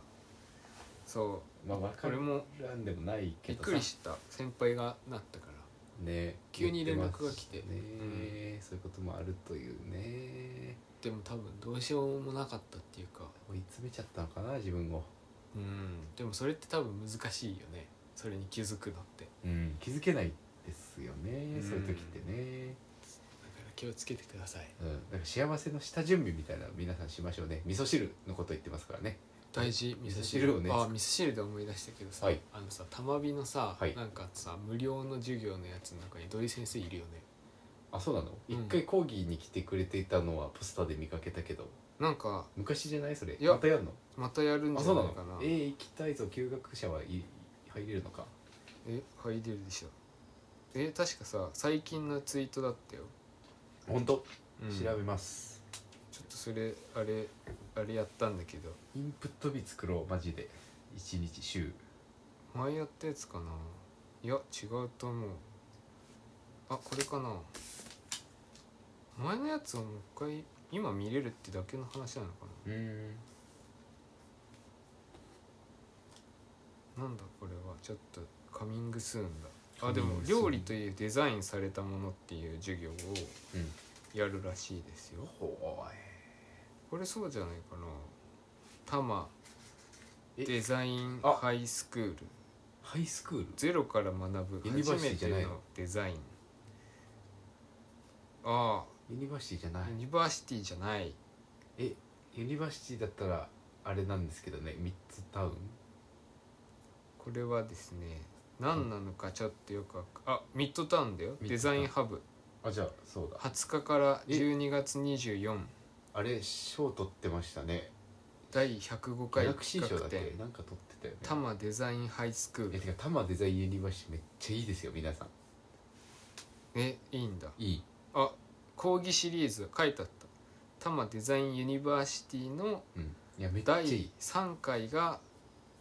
[SPEAKER 1] そ
[SPEAKER 2] まあ分
[SPEAKER 1] う
[SPEAKER 2] か
[SPEAKER 1] 俺も
[SPEAKER 2] らんでもないけ
[SPEAKER 1] びっ
[SPEAKER 2] どさ
[SPEAKER 1] くりした先輩がなったから
[SPEAKER 2] ね
[SPEAKER 1] 急に連絡が来
[SPEAKER 2] 言
[SPEAKER 1] て
[SPEAKER 2] ってますね、そういうこともあるというね
[SPEAKER 1] でも多分どうしようもなかったっていうか
[SPEAKER 2] 追い詰めちゃったのかな自分を、
[SPEAKER 1] うんでもそれって多分難しいよねそれに気づくのって
[SPEAKER 2] うん、気づけないですよね、
[SPEAKER 1] うん
[SPEAKER 2] そういう時ってね、
[SPEAKER 1] だから気をつけてください
[SPEAKER 2] うん、なんか幸せの下準備みたいなの皆さんしましょうね味噌汁のこと言ってますからね
[SPEAKER 1] 大事
[SPEAKER 2] 味噌汁をね
[SPEAKER 1] あ味噌汁で思い出したけどさ、
[SPEAKER 2] はい
[SPEAKER 1] あのさたまびのさ、
[SPEAKER 2] はい
[SPEAKER 1] なんかさ無料の授業のやつの中に土井先生いるよね
[SPEAKER 2] あそうなの、
[SPEAKER 1] う
[SPEAKER 2] 一
[SPEAKER 1] ん
[SPEAKER 2] 回講義に来てくれていたのはポスターで見かけたけど
[SPEAKER 1] なんか
[SPEAKER 2] 昔じゃないそれ
[SPEAKER 1] いや
[SPEAKER 2] またやるの
[SPEAKER 1] またやるん
[SPEAKER 2] あ
[SPEAKER 1] じゃ
[SPEAKER 2] そう
[SPEAKER 1] な
[SPEAKER 2] ないの
[SPEAKER 1] かな
[SPEAKER 2] えー、行きたいぞ休学者はい入れるのか
[SPEAKER 1] え入れるでしょえ確かさ最近のツイートだったよ、
[SPEAKER 2] 本当、
[SPEAKER 1] うん
[SPEAKER 2] 調べます
[SPEAKER 1] ちょっとそれあれあれやったんだけど
[SPEAKER 2] インプット日作ろうマジで一日週
[SPEAKER 1] 前やったやつかないや違うと思うあこれかな前のやつをもう一回今見れるってだけの話なのか
[SPEAKER 2] うん
[SPEAKER 1] ななんだこれはちょっとカミングスーンだあ
[SPEAKER 2] カミ
[SPEAKER 1] で
[SPEAKER 2] ン
[SPEAKER 1] も
[SPEAKER 2] グスーン
[SPEAKER 1] 料理というデザインされたものっていう授業を
[SPEAKER 2] うん
[SPEAKER 1] やるらしいですよ
[SPEAKER 2] ほーい
[SPEAKER 1] これそうじゃないかな多摩
[SPEAKER 2] え
[SPEAKER 1] デザイン
[SPEAKER 2] あ
[SPEAKER 1] ハイスクール
[SPEAKER 2] ハイスクール
[SPEAKER 1] ゼロから学ぶ
[SPEAKER 2] ユニバー
[SPEAKER 1] 初
[SPEAKER 2] シ
[SPEAKER 1] め
[SPEAKER 2] ティじ
[SPEAKER 1] て
[SPEAKER 2] ゃない
[SPEAKER 1] のデザインああ
[SPEAKER 2] ユニバーシティじゃない
[SPEAKER 1] ユニバーシティじゃない
[SPEAKER 2] えユニバーシティだったらあれなんですけどねミッツタウン
[SPEAKER 1] これはですね何なのかちょっとよくわかあミッドタウンだよ
[SPEAKER 2] ミッドタウン
[SPEAKER 1] デザインハブ
[SPEAKER 2] あじゃあそうだ
[SPEAKER 1] 20日から12月24
[SPEAKER 2] あれ賞取ってましたね
[SPEAKER 1] 第105
[SPEAKER 2] ギャ
[SPEAKER 1] 回
[SPEAKER 2] ラクシー賞だっ
[SPEAKER 1] 企
[SPEAKER 2] け
[SPEAKER 1] 画展
[SPEAKER 2] なんか撮ってたよね
[SPEAKER 1] 「多摩デザインハイスク
[SPEAKER 2] いや
[SPEAKER 1] ール
[SPEAKER 2] てか多摩デザインユニバーシティめっちゃいいですよ皆さ」
[SPEAKER 1] えいいんだ
[SPEAKER 2] んいい
[SPEAKER 1] あ講義シリーズ書いてあった多摩デザインユニバーシティの
[SPEAKER 2] うんいやめっちゃいい
[SPEAKER 1] 第3回が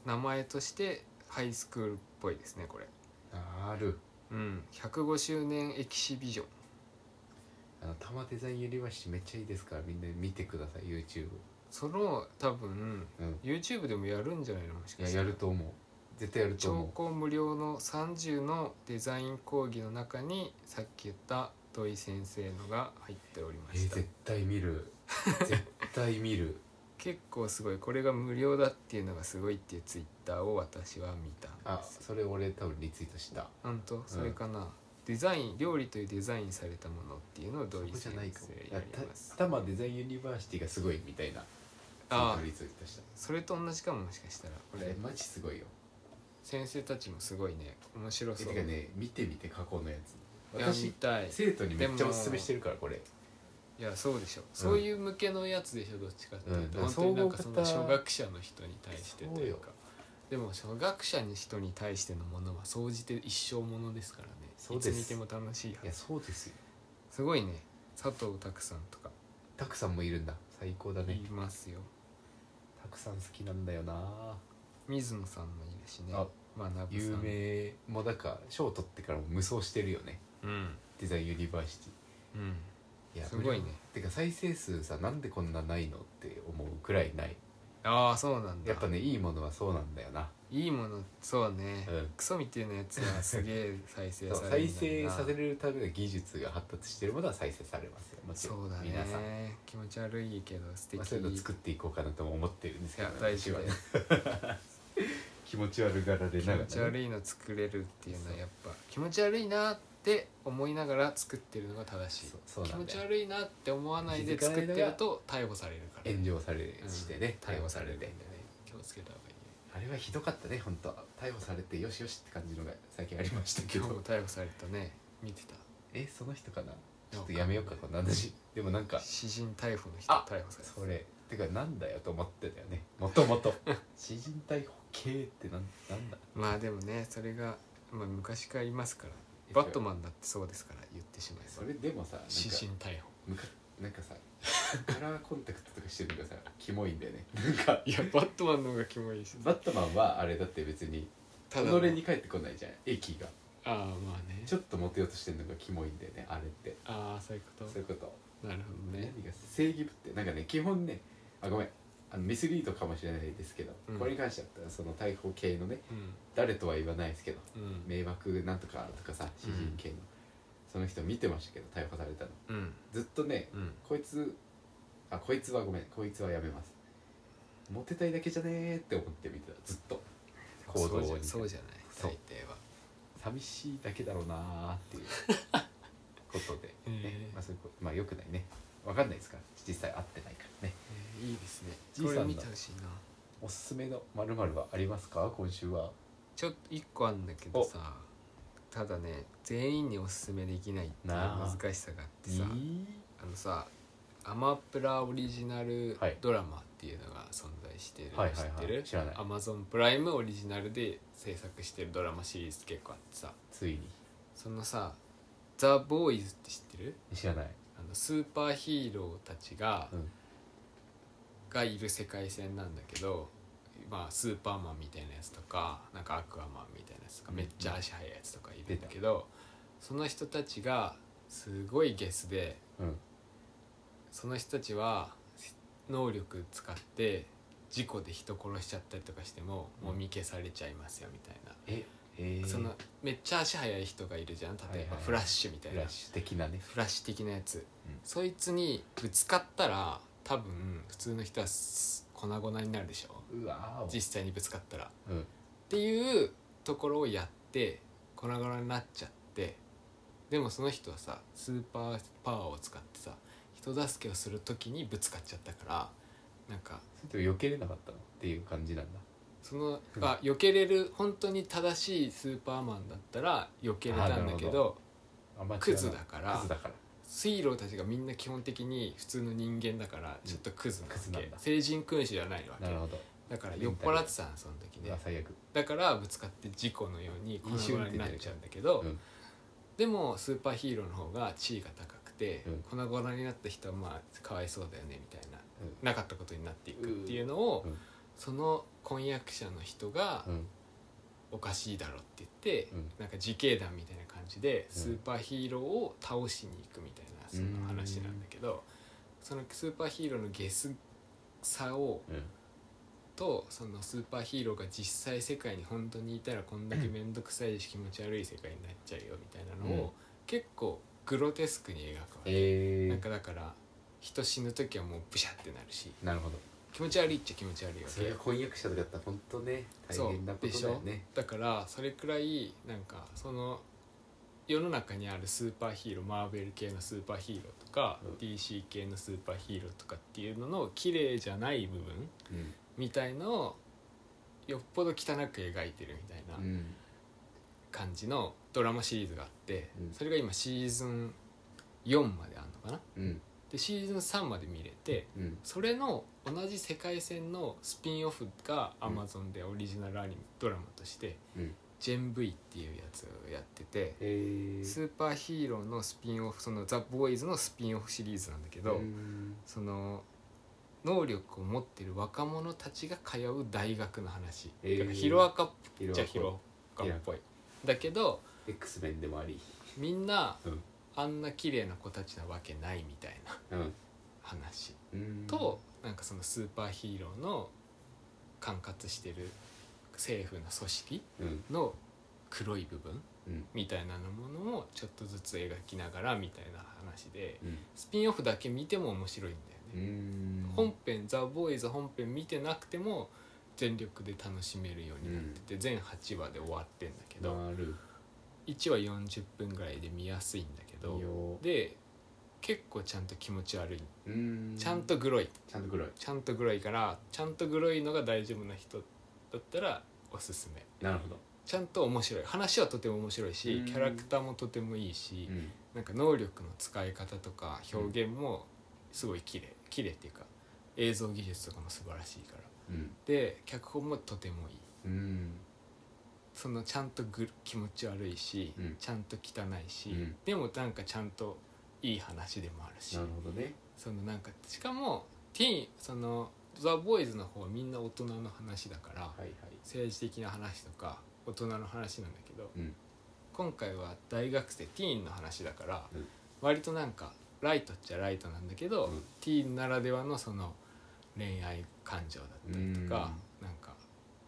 [SPEAKER 1] 名前としてハイスクールっぽいですねこれ
[SPEAKER 2] ある
[SPEAKER 1] うん105周年エキシビジョン
[SPEAKER 2] あの多摩デザインユニバーシティめっちゃいいですからみんな見てください YouTube
[SPEAKER 1] その多分
[SPEAKER 2] うん
[SPEAKER 1] YouTube でもやるんじゃないのもし
[SPEAKER 2] い
[SPEAKER 1] か
[SPEAKER 2] や
[SPEAKER 1] して
[SPEAKER 2] やると思う絶対やると
[SPEAKER 1] 超
[SPEAKER 2] 思
[SPEAKER 1] 高無料の30のデザイン講義の中にさっき言った土井先生のが入っており
[SPEAKER 2] う
[SPEAKER 1] ま
[SPEAKER 2] えー
[SPEAKER 1] した、
[SPEAKER 2] 絶対見 る絶対見る
[SPEAKER 1] 結構すごいこれが無料だっていうのがすごいっていうツイッターを私は見た
[SPEAKER 2] あそれ俺多分リツイートした
[SPEAKER 1] なんとそれかな、デザイン料理というデザインされたものっていうのを土
[SPEAKER 2] そこ
[SPEAKER 1] 井
[SPEAKER 2] じゃ
[SPEAKER 1] 先
[SPEAKER 2] ないかも
[SPEAKER 1] 生
[SPEAKER 2] あ
[SPEAKER 1] やります
[SPEAKER 2] た多摩デザインユニバーシティがすごいみたいな
[SPEAKER 1] あ
[SPEAKER 2] ツイート
[SPEAKER 1] あ
[SPEAKER 2] リツイートした
[SPEAKER 1] それと同じかももしかしたらこ
[SPEAKER 2] これ
[SPEAKER 1] れ
[SPEAKER 2] マジすごいよ
[SPEAKER 1] 先生たちもすごいね面白
[SPEAKER 2] え
[SPEAKER 1] そう
[SPEAKER 2] てかね見てみて過去のやつ
[SPEAKER 1] いや見
[SPEAKER 2] 私
[SPEAKER 1] たい
[SPEAKER 2] 生徒にめっちゃおすすめしてるからこれ
[SPEAKER 1] いやそうでしょ、そういう向けのやつでしょどっちかっていうと、
[SPEAKER 2] うん
[SPEAKER 1] 本当になんか
[SPEAKER 2] 総
[SPEAKER 1] そ
[SPEAKER 2] 合
[SPEAKER 1] の
[SPEAKER 2] 型
[SPEAKER 1] 初学者の人に対してというか
[SPEAKER 2] そうよ
[SPEAKER 1] でも初学者に人に対してのものは総じて一生ものですからね
[SPEAKER 2] そうです
[SPEAKER 1] いつ見ても楽しい
[SPEAKER 2] い
[SPEAKER 1] は
[SPEAKER 2] や
[SPEAKER 1] ず
[SPEAKER 2] そうですよ
[SPEAKER 1] すごいね佐藤拓さんとか
[SPEAKER 2] たくさんもいるんだ最高だ
[SPEAKER 1] い
[SPEAKER 2] ね
[SPEAKER 1] ますよ、
[SPEAKER 2] たくさん好きなんだよな
[SPEAKER 1] 水野さんもいるしね
[SPEAKER 2] あ
[SPEAKER 1] 学さん
[SPEAKER 2] 有名もうだから賞取ってからも無双してるよね
[SPEAKER 1] うん
[SPEAKER 2] デザインユニバーシテ
[SPEAKER 1] うん
[SPEAKER 2] ィいや
[SPEAKER 1] すごいね
[SPEAKER 2] 無料てか再生数さなんでこんなないのって思うくらいない
[SPEAKER 1] ああそうなんだ
[SPEAKER 2] やっぱねいいものはそうなんだよない
[SPEAKER 1] いものそうね、
[SPEAKER 2] うん
[SPEAKER 1] クソみてえなやつはすげえ再生
[SPEAKER 2] そう
[SPEAKER 1] され る
[SPEAKER 2] 再生させるた
[SPEAKER 1] んだろうな
[SPEAKER 2] めの技術が発達してるものは再生されますよもちろん
[SPEAKER 1] そうだ
[SPEAKER 2] 皆さん、
[SPEAKER 1] ね気持ち悪いけど素敵、
[SPEAKER 2] まあ、そういうの作っていこうかなとも思ってるんです
[SPEAKER 1] い
[SPEAKER 2] けど、
[SPEAKER 1] や大事だよ
[SPEAKER 2] 私は気持ち悪がられ
[SPEAKER 1] 気
[SPEAKER 2] ながら、
[SPEAKER 1] 持ち悪いの作れるっていうのはやっぱ気持ち悪いなって思いながら作ってるのが正しい
[SPEAKER 2] そうそう
[SPEAKER 1] 気
[SPEAKER 2] なん
[SPEAKER 1] 持
[SPEAKER 2] だ
[SPEAKER 1] ち
[SPEAKER 2] よ
[SPEAKER 1] 悪いなって思わないで作ってると逮捕されるから
[SPEAKER 2] 炎上されしてね、
[SPEAKER 1] うん
[SPEAKER 2] 逮捕されて、
[SPEAKER 1] 逮捕んでね気をつけた方がいいね
[SPEAKER 2] あれはひどかったね本当逮捕されてよしよしって感じのが最近ありましたけ
[SPEAKER 1] 今日
[SPEAKER 2] ど
[SPEAKER 1] も逮捕されたね見てた
[SPEAKER 2] えその人かなちょっとやめようかこんな話でもなんか
[SPEAKER 1] 詩人逮捕の人
[SPEAKER 2] あ
[SPEAKER 1] 逮捕された
[SPEAKER 2] それてかなんだよと思ってたよねもとも と詩人逮捕系ってなんなんだ
[SPEAKER 1] まあでもねそれが、まあ、昔からいますからバットマンだってそうですから言ってしまえ
[SPEAKER 2] それでもさなんか
[SPEAKER 1] 詩人逮捕
[SPEAKER 2] むかなんかさカラーコンタクトとかしてるのがさキモいんだよねなんか
[SPEAKER 1] いやバットマンの方がキモいし
[SPEAKER 2] バットマンはあれだって別に己
[SPEAKER 1] ただの
[SPEAKER 2] に帰ってこないじゃん駅が
[SPEAKER 1] ああまあね
[SPEAKER 2] ちょっとモテようとしてるのがキモいんだよねあれって
[SPEAKER 1] ああそういうこ
[SPEAKER 2] そういうこと
[SPEAKER 1] となるほどね
[SPEAKER 2] 何が正義ぶってなんかね基本ねあごめんあのミスリードかもしれないですけど、
[SPEAKER 1] うん
[SPEAKER 2] これに関してはその逮捕系のね
[SPEAKER 1] う
[SPEAKER 2] 誰とは言わないですけど
[SPEAKER 1] んうん
[SPEAKER 2] 迷惑なんとかとかさ詩人系の、その人見てましたけど逮捕されたの
[SPEAKER 1] うん
[SPEAKER 2] ずっとね
[SPEAKER 1] うん
[SPEAKER 2] こいつあこいつはごめんこいつはやめますモテたいだけじゃねーって思って見てたずっと行動を
[SPEAKER 1] そうじゃそうじゃない
[SPEAKER 2] そう
[SPEAKER 1] 大抵は
[SPEAKER 2] 寂しいだけだろうなーっていうことで、ね
[SPEAKER 1] えー
[SPEAKER 2] まあそういうことまあよくないねわかんないですから実際会ってないからね
[SPEAKER 1] えーいいですね
[SPEAKER 2] じい
[SPEAKER 1] こ
[SPEAKER 2] さんだ
[SPEAKER 1] れ見てほしいな
[SPEAKER 2] おすすめのまるまるはありますか今週は
[SPEAKER 1] ちょっと一個あんだけどさただね全員におすすめできないっていう
[SPEAKER 2] なあ
[SPEAKER 1] 難しさがあって
[SPEAKER 2] い
[SPEAKER 1] さ
[SPEAKER 2] い
[SPEAKER 1] あのさアマプラオリジナル
[SPEAKER 2] はい
[SPEAKER 1] ドラマっていうのが存在してるの
[SPEAKER 2] はい
[SPEAKER 1] 知
[SPEAKER 2] は
[SPEAKER 1] って
[SPEAKER 2] いはい
[SPEAKER 1] る
[SPEAKER 2] 知らない
[SPEAKER 1] アマゾンプライムオリジナルで制作してるドラマシリーズ結構あってさ
[SPEAKER 2] ついに
[SPEAKER 1] そのさ「ザ・ボーイズ」って知ってる
[SPEAKER 2] 知らない
[SPEAKER 1] あのスーパーヒーローたちが、
[SPEAKER 2] うん
[SPEAKER 1] がいる世界線なんだけど、まあ、スーパーマンみたいなやつとかなんかアクアマンみたいなやつとか
[SPEAKER 2] うん
[SPEAKER 1] めっちゃ足速いやつとかいるんだけど、その人たちがすごいゲスで
[SPEAKER 2] うん
[SPEAKER 1] その人たちは能力使って事故で人殺しちゃったりとかしても
[SPEAKER 2] うん
[SPEAKER 1] もみ消されちゃいますよみたいな、
[SPEAKER 2] ええー、
[SPEAKER 1] その
[SPEAKER 2] フ
[SPEAKER 1] めっちゃ足速い人がいるじゃん例えば、
[SPEAKER 2] はいはいはい
[SPEAKER 1] フラッシュみたいな
[SPEAKER 2] ラッシュ的なね
[SPEAKER 1] フラッシュ的なやつ、
[SPEAKER 2] ん
[SPEAKER 1] そいつにぶつかったら多分普通の人はす粉々になるでしょ
[SPEAKER 2] うわー
[SPEAKER 1] 実際にぶつかったらっ
[SPEAKER 2] おうん
[SPEAKER 1] ていうところをやって粉々になっちゃってでもその人はさスーパーパワーを使ってさ人助けをする時にぶつかっちゃったからなんか
[SPEAKER 2] それとも避けれなかったのっていう感じなんだ
[SPEAKER 1] その
[SPEAKER 2] うん
[SPEAKER 1] あ避けれる本当に正しいスーパーマンだったら避けれたんだけ
[SPEAKER 2] あな
[SPEAKER 1] ど
[SPEAKER 2] るほどあんま違うな
[SPEAKER 1] クズだから
[SPEAKER 2] クズだから
[SPEAKER 1] 水路たちがみんな基本的に普通の人間だから
[SPEAKER 2] うん
[SPEAKER 1] ちょっとクズなわ
[SPEAKER 2] クズな
[SPEAKER 1] け
[SPEAKER 2] んだ
[SPEAKER 1] 成人君子じゃないわけ
[SPEAKER 2] なるほど
[SPEAKER 1] だから酔っ払ってたのその時
[SPEAKER 2] う
[SPEAKER 1] ね
[SPEAKER 2] わ最悪
[SPEAKER 1] だからぶつかって事故のように粉々になっちゃうんだけど、
[SPEAKER 2] うん
[SPEAKER 1] でもスーパーヒーローの方が地位が高くて、
[SPEAKER 2] うん
[SPEAKER 1] 粉々になった人はまあかわいそうだよねみたいな
[SPEAKER 2] うん
[SPEAKER 1] なかったことになっていくっていうのを、
[SPEAKER 2] うん
[SPEAKER 1] その婚約者の人が
[SPEAKER 2] うん
[SPEAKER 1] おかしいだろって言って、
[SPEAKER 2] うん
[SPEAKER 1] なんか自警団みたいな感じで
[SPEAKER 2] うん
[SPEAKER 1] スーパーヒーローを倒しに行くみたいなその話なんだけど、そのスーパーヒーローのゲスさを
[SPEAKER 2] うん
[SPEAKER 1] とそのスーパーヒーローが実際世界に本当にいたらこんだけ面倒くさいし気持ち悪い世界になっちゃうよみたいなのを、
[SPEAKER 2] うん
[SPEAKER 1] 結構グロテスクに描くわけ、
[SPEAKER 2] え
[SPEAKER 1] なんかだから人死ぬ時はもうブシャってなるし
[SPEAKER 2] なるほど
[SPEAKER 1] 気持ち悪いっちゃ気持ち悪いわ
[SPEAKER 2] それ
[SPEAKER 1] け
[SPEAKER 2] が婚約者とかだったら本当ね
[SPEAKER 1] そ
[SPEAKER 2] 大
[SPEAKER 1] う
[SPEAKER 2] 変なことだよね
[SPEAKER 1] だからそれくらいなんかその世の中にあるスーパーヒーローマーベル系のスーパーヒーローとか、
[SPEAKER 2] うん
[SPEAKER 1] DC 系のスーパーヒーローとかっていうのの綺麗じゃない部分
[SPEAKER 2] うん
[SPEAKER 1] みたいのをよっぽど汚く描いてるみたいな
[SPEAKER 2] うん
[SPEAKER 1] 感じのドラマシリーズがあって、
[SPEAKER 2] うん
[SPEAKER 1] それが今シーズン4まであるのかな
[SPEAKER 2] うん
[SPEAKER 1] でシーズン3まで見れて
[SPEAKER 2] うん
[SPEAKER 1] それの同じ世界線のスピンオフが
[SPEAKER 2] うん
[SPEAKER 1] Amazon でオリジナルアニメドラマとして
[SPEAKER 2] うん
[SPEAKER 1] 「ジェン V」っていうやつをやってて
[SPEAKER 2] えー
[SPEAKER 1] スーパーヒーローのスピンオフその「ザ・ボーイズ」のスピンオフシリーズなんだけど、
[SPEAKER 2] うん
[SPEAKER 1] その能力を持ってる若者たちが通う大学の話、
[SPEAKER 2] えー
[SPEAKER 1] だからヒロアカっ
[SPEAKER 2] ヒロア
[SPEAKER 1] ち
[SPEAKER 2] カ
[SPEAKER 1] ゃヒロアカっぽいだけど
[SPEAKER 2] X メンでもあり
[SPEAKER 1] みんな
[SPEAKER 2] うん
[SPEAKER 1] あんな綺麗な子たちなわけないみたいな
[SPEAKER 2] うん
[SPEAKER 1] 話
[SPEAKER 2] うん
[SPEAKER 1] と、なんかそのスーパーヒーローの管轄してる政府の組織
[SPEAKER 2] うん
[SPEAKER 1] の黒い部分
[SPEAKER 2] うん
[SPEAKER 1] みたいなものをちょっとずつ描きながらみたいな話で
[SPEAKER 2] うん
[SPEAKER 1] スピンオフだけ見ても面白いん
[SPEAKER 2] う
[SPEAKER 1] だよね、
[SPEAKER 2] ん
[SPEAKER 1] 本編「ザ・ボーイズ」本編見てなくても全力で楽しめるようになってて、全8話で終わってんだけど、
[SPEAKER 2] なる
[SPEAKER 1] 1話40分ぐらいで見やすいんだけど、
[SPEAKER 2] よ
[SPEAKER 1] で結構ちゃんと気持ち悪い、
[SPEAKER 2] うん
[SPEAKER 1] ちゃんとグロい
[SPEAKER 2] ちゃんと黒い
[SPEAKER 1] ちゃんとグロいからちゃんとグロいのが大丈夫な人だったらおすすめ
[SPEAKER 2] なるほど
[SPEAKER 1] ちゃんと面白い話はとても面白いし
[SPEAKER 2] うん
[SPEAKER 1] キャラクターもとてもいいし、
[SPEAKER 2] うん
[SPEAKER 1] なんか能力の使い方とか表現もすごい綺麗綺麗っていうか映像技術とかも素晴らしいから
[SPEAKER 2] うん
[SPEAKER 1] で脚本もとてもいい
[SPEAKER 2] うん
[SPEAKER 1] そのちゃんとぐ気持ち悪いし、
[SPEAKER 2] うん
[SPEAKER 1] ちゃんと汚いし、
[SPEAKER 2] うん
[SPEAKER 1] でもなんかちゃんといい話でもあるし
[SPEAKER 2] なるほどね
[SPEAKER 1] そのなんかしかもティーンそのザ・ボーイズの方はみんな大人の話だから、
[SPEAKER 2] はいはい
[SPEAKER 1] 政治的な話とか大人の話なんだけど
[SPEAKER 2] うん
[SPEAKER 1] 今回は大学生ティーンの話だから、
[SPEAKER 2] うん
[SPEAKER 1] 割となんかライトっちゃライトなんだけど、
[SPEAKER 2] うん
[SPEAKER 1] ティーンならではのその恋愛感情だったりとか、なんか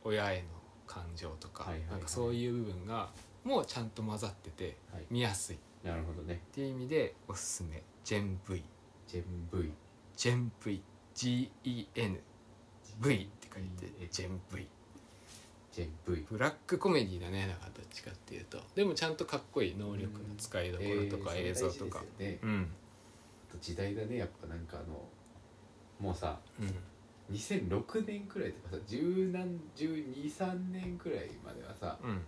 [SPEAKER 1] 親への感情とか、
[SPEAKER 2] はいはいはい
[SPEAKER 1] なんかそういう部分がもうちゃんと混ざってて
[SPEAKER 2] はい
[SPEAKER 1] 見やすいっ
[SPEAKER 2] なるほどね
[SPEAKER 1] ていう意味でおすすめジェン V
[SPEAKER 2] ジェン V
[SPEAKER 1] ジェン V GEN V って書いて
[SPEAKER 2] GEN
[SPEAKER 1] ジェン V
[SPEAKER 2] ジェン V
[SPEAKER 1] ブラックコメディだねだからどっちかっていうとでもちゃんとかっこいい能力の使いどころとか
[SPEAKER 2] えー
[SPEAKER 1] 映像とか
[SPEAKER 2] それ大事ですよね
[SPEAKER 1] うん
[SPEAKER 2] 時代だねやっぱなんかあのもうさ
[SPEAKER 1] うん
[SPEAKER 2] 2006年くらいとかさ1何123年くらいまではさ
[SPEAKER 1] うん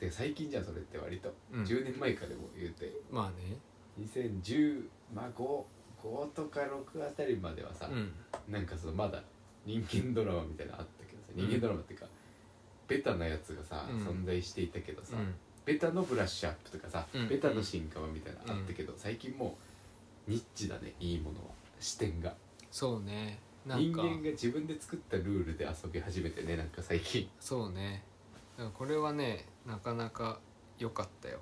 [SPEAKER 2] で最近じゃんそれって割と、
[SPEAKER 1] うん
[SPEAKER 2] 10年前からでも言うて
[SPEAKER 1] まあね
[SPEAKER 2] 2010まあ5 5とか6あたりまではさ、
[SPEAKER 1] うん
[SPEAKER 2] なんかそのまだ人間ドラマみたいなのあったけどさ
[SPEAKER 1] うん
[SPEAKER 2] 人間ドラマっていうか、ベタなやつがさ、
[SPEAKER 1] うん
[SPEAKER 2] 存在していたけどさ、
[SPEAKER 1] うん
[SPEAKER 2] ベタのブラッシュアップとかさ、
[SPEAKER 1] うん
[SPEAKER 2] ベタの進化はみたいなのあったけど、最近もうニッチだねいいものは視点が
[SPEAKER 1] そうねなん
[SPEAKER 2] 人
[SPEAKER 1] か
[SPEAKER 2] 間が自分で作ったルールで遊び始めてねなんか最近
[SPEAKER 1] そうねだからこれはねなかなか良かったよ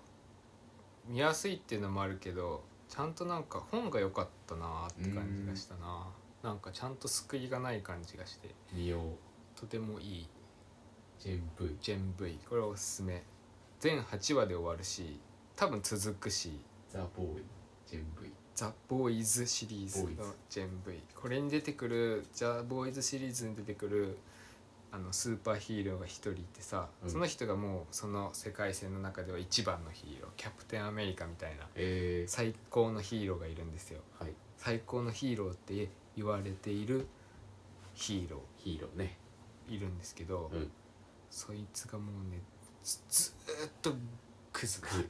[SPEAKER 1] 見やすいっていうのもあるけどちゃんとなんか本が良かったなーって感じがしたななんかちゃんと救いがない感じがして
[SPEAKER 2] 見よう
[SPEAKER 1] とてもいい
[SPEAKER 2] ジェン V
[SPEAKER 1] ジェン V これおすすめ全8話で終わるし多分続くし
[SPEAKER 2] ザ・ボーイジェン V
[SPEAKER 1] ザ・ボーイズシリーズ
[SPEAKER 2] ボーイ
[SPEAKER 1] の
[SPEAKER 2] ズ
[SPEAKER 1] ジェン V これに出てくるザ・ボーイズシリーズに出てくるあのスーパーヒーローが一人いてさ、
[SPEAKER 2] うん
[SPEAKER 1] その人がもうその世界線の中では一番のヒーローキャプテンアメリカみたいな
[SPEAKER 2] え
[SPEAKER 1] 最高のヒーローがいるんですよ
[SPEAKER 2] ー、はい
[SPEAKER 1] 最高のヒーローって言われているヒーロ
[SPEAKER 2] ヒーローね
[SPEAKER 1] ーいるんですけど、
[SPEAKER 2] うん
[SPEAKER 1] そいつがも うねずずーっとクズがず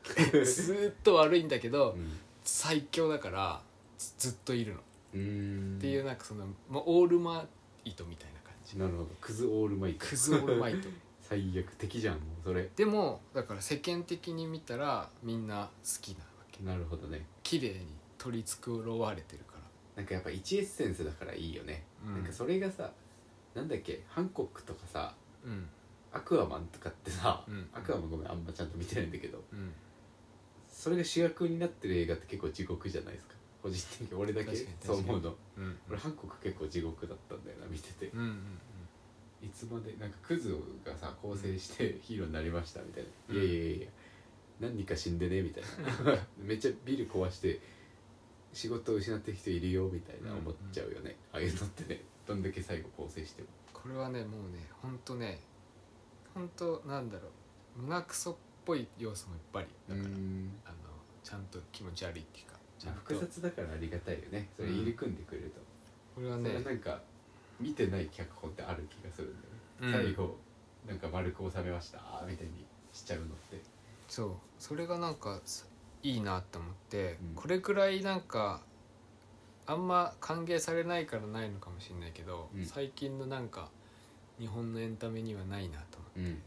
[SPEAKER 1] ーっと悪いんだけど、
[SPEAKER 2] うん
[SPEAKER 1] 最強だからずずっといるの、
[SPEAKER 2] うーん
[SPEAKER 1] っていうなんかその、まあ、オールマイトみたいな感じ
[SPEAKER 2] なるほどクズオールマイト
[SPEAKER 1] クズオールマイ ト
[SPEAKER 2] 最悪敵じゃんもうそれ
[SPEAKER 1] でもだから世間的に見たらみんな好きなわけ
[SPEAKER 2] なるほどね
[SPEAKER 1] 綺麗に取り繕われてるか
[SPEAKER 2] なんかやっぱ一エッセンスだからいいよね、
[SPEAKER 1] うん
[SPEAKER 2] なんかそれがさなんだっけハンコックとかさ
[SPEAKER 1] らうん
[SPEAKER 2] アクアマンとかってさ、
[SPEAKER 1] うん
[SPEAKER 2] アクアマンごめんあんまちゃんと見てないんだけど
[SPEAKER 1] うん
[SPEAKER 2] それが主役になってる映画って結構地獄じゃないですか個人的に俺だけ
[SPEAKER 1] 確かに
[SPEAKER 2] そう思うの
[SPEAKER 1] うん
[SPEAKER 2] 俺ハンコック結構地獄だったんだよな見てて
[SPEAKER 1] うんうん
[SPEAKER 2] いつまでなんかクズがさ構成してヒーローになりましたみたいな、
[SPEAKER 1] う
[SPEAKER 2] いや
[SPEAKER 1] ん
[SPEAKER 2] いやいや何人か死んでねみたいな めっちゃビル壊して仕事を失ってる人いるよみたいな思っちゃうよね、ああいうのってねどんだけ最後構成しても
[SPEAKER 1] これはねもうねほんとねほんとなんだろう胸くそっぽい要素もいっぱいあ
[SPEAKER 2] だ
[SPEAKER 1] る
[SPEAKER 2] から
[SPEAKER 1] だからあのちゃんと気持ち悪いっていうかちゃん
[SPEAKER 2] 複
[SPEAKER 1] と
[SPEAKER 2] 雑だからありがたいよねそれ入り組んでくれると、
[SPEAKER 1] これは
[SPEAKER 2] それ
[SPEAKER 1] ね
[SPEAKER 2] はなんか見てない脚本ってある気がするんだよね、
[SPEAKER 1] うん
[SPEAKER 2] 最後なんか丸く収めましたみたいにしちゃうのって
[SPEAKER 1] そうそれがなんかさいいなって思って、
[SPEAKER 2] うん
[SPEAKER 1] これくらいなんかあんま歓迎されないからないのかもしれないけど、
[SPEAKER 2] うん
[SPEAKER 1] 最近のなんか日本のエンタメにはないなと思
[SPEAKER 2] うんうん
[SPEAKER 1] う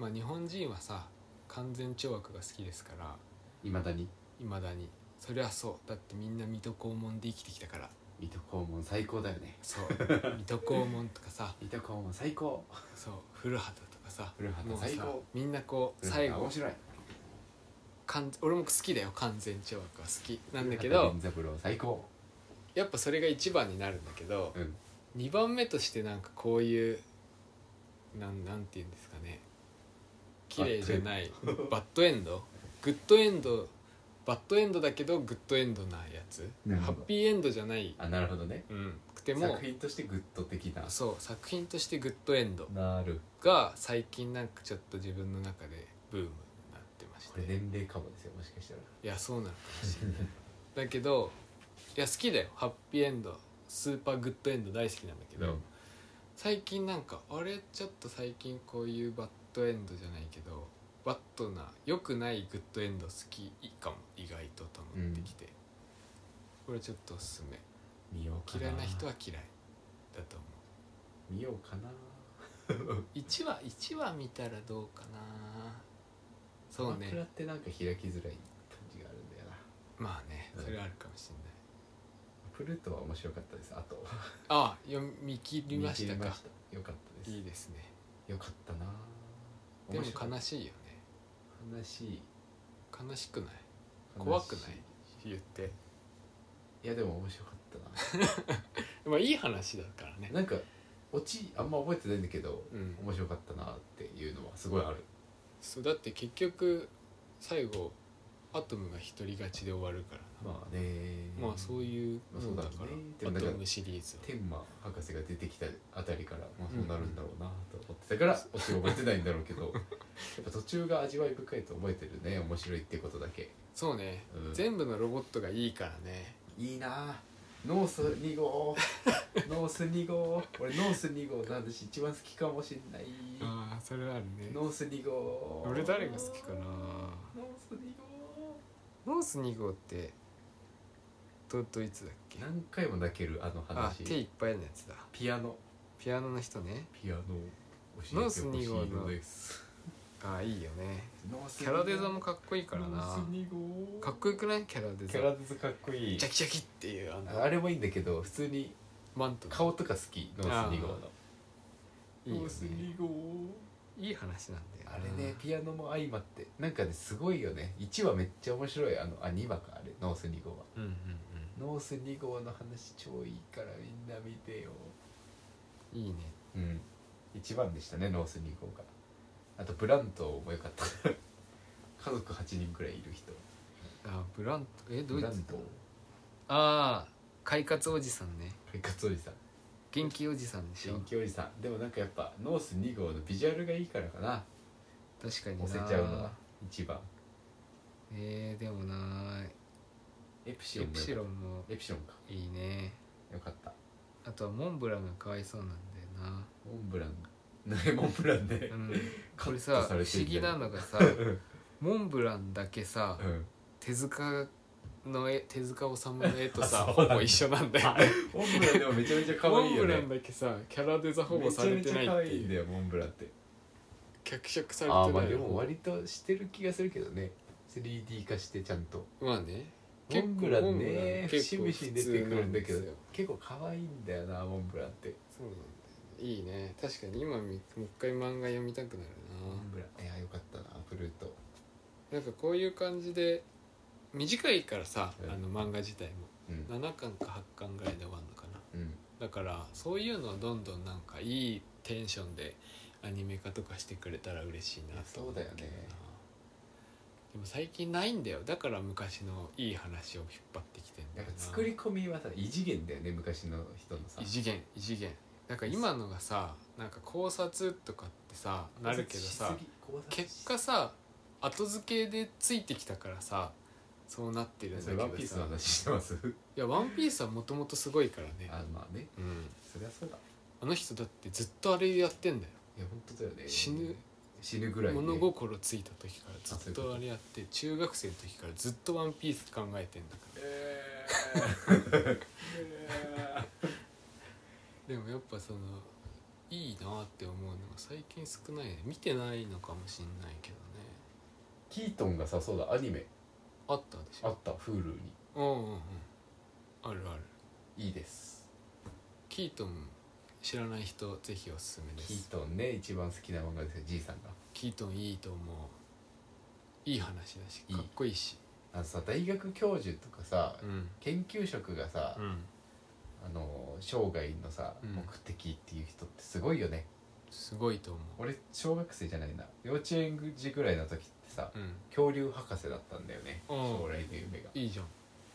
[SPEAKER 1] まあ日本人はさ完全懲悪が好きですから
[SPEAKER 2] いまだに
[SPEAKER 1] いまだにそりゃそうだってみんな水戸黄門で生きてきたから
[SPEAKER 2] 水戸黄門最高だよね
[SPEAKER 1] そう水戸黄門とかさ
[SPEAKER 2] 水戸黄門最高
[SPEAKER 1] そう古畑とかさ
[SPEAKER 2] 古畑
[SPEAKER 1] もうさ
[SPEAKER 2] 最高
[SPEAKER 1] みんなこう最後
[SPEAKER 2] 面白い
[SPEAKER 1] 完俺も好きだよ完全懲悪は好きなんだけど
[SPEAKER 2] 銀三郎最高
[SPEAKER 1] やっぱそれが一番になるんだけど
[SPEAKER 2] うん
[SPEAKER 1] 2番目としてなんかこういうなんなんて言うんですかね綺麗じゃないバッドエンドグッドエンドバッドエンドだけどグッドエンドなやつ
[SPEAKER 2] なる
[SPEAKER 1] ハ
[SPEAKER 2] ほ
[SPEAKER 1] ッ
[SPEAKER 2] ど
[SPEAKER 1] ピーエンドじゃない、
[SPEAKER 2] あなるほどね
[SPEAKER 1] うん、くても
[SPEAKER 2] 作品としてグッド的な
[SPEAKER 1] そう作品としてグッドエンド
[SPEAKER 2] なる
[SPEAKER 1] が最近なんかちょっと自分の中でブームになってまし
[SPEAKER 2] こ
[SPEAKER 1] て
[SPEAKER 2] れ年齢かもですよもしかしたら
[SPEAKER 1] いやそうなのかもしれないだけどいや好きだよハッピーエンドスーパーグッドエンド大好きなんだけど、
[SPEAKER 2] うん
[SPEAKER 1] 最近なんかあれちょっと最近こういうバッドエンドじゃないけどバッドな良くないグッドエンド好きかも意外とと思ってきて、これちょっとおすすめ
[SPEAKER 2] 見ようかな
[SPEAKER 1] 嫌いな人は嫌いだと思
[SPEAKER 2] 見ようかな
[SPEAKER 1] う1話1話見たらどうかなそう
[SPEAKER 2] 鎌倉
[SPEAKER 1] ね
[SPEAKER 2] ってなんか開きづらい感じがあるんだよな
[SPEAKER 1] まあね
[SPEAKER 2] うん
[SPEAKER 1] それはあるかもしれない、
[SPEAKER 2] プルートは面白かったですあと
[SPEAKER 1] ああ読み切りました
[SPEAKER 2] 見切
[SPEAKER 1] か
[SPEAKER 2] よかったです
[SPEAKER 1] いいですね
[SPEAKER 2] よかったな
[SPEAKER 1] でも
[SPEAKER 2] 面白い
[SPEAKER 1] 悲しいよね
[SPEAKER 2] 悲しい
[SPEAKER 1] 悲しくない
[SPEAKER 2] 悲し
[SPEAKER 1] 怖くない言って
[SPEAKER 2] いやでも面白かったな
[SPEAKER 1] まあいい話だからね
[SPEAKER 2] なんかオチあんま覚えてないんだけど、
[SPEAKER 1] うん
[SPEAKER 2] 面白かったなっていうのはすごいある
[SPEAKER 1] そうだって結局最後アトムが独り勝ちで終わるからな、
[SPEAKER 2] まあね
[SPEAKER 1] まあそういう
[SPEAKER 2] まあそう
[SPEAKER 1] も
[SPEAKER 2] だ
[SPEAKER 1] んだ
[SPEAKER 2] ね
[SPEAKER 1] から、
[SPEAKER 2] でもなん
[SPEAKER 1] ア
[SPEAKER 2] か
[SPEAKER 1] トムシリーズは
[SPEAKER 2] 天馬博士が出てきたあたりから、まあ、そうなるんだろうなと思ってたから、オチ覚えてないんだろうけど やっぱ途中が味わい深いと覚えてるね面白いってことだけ
[SPEAKER 1] そうね、
[SPEAKER 2] うん
[SPEAKER 1] 全部のロボットがいいからね
[SPEAKER 2] いいなあノース2号 ノース2号俺ノース2号の話一番好きかもしんない
[SPEAKER 1] ああそれはあるね
[SPEAKER 2] ノース2号
[SPEAKER 1] 俺誰が好きかな
[SPEAKER 2] ノース2号
[SPEAKER 1] ノース2号ってどどいつだっけ
[SPEAKER 2] 何回も泣けるあの
[SPEAKER 1] あ
[SPEAKER 2] 話
[SPEAKER 1] 手いっぱいのやつだ
[SPEAKER 2] ピアノ
[SPEAKER 1] ピアノの人ね
[SPEAKER 2] ピアノ教
[SPEAKER 1] ノース二号の
[SPEAKER 2] です
[SPEAKER 1] ああいいよね
[SPEAKER 2] ノース
[SPEAKER 1] キャラデザもかっこいいからなかっこよくないキャラデ
[SPEAKER 2] いキ
[SPEAKER 1] ザ
[SPEAKER 2] ャラデザかっこいい
[SPEAKER 1] ジャキジャキっていうあの
[SPEAKER 2] あれもいいんだけど普通に
[SPEAKER 1] マントの
[SPEAKER 2] 顔とか好きノース2号の
[SPEAKER 1] いいよね
[SPEAKER 2] 号
[SPEAKER 1] いい話なんだよな
[SPEAKER 2] あれねピアノも相まってなんかねすごいよね1話めっちゃ面白いあのあ2話かあれノース2号は
[SPEAKER 1] うんうん
[SPEAKER 2] ノース2号の話超いいからみんな見てよ
[SPEAKER 1] うんいいね
[SPEAKER 2] うん一番でしたねノース2号があとブラントも良かった 家族8人くらいいる人
[SPEAKER 1] あブラントえど
[SPEAKER 2] ブ
[SPEAKER 1] うい
[SPEAKER 2] ラ
[SPEAKER 1] う
[SPEAKER 2] ント
[SPEAKER 1] ああ快活おじさんね
[SPEAKER 2] 快活おじさん
[SPEAKER 1] 元気おじさんでしょ
[SPEAKER 2] 新規おじさんでもなんかやっぱノース2号のビジュアルがいいからかな
[SPEAKER 1] 確かにな
[SPEAKER 2] 押せちゃうのが一番
[SPEAKER 1] えー、でもな
[SPEAKER 2] エプシ
[SPEAKER 1] エ
[SPEAKER 2] ロン
[SPEAKER 1] プ
[SPEAKER 2] もよ
[SPEAKER 1] シロ
[SPEAKER 2] かっ
[SPEAKER 1] ンも
[SPEAKER 2] たエプシロンか
[SPEAKER 1] いいね
[SPEAKER 2] よかった
[SPEAKER 1] あとはモンブランがかわいそうなんだよな
[SPEAKER 2] モンブラン ねモンブランね
[SPEAKER 1] うん、
[SPEAKER 2] カ
[SPEAKER 1] こ
[SPEAKER 2] ッ
[SPEAKER 1] れ
[SPEAKER 2] ト
[SPEAKER 1] さ不
[SPEAKER 2] れて
[SPEAKER 1] 思
[SPEAKER 2] る
[SPEAKER 1] 議
[SPEAKER 2] じゃ
[SPEAKER 1] なんのがさモンブランだけさ、手塚の絵手塚治虫の絵とさ
[SPEAKER 3] あそ
[SPEAKER 1] ほ
[SPEAKER 3] うなんだ
[SPEAKER 1] ぼ一緒なんだよ
[SPEAKER 3] モンブランでもめちゃめちゃ可
[SPEAKER 1] モ
[SPEAKER 3] 愛い
[SPEAKER 1] ン
[SPEAKER 3] よ
[SPEAKER 1] ブ
[SPEAKER 3] ね
[SPEAKER 1] ランだけさキャラデザほぼ
[SPEAKER 3] め
[SPEAKER 1] さ
[SPEAKER 3] ちゃ
[SPEAKER 1] れ
[SPEAKER 3] め
[SPEAKER 1] て
[SPEAKER 3] ち
[SPEAKER 1] ない
[SPEAKER 3] ゃ
[SPEAKER 1] っ
[SPEAKER 3] 可
[SPEAKER 1] て
[SPEAKER 3] 愛いんだ
[SPEAKER 1] いう
[SPEAKER 3] よモンブランって
[SPEAKER 1] 脚色されて
[SPEAKER 2] ああま
[SPEAKER 1] な
[SPEAKER 2] あ
[SPEAKER 1] い
[SPEAKER 2] で
[SPEAKER 1] よ
[SPEAKER 2] も割としてる気がするけどね 3D 化してちゃんと
[SPEAKER 1] まあね
[SPEAKER 2] モンブラン
[SPEAKER 1] モンブラ
[SPEAKER 2] ね
[SPEAKER 1] ン
[SPEAKER 2] 節々に出てくるんだけど
[SPEAKER 1] 結構普通なんですよ
[SPEAKER 2] 結構可愛いんだよなモンブランって
[SPEAKER 1] そうなんだよいいね確かに今みもう一回漫画読みたくなる
[SPEAKER 2] モンブランいやよかったなフルート
[SPEAKER 1] ななんかこういう感じで短いからさ
[SPEAKER 2] うん
[SPEAKER 1] あの漫画自体
[SPEAKER 2] うん
[SPEAKER 1] も7巻か8巻ぐらいで終わるのかな
[SPEAKER 2] うん
[SPEAKER 1] だからそういうのをどんどんなんかいいテンションでアニメ化とかしてくれたら嬉しいなと思けどな
[SPEAKER 2] そうだよね
[SPEAKER 1] でも最近ないんだよだから昔のいい話を引っ張ってきてん
[SPEAKER 2] や
[SPEAKER 1] だ
[SPEAKER 2] っ
[SPEAKER 1] よ
[SPEAKER 2] ぱ
[SPEAKER 1] な
[SPEAKER 2] 作り込みはさ異次元だよね昔の人のさ
[SPEAKER 1] 異次元異次元なんか今のがさなんか考察とかってさなるけどさ結果さ後付けでついてきたからさそうなってるんだけ
[SPEAKER 2] ワン
[SPEAKER 1] ど
[SPEAKER 2] ピースの
[SPEAKER 1] さ
[SPEAKER 2] 話してます
[SPEAKER 1] いやワンピースはもともとすごいからね
[SPEAKER 2] あまあね
[SPEAKER 1] うん
[SPEAKER 2] そりゃそうだ
[SPEAKER 1] あの人だってずっとあれやってんだよ
[SPEAKER 2] いや本当だよね
[SPEAKER 1] 死ぬ
[SPEAKER 2] 死ぬぐらいね
[SPEAKER 1] 物心ついた時から
[SPEAKER 2] あそ
[SPEAKER 1] ず
[SPEAKER 2] うい
[SPEAKER 1] っ
[SPEAKER 2] うこと
[SPEAKER 1] とあれやって中学生の時からずっと「ワンピース考えてんだか
[SPEAKER 3] え
[SPEAKER 1] らでもやっぱそのいいなって思うのが最近少ないね見てないのかもしんないけどね
[SPEAKER 2] キートンがさそうだアニメ
[SPEAKER 1] あったでし
[SPEAKER 2] あ
[SPEAKER 1] ょ
[SPEAKER 2] った Hulu
[SPEAKER 1] うんうんうんあるある
[SPEAKER 2] にいいです
[SPEAKER 1] キートン知らない人ぜひおすすめで
[SPEAKER 2] キー
[SPEAKER 1] す
[SPEAKER 2] トンね一番好きな漫画ですよじいさんが
[SPEAKER 1] キートンいいと思ういい話だし
[SPEAKER 2] いい
[SPEAKER 1] かっこいいし
[SPEAKER 2] あのさ大学教授とかさ、
[SPEAKER 1] うん
[SPEAKER 2] 研究職がさ、
[SPEAKER 1] うん
[SPEAKER 2] あの生涯のさ、
[SPEAKER 1] うん
[SPEAKER 2] 目的っていう人ってすごいよね
[SPEAKER 1] すごいと思
[SPEAKER 2] 俺小学生じゃないな幼稚園児ぐらいの時ってさ
[SPEAKER 1] ううん
[SPEAKER 2] 恐竜博士だったんだよね
[SPEAKER 1] うん
[SPEAKER 2] 将来の夢が
[SPEAKER 1] いいじゃん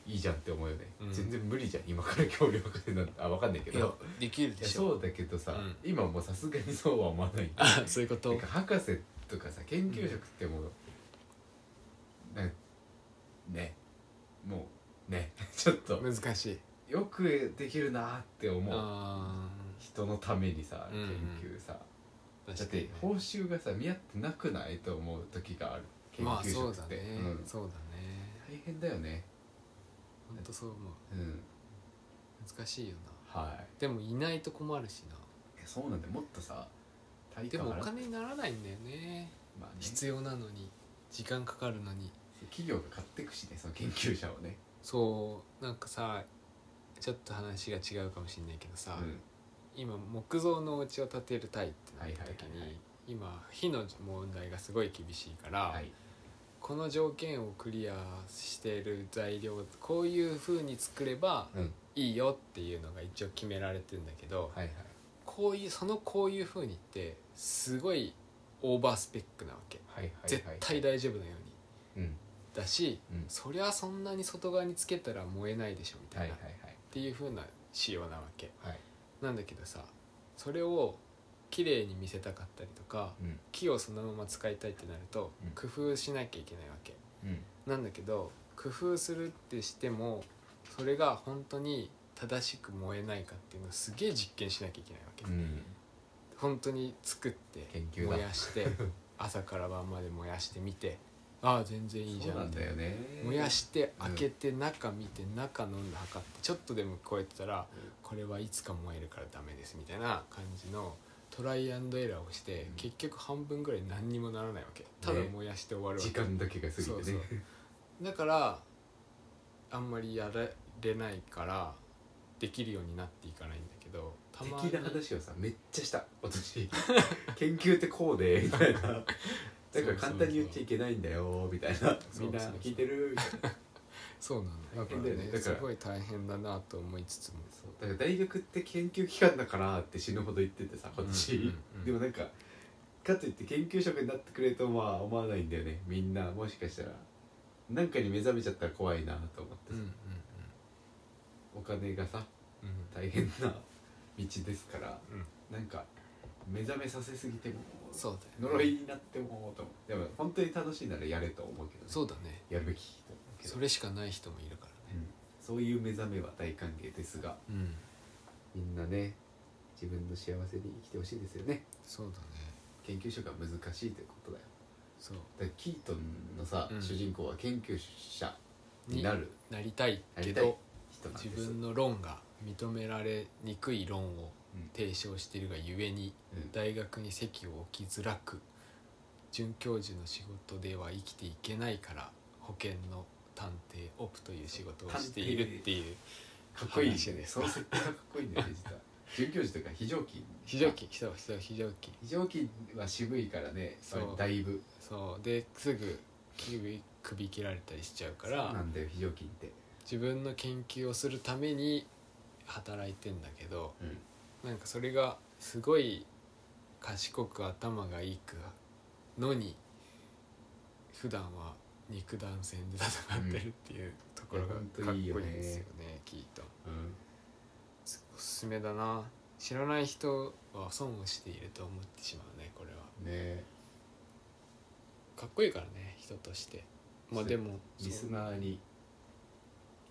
[SPEAKER 2] いいじゃんって思うよね、
[SPEAKER 1] うん
[SPEAKER 2] 全然無理じゃん今から恐竜博士なんてあ分かんないけどいや
[SPEAKER 1] できるでしょ
[SPEAKER 2] そうだけどさ、
[SPEAKER 1] うん
[SPEAKER 2] 今もうさすがにそうは思わない
[SPEAKER 1] あ そういうこと
[SPEAKER 2] なんか博士とかさ研究職ってもう、なんかねもうね ちょっと
[SPEAKER 1] 難しい
[SPEAKER 2] よくできるなって思う
[SPEAKER 1] あ
[SPEAKER 2] 人のためにさ
[SPEAKER 1] うん
[SPEAKER 2] 研
[SPEAKER 1] うん
[SPEAKER 2] 究さ、
[SPEAKER 1] あ
[SPEAKER 2] だって報酬がさ見合ってなくないと思う時がある研
[SPEAKER 1] まあ
[SPEAKER 2] 究
[SPEAKER 1] そ
[SPEAKER 2] 職
[SPEAKER 1] う
[SPEAKER 2] っ
[SPEAKER 1] だ
[SPEAKER 2] て、
[SPEAKER 1] ね、
[SPEAKER 2] うん
[SPEAKER 1] そうだね
[SPEAKER 2] 大変だよね
[SPEAKER 1] 本当そう思う
[SPEAKER 2] うん
[SPEAKER 1] 難しいよな
[SPEAKER 2] は
[SPEAKER 1] でもいないと困るしない
[SPEAKER 2] いやそうなんだよもっとさ対
[SPEAKER 1] で
[SPEAKER 2] 価
[SPEAKER 1] もお
[SPEAKER 2] 払って
[SPEAKER 1] 金にならないんだよね
[SPEAKER 2] まあね
[SPEAKER 1] 必要なのに時間かかるのに
[SPEAKER 2] 企業が買ってくしねその研究者をね、
[SPEAKER 1] そうなんかさちょっと話が違うかもしれないけど
[SPEAKER 2] う
[SPEAKER 1] さ、
[SPEAKER 2] ん、
[SPEAKER 1] 今木造のお家を建てるたいってなった時に、
[SPEAKER 2] はいはいはいはい
[SPEAKER 1] 今火の問題がすごい厳しいから、
[SPEAKER 2] はい
[SPEAKER 1] この条件をクリアしてる材料こういう風に作れば
[SPEAKER 2] うん
[SPEAKER 1] いいよっていうのが一応決められてんだけど、
[SPEAKER 2] はいはい
[SPEAKER 1] こういうそのこういう風にってすごいオーバースペックなわけ、
[SPEAKER 2] はいはいはい
[SPEAKER 1] 絶対大丈夫なように
[SPEAKER 2] うん
[SPEAKER 1] だし、
[SPEAKER 2] うん
[SPEAKER 1] そりゃそんなに外側につけたら燃えないでしょみた
[SPEAKER 2] はいい
[SPEAKER 1] な、
[SPEAKER 2] はい
[SPEAKER 1] っていう風な仕様なわけ
[SPEAKER 2] はいはい
[SPEAKER 1] なんだけどさそれを綺麗に見せたかったりとか
[SPEAKER 2] うん
[SPEAKER 1] 木をそのまま使いたいってなると
[SPEAKER 2] うん
[SPEAKER 1] 工夫しなきゃいけないわけ、
[SPEAKER 2] うん
[SPEAKER 1] なんだけど工夫するってしてもそれが本当に正しく燃えないかっていうのをすげえ実験しなきゃいけないわけ、
[SPEAKER 2] うん
[SPEAKER 1] 本当に作って
[SPEAKER 2] 研究だ
[SPEAKER 1] 燃やして 朝から晩まで燃やしてみてああ全然いいじゃ
[SPEAKER 2] そうなんんだよね
[SPEAKER 1] 燃やして
[SPEAKER 2] うん
[SPEAKER 1] 開けて中見て中飲んで測ってちょっとでも超えてたらこれはいつか燃えるからダメですみたいな感じのトライアンドエラーをして
[SPEAKER 2] うん
[SPEAKER 1] 結局半分ぐらい何にもならないわけただ燃やして終わるわけ
[SPEAKER 2] 時間だけが過ぎてね
[SPEAKER 1] そうそうだからあんまりやられないからできるようになっていかないんだけどたまに
[SPEAKER 2] 的な話をさめっちゃした私 研究ってこうでみ たいなだから簡単に言っちゃいけないんだよみたいな
[SPEAKER 1] そ
[SPEAKER 2] み
[SPEAKER 1] う
[SPEAKER 2] んな聞いてるみたいな
[SPEAKER 1] そうな
[SPEAKER 2] 大
[SPEAKER 1] のだか
[SPEAKER 2] 変だよ
[SPEAKER 1] ら
[SPEAKER 2] ね
[SPEAKER 1] ね
[SPEAKER 2] だか
[SPEAKER 1] す
[SPEAKER 2] ら
[SPEAKER 1] ごい大変だなと思いつつも
[SPEAKER 2] そうだから大学って研究機関だからって死ぬほど言っててさこっち、
[SPEAKER 1] うんうんうん
[SPEAKER 2] でもなんかかといって研究職になってくれるとまあ思わないんだよねみんなもしかしたらなんかに目覚めちゃったら怖いなと思って
[SPEAKER 1] う
[SPEAKER 2] さ、
[SPEAKER 1] んうん
[SPEAKER 2] お金がさ
[SPEAKER 1] うんう
[SPEAKER 2] 大変な道ですから
[SPEAKER 1] んう
[SPEAKER 2] な
[SPEAKER 1] ん
[SPEAKER 2] んか目覚めさせすぎても
[SPEAKER 1] そうだよ
[SPEAKER 2] 呪いになってもと思うでも本当に楽しいならやれと思うけどね、
[SPEAKER 1] そうだね
[SPEAKER 2] やるべきと思うけど
[SPEAKER 1] それしかない人もいるか
[SPEAKER 2] うんそういう目覚めは大歓迎ですが
[SPEAKER 1] らねうん
[SPEAKER 2] みんなね自分の幸せに生きてほしいですよね
[SPEAKER 1] そうだね
[SPEAKER 2] 研究所が難しいということだよ
[SPEAKER 1] そう
[SPEAKER 2] だからキートンのさ、
[SPEAKER 1] うん
[SPEAKER 2] 主人公は研究者
[SPEAKER 1] に
[SPEAKER 2] になる
[SPEAKER 1] なりたい
[SPEAKER 2] な
[SPEAKER 1] け
[SPEAKER 2] りたい
[SPEAKER 1] ど
[SPEAKER 2] 人なん
[SPEAKER 1] 自
[SPEAKER 2] です
[SPEAKER 1] 分の論が認められにくい論を
[SPEAKER 3] うん
[SPEAKER 1] 提唱しているがゆえに、
[SPEAKER 2] うん
[SPEAKER 1] 大学に籍を置きづらく准教授の仕事では生きていけないから保険の探偵オプという仕事をしているっていう
[SPEAKER 2] か
[SPEAKER 1] っこいいじゃないです
[SPEAKER 3] そ
[SPEAKER 1] か
[SPEAKER 3] の設定がかっこいいんだよね 実は准教授とか非常勤
[SPEAKER 1] 非常勤そうそう非常勤
[SPEAKER 3] 非常勤は渋いからね
[SPEAKER 1] そう
[SPEAKER 3] それだいぶ
[SPEAKER 1] そうですぐ首首切られたりしちゃうか
[SPEAKER 3] そうな
[SPEAKER 1] ら
[SPEAKER 3] んだよ非常勤って
[SPEAKER 1] 自分の研究をするために働いてんだけど
[SPEAKER 2] うん
[SPEAKER 1] なんかそれがすごい賢く頭がいいくのに普段は肉弾戦で戦ってるっていうところが
[SPEAKER 3] いや
[SPEAKER 1] かっ
[SPEAKER 3] 本
[SPEAKER 1] こ
[SPEAKER 3] 当
[SPEAKER 1] い
[SPEAKER 3] にい
[SPEAKER 1] い
[SPEAKER 3] いよね
[SPEAKER 1] ですよね聞いた
[SPEAKER 2] うん
[SPEAKER 1] おすすめだな知らない人は損をしていると思ってしまうねこれは
[SPEAKER 2] ねえ
[SPEAKER 1] かっこいいからね人としてまあ
[SPEAKER 2] そう
[SPEAKER 1] でも
[SPEAKER 2] リスナーに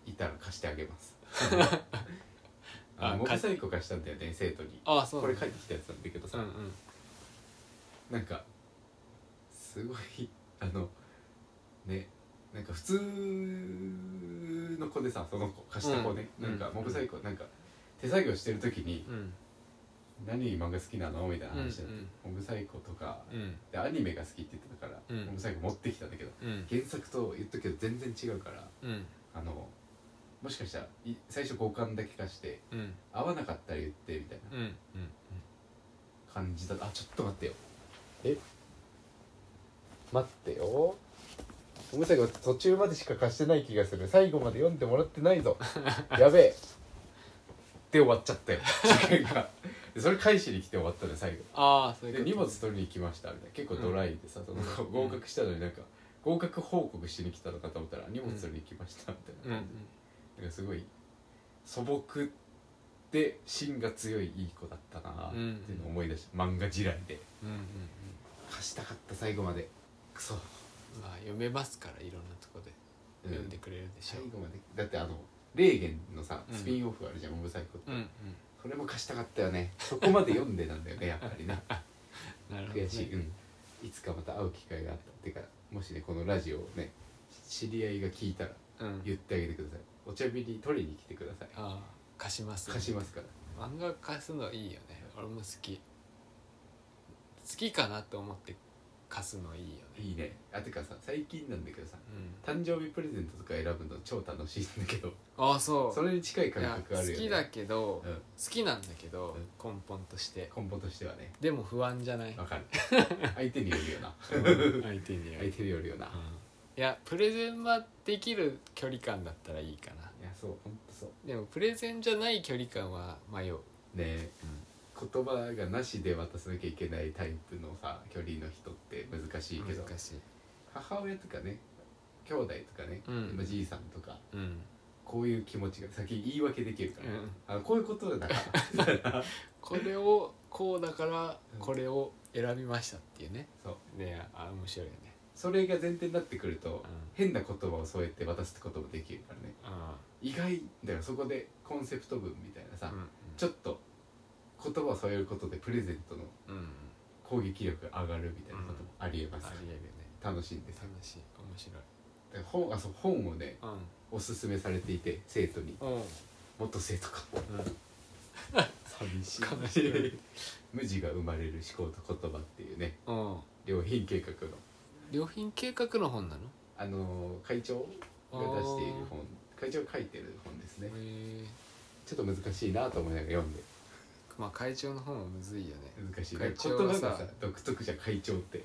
[SPEAKER 2] いたら貸してあげます あ
[SPEAKER 1] あ
[SPEAKER 2] のモ
[SPEAKER 1] 貸
[SPEAKER 2] ブサイコ貸したんだよね生徒に
[SPEAKER 1] ああそう
[SPEAKER 2] こ
[SPEAKER 1] な
[SPEAKER 2] れ
[SPEAKER 1] んだ
[SPEAKER 2] 帰ってきたやつなんだけど
[SPEAKER 1] う
[SPEAKER 2] さ、
[SPEAKER 1] んうん
[SPEAKER 2] なんかすごいあのねなんか普通の子でさその子貸した子ね、
[SPEAKER 1] うん
[SPEAKER 2] なんか
[SPEAKER 1] うん
[SPEAKER 2] モブサイコなんか手作業してる時に
[SPEAKER 1] うん
[SPEAKER 2] 「何漫画好きなの?」みたいな話になって、
[SPEAKER 1] うん
[SPEAKER 2] モブサイコとか
[SPEAKER 1] うん
[SPEAKER 2] でアニメが好きって言ってたから、
[SPEAKER 1] うん
[SPEAKER 2] モブサイコ持ってきたんだけど
[SPEAKER 1] うん
[SPEAKER 2] 原作と言っとくけど全然違うから
[SPEAKER 1] うん
[SPEAKER 2] あのもしかしたらい最初五感だけ貸して
[SPEAKER 1] うん
[SPEAKER 2] 合わなかったら言ってみたいな
[SPEAKER 1] うんうん
[SPEAKER 2] 感じだあちょっと待ってよ
[SPEAKER 1] え
[SPEAKER 2] 待ってよごめんなさい途中までしか貸してない気がする最後まで読んでもらってない ぞやべえで終わっちゃ ったよ時間がでそれ返しに来て終わったのよ最後
[SPEAKER 1] ああそういう
[SPEAKER 2] で
[SPEAKER 1] こと
[SPEAKER 2] 荷物取りに来ましたみたいな結構ドライでさ、その合格したのになんか合格報告しに来たのかと思ったら荷物取りに来ましたみたい
[SPEAKER 1] うんう
[SPEAKER 2] な感じで、
[SPEAKER 1] ん
[SPEAKER 2] なんかすごい素朴で芯が強いいい子だったなっていうのを思い出した、漫画地雷で
[SPEAKER 1] うんうんうん
[SPEAKER 2] 貸したかった最後までクソ、
[SPEAKER 1] まあ読めますからいろんなとこで
[SPEAKER 2] うん
[SPEAKER 1] 読んでくれるでし
[SPEAKER 2] 最
[SPEAKER 1] ょう
[SPEAKER 2] 後までだってあのレーゲンのさ
[SPEAKER 1] うん
[SPEAKER 2] スピンオフあるじゃん、モブサイコって、
[SPEAKER 1] うんうん
[SPEAKER 2] それも貸したかったよねそこまで読んでなんだよ ねやっぱりな
[SPEAKER 1] なるほどね
[SPEAKER 2] 悔しい、うんいつかまた会う機会があったっていうかもしねこのラジオをね知り合いが聞いたら
[SPEAKER 1] うん
[SPEAKER 2] 言ってあげてくださいお茶びり取りに来てください
[SPEAKER 1] ああ貸します
[SPEAKER 2] 貸しますから
[SPEAKER 1] 漫画貸すのいいよね俺も好き好きかなと思って貸すのいいよね
[SPEAKER 2] いいねあてかさ最近なんだけどさ
[SPEAKER 1] うん
[SPEAKER 2] 誕生日プレゼントとか選ぶの超楽しいんだけど
[SPEAKER 1] ああそう
[SPEAKER 2] それに近い
[SPEAKER 1] い
[SPEAKER 2] 感
[SPEAKER 1] や
[SPEAKER 2] 覚あるよね
[SPEAKER 1] 好きだけど
[SPEAKER 2] うん
[SPEAKER 1] 好きなんだけど
[SPEAKER 2] うん
[SPEAKER 1] 根本として
[SPEAKER 2] コンボとしてはね
[SPEAKER 1] でも不安じゃない
[SPEAKER 2] わ かる相手によるよな
[SPEAKER 1] 相手によ
[SPEAKER 2] 相
[SPEAKER 1] る
[SPEAKER 2] 手によるよな、
[SPEAKER 1] うん
[SPEAKER 2] い
[SPEAKER 1] いやプレゼンはできる距離感だったらいいかな
[SPEAKER 2] やそうほんとそう
[SPEAKER 1] でもプレゼンじゃない距離感は迷う
[SPEAKER 2] ねえ、言葉がなしで渡さなきゃいけないタイプのさ距離の人って難しいけど
[SPEAKER 1] 難しい
[SPEAKER 2] 母親とかね兄弟とかね、
[SPEAKER 1] うん
[SPEAKER 2] まあじいさんとか
[SPEAKER 1] うん
[SPEAKER 2] こういう気持ちが先に言い訳できるから、
[SPEAKER 1] うん
[SPEAKER 2] あのこういうことだから
[SPEAKER 1] これをこうだから
[SPEAKER 2] うん
[SPEAKER 1] これを選びましたっていうね
[SPEAKER 2] そう
[SPEAKER 1] ねあ面白いよね
[SPEAKER 2] それが前提になってくると、
[SPEAKER 1] うん
[SPEAKER 2] 変な言葉を添えて渡すってこともできるからね
[SPEAKER 1] あ
[SPEAKER 2] 意外だからそこでコンセプト文みたいな
[SPEAKER 1] あ
[SPEAKER 2] さ、
[SPEAKER 1] うん
[SPEAKER 2] ちょっと言葉を添えることでプレゼントの
[SPEAKER 1] うん
[SPEAKER 2] 攻撃力が上がるみたいなこともありえます、
[SPEAKER 1] ありえるね
[SPEAKER 2] 楽しいんですよ
[SPEAKER 1] 楽しい面白い
[SPEAKER 2] だから本あそう本をね
[SPEAKER 1] う
[SPEAKER 2] おすすめされていて生徒に
[SPEAKER 1] んうん
[SPEAKER 2] 元生徒か 寂し
[SPEAKER 1] 悲しい
[SPEAKER 2] 無地が生まれる思考と言葉っていうね
[SPEAKER 1] うんうん
[SPEAKER 2] 良品計画の
[SPEAKER 1] 良品計画の本なの
[SPEAKER 2] あのー会長が出している本会長が書いてる本ですね
[SPEAKER 1] へえ
[SPEAKER 2] ちょっと難しいなと思いながら読んで
[SPEAKER 1] まあ会長の本はむずいよね
[SPEAKER 2] 難しいね
[SPEAKER 1] 会
[SPEAKER 2] 言
[SPEAKER 1] 長
[SPEAKER 2] 葉
[SPEAKER 1] は
[SPEAKER 2] が
[SPEAKER 1] さ
[SPEAKER 2] さ独特じゃん会長って
[SPEAKER 1] い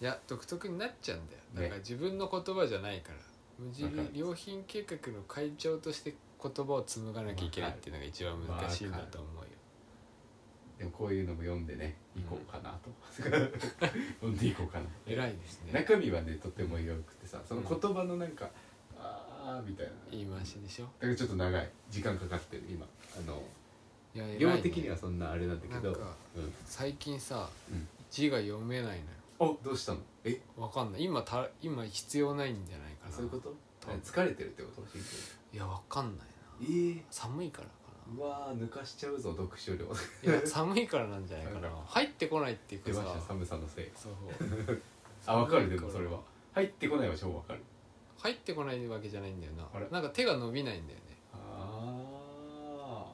[SPEAKER 1] や独特になっちゃうんだよ
[SPEAKER 2] ね
[SPEAKER 1] だから自分の言葉じゃないから無事
[SPEAKER 2] わかる
[SPEAKER 1] 良品計画の会長として言葉を紡がなきゃいけないっていうのが一番難しいんだと思うよ
[SPEAKER 2] でもこういうのも読んでね行こうかなと、 読んでいこうかな
[SPEAKER 1] 偉いですね
[SPEAKER 2] 中身はねとても良くてさその言葉のなんか、ああみたいな
[SPEAKER 1] 言い回しでしょ
[SPEAKER 2] だからちょっと長い時間かかってる今あの
[SPEAKER 1] いや偉いね
[SPEAKER 2] 量的にはそんなあれなんだけど
[SPEAKER 1] なんか
[SPEAKER 2] うん、
[SPEAKER 1] 最近さ
[SPEAKER 2] うん
[SPEAKER 1] 字が読めないのよ
[SPEAKER 2] おどうしたのえ
[SPEAKER 1] わかんない今た今必要ないんじゃないかな
[SPEAKER 2] そういうこと
[SPEAKER 1] 多分
[SPEAKER 2] 疲れてるってこと神経
[SPEAKER 1] いやわかんないな
[SPEAKER 2] え
[SPEAKER 1] 寒いからか
[SPEAKER 2] ー、うわー抜かしちゃうぞ読書量
[SPEAKER 1] ないや寒いからなんじゃないかな
[SPEAKER 2] なんか
[SPEAKER 1] 入ってこないっていう
[SPEAKER 2] 出
[SPEAKER 1] か
[SPEAKER 2] ま
[SPEAKER 1] さ
[SPEAKER 2] した寒さのせい
[SPEAKER 1] そう
[SPEAKER 2] あわかるで
[SPEAKER 1] 寒
[SPEAKER 2] も
[SPEAKER 1] い
[SPEAKER 2] それは入ってこないは超わかる
[SPEAKER 1] 入ってこないわけじゃないんだよ
[SPEAKER 3] あ
[SPEAKER 1] な
[SPEAKER 3] れ
[SPEAKER 1] なんか手が伸びないんだよね
[SPEAKER 2] あ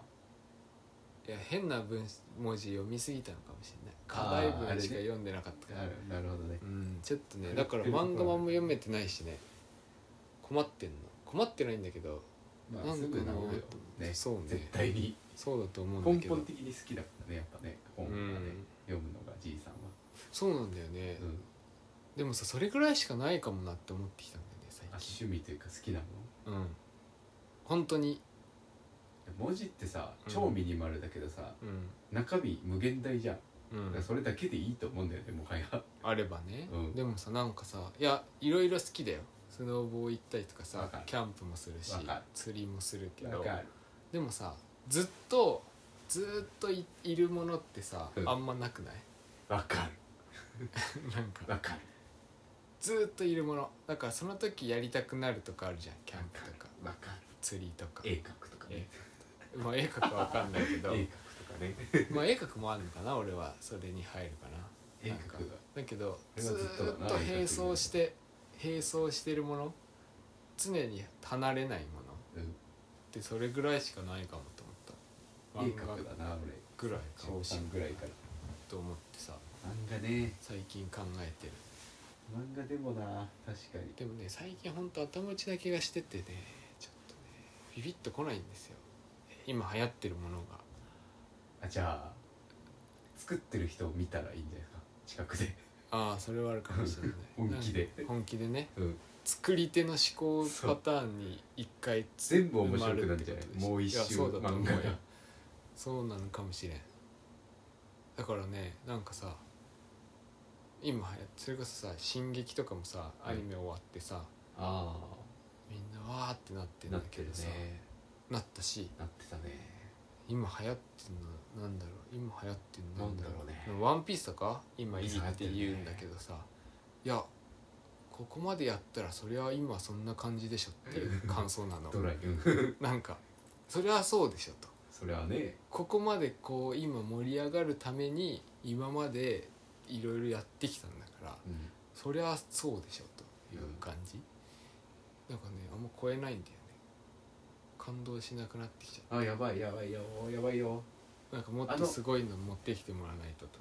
[SPEAKER 1] いや変な文文字読みすぎたのかもしれない課題
[SPEAKER 3] あーあれ
[SPEAKER 1] 文
[SPEAKER 3] ね
[SPEAKER 1] しか読んでなかった
[SPEAKER 3] ー
[SPEAKER 1] から、
[SPEAKER 3] なるなるほどね
[SPEAKER 1] うんちょっとね
[SPEAKER 3] れ
[SPEAKER 1] だから漫画版も読めてないしね困ってんの困ってないんだけど
[SPEAKER 3] ま
[SPEAKER 1] な
[SPEAKER 3] あ
[SPEAKER 1] ん
[SPEAKER 3] すぐ
[SPEAKER 1] か
[SPEAKER 3] 治る
[SPEAKER 1] な
[SPEAKER 3] よね
[SPEAKER 1] そうね
[SPEAKER 3] 絶対に
[SPEAKER 1] そうだと思うん
[SPEAKER 2] 根
[SPEAKER 1] だけど
[SPEAKER 2] 本的に好きだったねやっぱね本がね、
[SPEAKER 1] うん
[SPEAKER 2] 読むのがじいさんは、
[SPEAKER 1] そうなんだよね、
[SPEAKER 2] うん、
[SPEAKER 1] でもさそれぐらいしかないかもなって思ってきたんだよね最
[SPEAKER 2] あ
[SPEAKER 1] 近
[SPEAKER 2] 趣味というか好きなも
[SPEAKER 1] うん本当に
[SPEAKER 2] の文字ってさ
[SPEAKER 1] うん
[SPEAKER 2] 超ミニマルだけどさ、
[SPEAKER 1] うん
[SPEAKER 2] 中身無限大じゃん、
[SPEAKER 1] う
[SPEAKER 2] だ
[SPEAKER 1] ん
[SPEAKER 2] からそれだけでいいと思うんだよねもはや
[SPEAKER 1] あればね、
[SPEAKER 2] うん
[SPEAKER 1] でもさなんかさいやいろいろ好きだよスノーボー行ったりとか
[SPEAKER 2] わ
[SPEAKER 1] さ
[SPEAKER 2] かる
[SPEAKER 1] キャンプもするし
[SPEAKER 2] わかる
[SPEAKER 1] 釣りもするけ
[SPEAKER 2] わ
[SPEAKER 1] ど
[SPEAKER 2] かる
[SPEAKER 1] でもさずっとずっといいるものってさ、
[SPEAKER 2] うん
[SPEAKER 1] あんまなくない
[SPEAKER 2] わか
[SPEAKER 1] なんか
[SPEAKER 2] るわかる
[SPEAKER 1] ずっといるものだからその時やりたくなるとかあるじゃんキャ
[SPEAKER 2] わ
[SPEAKER 1] ンプ
[SPEAKER 2] か
[SPEAKER 1] とか
[SPEAKER 2] るわか
[SPEAKER 1] 釣りとか
[SPEAKER 2] る絵描くとかね
[SPEAKER 1] まあ絵描くは分かんないけ
[SPEAKER 2] 絵
[SPEAKER 1] ど
[SPEAKER 2] 描くとかね
[SPEAKER 1] まあ絵描くもあるのかな俺はそれに入るかな
[SPEAKER 2] 絵描
[SPEAKER 1] なんか
[SPEAKER 2] くが
[SPEAKER 1] だけど
[SPEAKER 2] 俺
[SPEAKER 1] ず
[SPEAKER 2] はずっとだ
[SPEAKER 1] ーっ
[SPEAKER 2] な
[SPEAKER 1] と並走して並走してるもの常に離れないものってそれぐらいしかないかもと
[SPEAKER 2] 絵
[SPEAKER 1] 思った
[SPEAKER 2] 描くだな俺
[SPEAKER 1] ぐらいか
[SPEAKER 2] 小
[SPEAKER 1] もしれな
[SPEAKER 2] 3
[SPEAKER 1] い
[SPEAKER 2] ぐらいから
[SPEAKER 1] と思ってさ
[SPEAKER 2] 漫画ね
[SPEAKER 1] 最近考えてる
[SPEAKER 2] 漫画でもな確かに
[SPEAKER 1] でもね最近ほんと頭打ちな気がしててねちょっとねビビッとこないんですよ今流行ってるものが
[SPEAKER 2] あじゃあ作ってる人を見たらいいんじゃないですか近くで
[SPEAKER 1] ああそれはあるかもしれない
[SPEAKER 2] 本気で
[SPEAKER 1] なんか本気でね
[SPEAKER 2] うん
[SPEAKER 1] 作り手の思考パターンに一回
[SPEAKER 2] 全部面白くなるんじゃない
[SPEAKER 1] 埋まるってことでしょ
[SPEAKER 2] もう一
[SPEAKER 1] いや
[SPEAKER 2] 周
[SPEAKER 1] そうだと思う
[SPEAKER 2] 漫
[SPEAKER 1] よ
[SPEAKER 2] 画や
[SPEAKER 1] そうなのかもしれんだからねなんかさ今はやそれこそさ「進撃」とかもさ
[SPEAKER 2] は
[SPEAKER 1] ア
[SPEAKER 2] い
[SPEAKER 1] ニメ終わってさ、
[SPEAKER 2] あ
[SPEAKER 1] みんなわーってなっ
[SPEAKER 2] あ
[SPEAKER 1] てんだ
[SPEAKER 2] なって
[SPEAKER 1] け
[SPEAKER 2] る
[SPEAKER 1] ど
[SPEAKER 2] ね
[SPEAKER 1] さな,、ったし
[SPEAKER 2] なってたね
[SPEAKER 1] 今流行ってんのなんだろう今流行ってんのなんだろう
[SPEAKER 2] なんだろうね
[SPEAKER 1] ワンピースとか今いい
[SPEAKER 2] ワンピース流行っ
[SPEAKER 1] っ
[SPEAKER 2] て
[SPEAKER 1] て
[SPEAKER 2] るね
[SPEAKER 1] 言うんだけどさ、いやここまでやったらそりゃ今そんな感じでしょっていう感想な の
[SPEAKER 2] ドライうん
[SPEAKER 1] なんかそりゃそうでしょと
[SPEAKER 2] それはね
[SPEAKER 1] ここまでこう今盛り上がるために今までいろいろやってきたんだから
[SPEAKER 2] うん
[SPEAKER 1] そりゃそうでしょという感じ、なんかねあんま超えないんだよね感動しなくなってきちゃ
[SPEAKER 2] あやばいやばいよやばいよ
[SPEAKER 1] うなんかもっ
[SPEAKER 2] あ
[SPEAKER 1] と
[SPEAKER 2] の
[SPEAKER 1] すごいの持ってきてもらわないとと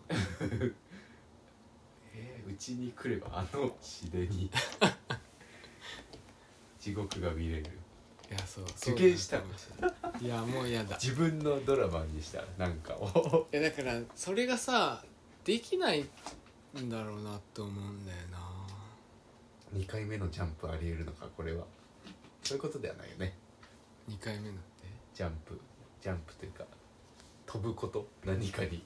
[SPEAKER 2] えーうちに来ればあの地で に地獄が見れる
[SPEAKER 1] いやそう
[SPEAKER 2] 受験した
[SPEAKER 1] そうなの かもしれないいやもうやだ
[SPEAKER 2] 自分のドラマにしたなんかを
[SPEAKER 1] いやだからそれがさできないんだろうなと思うんだよな
[SPEAKER 2] 2回目のジャンプありえるのかこれはそういうことではないよね
[SPEAKER 1] 2回目なって
[SPEAKER 2] ジャンプジャンプというか飛ぶこと何かに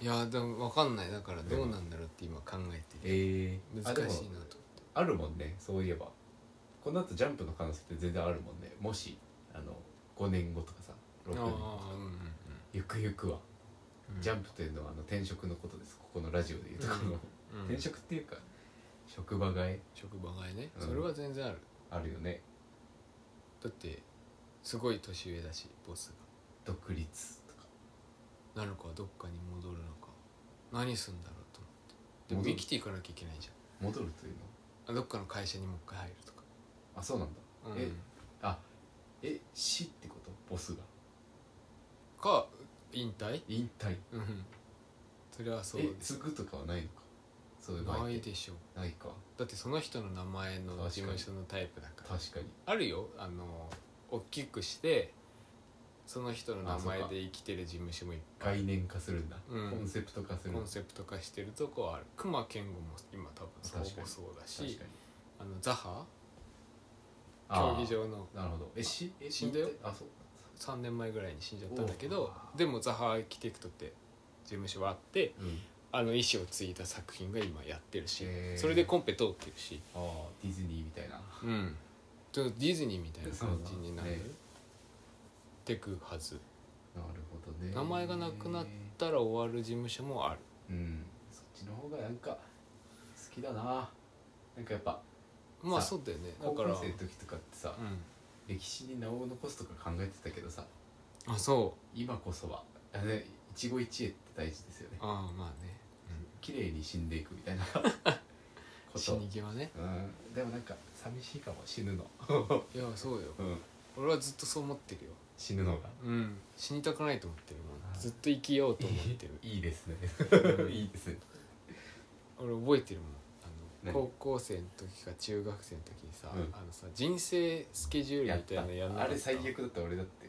[SPEAKER 1] いやでも分かんないだからどうなんだろうって今考えてて
[SPEAKER 2] えー、
[SPEAKER 1] 難
[SPEAKER 2] あでも
[SPEAKER 1] しいなと
[SPEAKER 2] あるもんねそういえばこの後ジャンプの可能性って全然あるもんねもしあの5年後とかさ6年後
[SPEAKER 1] ああうんうん
[SPEAKER 2] ゆくゆくは、
[SPEAKER 1] うん
[SPEAKER 2] ジャンプというのはあの転職のことですここのラジオでいうところの、
[SPEAKER 1] うん
[SPEAKER 2] 転職っていうか職場替え
[SPEAKER 1] 職場替えね
[SPEAKER 2] うん
[SPEAKER 1] それは全然ある
[SPEAKER 2] あるよね
[SPEAKER 1] だってすごい年上だしボス
[SPEAKER 2] 独立とか
[SPEAKER 1] がなるかどっかに戻るのか何すんだろうと思ってでも
[SPEAKER 2] 戻
[SPEAKER 1] 生
[SPEAKER 2] る
[SPEAKER 1] きていかなきゃいけないじ
[SPEAKER 2] 戻るというの
[SPEAKER 1] ゃんあどっかの会社にもう一回入るとか
[SPEAKER 2] あそうなんだ
[SPEAKER 1] うん
[SPEAKER 2] えあえ死ってことボスが
[SPEAKER 1] か引退
[SPEAKER 2] 引退
[SPEAKER 1] うんそれはそう
[SPEAKER 2] え継ぐとかはないのかそういう場合っ
[SPEAKER 1] な
[SPEAKER 2] て
[SPEAKER 1] いでしょう
[SPEAKER 2] ないか
[SPEAKER 1] だってその人の名前の事務所のタイプだから
[SPEAKER 2] 確かに
[SPEAKER 1] あるよあの大きくしてその人の名前で生きてる事務所もいっぱい
[SPEAKER 2] 概念化するんだ、
[SPEAKER 1] うん
[SPEAKER 2] コンセプト化するん
[SPEAKER 1] コ
[SPEAKER 2] だ
[SPEAKER 1] ンセプト化してるとこはある熊健吾も今多分そう
[SPEAKER 2] 確かに
[SPEAKER 1] そうだ
[SPEAKER 2] 確
[SPEAKER 1] し
[SPEAKER 2] かに
[SPEAKER 1] あのザハ
[SPEAKER 2] あー
[SPEAKER 1] 競技場の
[SPEAKER 2] なるほどえしえ
[SPEAKER 1] 死んだよ
[SPEAKER 2] 引退あそう
[SPEAKER 1] 3年前ぐらいに死んじゃったんだけ
[SPEAKER 2] お
[SPEAKER 1] ど
[SPEAKER 2] う
[SPEAKER 1] でもザハアーキテクトって事務所はあって
[SPEAKER 2] うん
[SPEAKER 1] あの意思を継いだ作品が今やってるし
[SPEAKER 2] へー
[SPEAKER 1] それでコンペ通ってるし
[SPEAKER 2] ああディズニーみたいな
[SPEAKER 1] うんちょっとディズニーみたいな感じにな
[SPEAKER 2] そう
[SPEAKER 1] る
[SPEAKER 2] だね
[SPEAKER 1] てくはず
[SPEAKER 2] なるほどね
[SPEAKER 1] 名前がなくなったら終わる事務所もある
[SPEAKER 2] うんそっちの方がなんか好きだななんかやっぱ
[SPEAKER 1] まあ
[SPEAKER 2] さ
[SPEAKER 1] そうだよねだ
[SPEAKER 2] 高
[SPEAKER 1] か
[SPEAKER 2] 校
[SPEAKER 1] ら
[SPEAKER 2] 生の時とかってさ
[SPEAKER 1] う
[SPEAKER 2] 歴史に名を残すとか考えてたけどさ
[SPEAKER 1] んあそう
[SPEAKER 2] 今こそはあれ一期一会って大事ですよね
[SPEAKER 1] ああまあね
[SPEAKER 2] 綺麗に死んでいくみたいなこ
[SPEAKER 1] 死に際ね
[SPEAKER 3] うんでもなんか寂しいかも死ぬの、
[SPEAKER 1] いやそうよ
[SPEAKER 3] うん、
[SPEAKER 1] 俺はずっとそう思ってるよ
[SPEAKER 3] 死ぬのが
[SPEAKER 1] うん死にたくないと思ってるもんずっと生きようと思っ てる
[SPEAKER 2] いいですねいいですね
[SPEAKER 1] 俺覚えてるもんあの
[SPEAKER 2] 何
[SPEAKER 1] 高校生の時か中学生の時にさ、
[SPEAKER 2] うん
[SPEAKER 1] あのさ人生スケジュールみたいなのやんなか
[SPEAKER 2] あ
[SPEAKER 1] った
[SPEAKER 2] れ最悪だった俺だって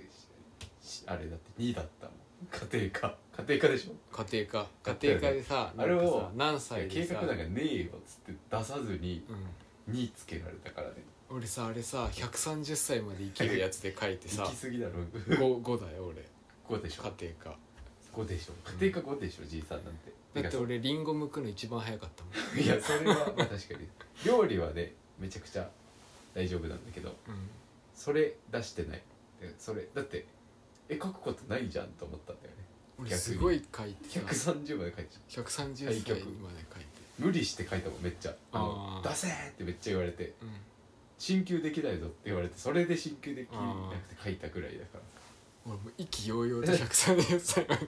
[SPEAKER 2] しあれだって2位だったもん家庭科家庭科でしょ
[SPEAKER 1] 家庭科
[SPEAKER 2] やった
[SPEAKER 1] 家
[SPEAKER 2] よね
[SPEAKER 1] 庭科でさ
[SPEAKER 2] あれ
[SPEAKER 1] なんか
[SPEAKER 2] を
[SPEAKER 1] さ何
[SPEAKER 2] いや
[SPEAKER 1] 歳で
[SPEAKER 2] 計
[SPEAKER 1] さ
[SPEAKER 2] 画なんかねえよっつって出さずに
[SPEAKER 1] う
[SPEAKER 2] 2つけられたからね
[SPEAKER 1] ん、俺さあれさ130歳まで生きるやつで書いて
[SPEAKER 2] 行
[SPEAKER 1] さ
[SPEAKER 2] き過ぎだろ
[SPEAKER 1] 5, 5だよ俺
[SPEAKER 2] 5でしょ
[SPEAKER 1] 家庭科
[SPEAKER 2] 5でしょ家庭科5でしょじいさんなんて
[SPEAKER 1] だって
[SPEAKER 2] てか
[SPEAKER 1] 俺リンゴ剥くの一番早かったもん
[SPEAKER 2] いやそれ はまあ確かに料理はねめちゃくちゃ大丈夫なんだけど
[SPEAKER 1] う
[SPEAKER 2] それ出してないでそれだってえ書くことないじゃんと思ったんだよね
[SPEAKER 1] ん、俺
[SPEAKER 2] 逆に
[SPEAKER 1] すごい書いてさ
[SPEAKER 2] 130まで書いちゃう
[SPEAKER 1] 130歳まで書い
[SPEAKER 2] 対
[SPEAKER 1] て
[SPEAKER 2] 局無理して書いたもんめっちゃ「あの
[SPEAKER 1] あー
[SPEAKER 2] 出せ!」ってめっちゃ言われて
[SPEAKER 1] うん
[SPEAKER 2] 「進級できないぞ」って言われてそれで進級できなくて書いたぐらいだか
[SPEAKER 1] 俺もう意気揚々と130歳まで
[SPEAKER 2] ら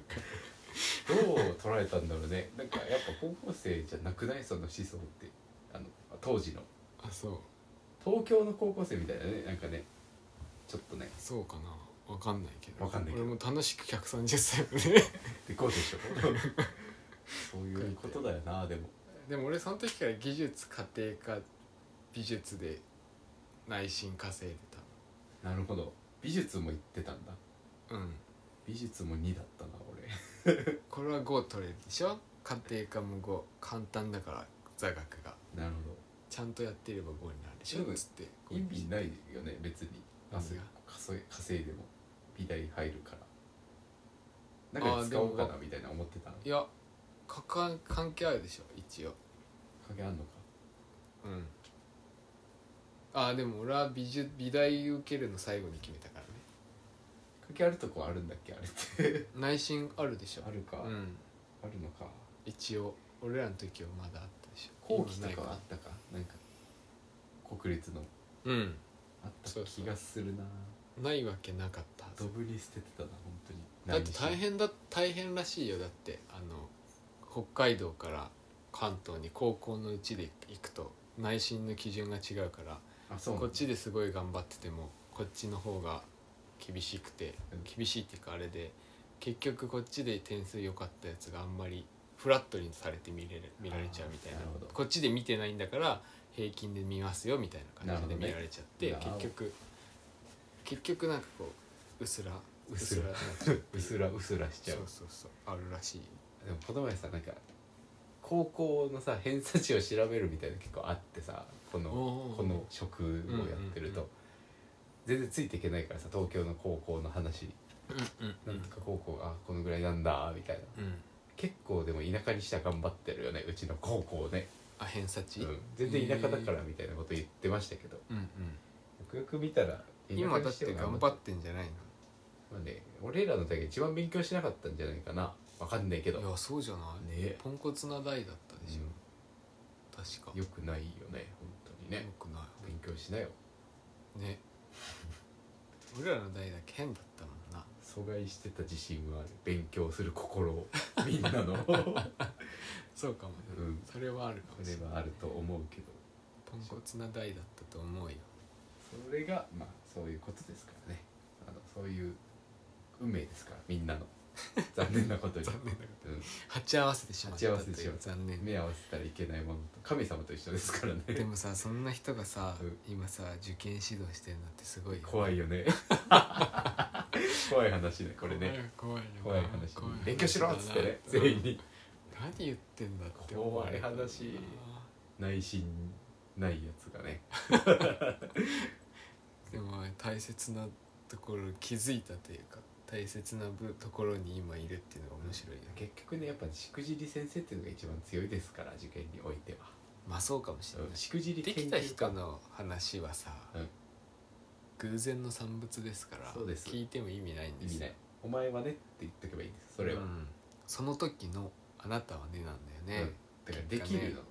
[SPEAKER 2] どう捉えたんだろうね なんかやっぱ高校生じゃなくないその思想ってあの当時の
[SPEAKER 1] あそう
[SPEAKER 2] 東京の高校生みたいなねなんかねちょっとね
[SPEAKER 1] そうかなわかんないけど
[SPEAKER 2] わかんないけど
[SPEAKER 1] 俺も楽しく130歳まで
[SPEAKER 2] でこうでしょそういうことだよなでも
[SPEAKER 1] でも俺その時から技術家庭科美術で内心稼いで
[SPEAKER 2] なるほど美術も言ってたんだ
[SPEAKER 1] たうん
[SPEAKER 2] 美術も2だったな俺
[SPEAKER 1] これは5取れるでしょ家庭科も5簡単だから座学が
[SPEAKER 2] なるほど
[SPEAKER 1] ちゃんとやっていれば5になるでし
[SPEAKER 2] で
[SPEAKER 1] ょ
[SPEAKER 2] も
[SPEAKER 1] つって
[SPEAKER 2] 意味ないよね別にあそ
[SPEAKER 1] 何が
[SPEAKER 2] 稼い稼いでも美大入るからなんか使おうか
[SPEAKER 1] あーで
[SPEAKER 2] なみたいな思ってたの
[SPEAKER 1] いやかか関係あるでしょ一応
[SPEAKER 2] 関係あんのか
[SPEAKER 1] うんああでも俺は美術美大受けるの最後に決めたからね
[SPEAKER 2] 関係あるとこあるんだっけあれって
[SPEAKER 1] 内心あるでしょ
[SPEAKER 2] あるか、
[SPEAKER 1] う
[SPEAKER 2] あ
[SPEAKER 1] ん
[SPEAKER 2] るのか
[SPEAKER 1] 一応俺らの時はまだあったでしょ
[SPEAKER 2] 後期と
[SPEAKER 1] 今
[SPEAKER 2] か
[SPEAKER 1] ない
[SPEAKER 2] はあったかなんか国立の
[SPEAKER 1] うん
[SPEAKER 2] あった
[SPEAKER 1] そうそう
[SPEAKER 2] 気がするな
[SPEAKER 1] ないわけなかったはず
[SPEAKER 2] どぶに捨ててたな本当に
[SPEAKER 1] だって大
[SPEAKER 2] 何し
[SPEAKER 1] 変だ大変らしいよだってあの北海道から関東に高校のうちで行くと内心の基準が違うから
[SPEAKER 2] あそう
[SPEAKER 1] こっちですごい頑張っててもこっちの方が厳しくて
[SPEAKER 2] うん
[SPEAKER 1] 厳しいっていうかあれで結局こっちで点数良かったやつがあんまりフラットにされて見れる見られちゃうみたいな
[SPEAKER 2] あーなるほど
[SPEAKER 1] こっちで見てないんだから平均で見ますよみたいな感じで
[SPEAKER 2] なるほどね
[SPEAKER 1] 見られちゃって、
[SPEAKER 2] いやー
[SPEAKER 1] 結局結局なんかこううすら
[SPEAKER 2] うすら
[SPEAKER 1] になっちゃう
[SPEAKER 2] うすらうすらしちゃ
[SPEAKER 1] そううそうそうあるらしいよ
[SPEAKER 2] でもこの前さなんか高校のさ偏差値を調べるみたいなの結構あってさこの
[SPEAKER 1] おー
[SPEAKER 2] この職をやってると、
[SPEAKER 1] うんうんうん
[SPEAKER 2] 全然ついていけないからさ東京の高校の話
[SPEAKER 1] うん
[SPEAKER 2] なんとか高校、あこのぐらいなんだみたいな
[SPEAKER 1] うん
[SPEAKER 2] 結構でも田舎にしては頑張ってるよねうちの高校ね、
[SPEAKER 1] あ偏差値、
[SPEAKER 2] う
[SPEAKER 1] うんん、
[SPEAKER 2] 全然田舎だからみたいなこと言ってましたけど、
[SPEAKER 1] うん
[SPEAKER 2] よくよく見たら田舎に
[SPEAKER 1] 今だっ
[SPEAKER 2] して
[SPEAKER 1] て
[SPEAKER 2] は
[SPEAKER 1] 頑
[SPEAKER 2] ま
[SPEAKER 1] 張ってんじゃない
[SPEAKER 2] あね俺らの代が一番勉強しなかったんじゃないかなわかんないけど
[SPEAKER 1] のいやそうじゃない
[SPEAKER 2] ね
[SPEAKER 1] ポンコツな代だったでしょ、
[SPEAKER 2] う
[SPEAKER 1] 確か
[SPEAKER 2] んよくないよね本当にね
[SPEAKER 1] よくな
[SPEAKER 2] 勉強しなよ
[SPEAKER 1] いね俺らの代だけ変だったもんな
[SPEAKER 2] 阻害してた自信はある勉強する心をみんな の
[SPEAKER 1] そうかもね、
[SPEAKER 2] うん
[SPEAKER 1] それはあるか
[SPEAKER 2] こ
[SPEAKER 1] もし
[SPEAKER 2] れ
[SPEAKER 1] れない
[SPEAKER 2] はあると思うけど
[SPEAKER 1] ポンコツな代だったと思うよ
[SPEAKER 2] それがまあそういうことですからねあのそういう運命ですからみん なの残念なことに、
[SPEAKER 1] 残念なが
[SPEAKER 2] う
[SPEAKER 1] 鉢合わせてしまっ
[SPEAKER 2] 鉢
[SPEAKER 1] た
[SPEAKER 2] 合わせてしまった
[SPEAKER 1] 残
[SPEAKER 2] ん、
[SPEAKER 1] 念
[SPEAKER 2] 目合わせたらいけないものと神様と一緒ですからね
[SPEAKER 1] でもさそんな人がさ、
[SPEAKER 2] うん
[SPEAKER 1] 今さ受験指導してるのってすごいよ
[SPEAKER 2] 怖いよ ね怖い話ねこれね
[SPEAKER 1] 怖いよ
[SPEAKER 2] 怖い話
[SPEAKER 1] 怖い話
[SPEAKER 2] 勉強しろっつってね
[SPEAKER 1] だな
[SPEAKER 2] 全員に
[SPEAKER 1] 何言ってんだって
[SPEAKER 2] 怖い話
[SPEAKER 1] 思うよ
[SPEAKER 2] 内心ないやつがね
[SPEAKER 1] でも大切なところ気づいたというか大切な部ところに今いるっていうのが面白いよね
[SPEAKER 2] 結局ねやっぱしくじり先生っていうのが一番強いですから受験においては
[SPEAKER 1] まあそうかもしれない
[SPEAKER 2] しくじり
[SPEAKER 1] で
[SPEAKER 2] 研
[SPEAKER 1] き
[SPEAKER 2] 究
[SPEAKER 1] た
[SPEAKER 2] 家
[SPEAKER 1] 人の話はさ、
[SPEAKER 2] うん
[SPEAKER 1] 偶然の産物ですから
[SPEAKER 2] そうです
[SPEAKER 1] 聞いても意味ないん
[SPEAKER 2] 意
[SPEAKER 1] です
[SPEAKER 2] 味ないお前はねって言っとけばいいんですそれは、
[SPEAKER 1] うんその時のあなたはねなんだよね、
[SPEAKER 2] だからできるの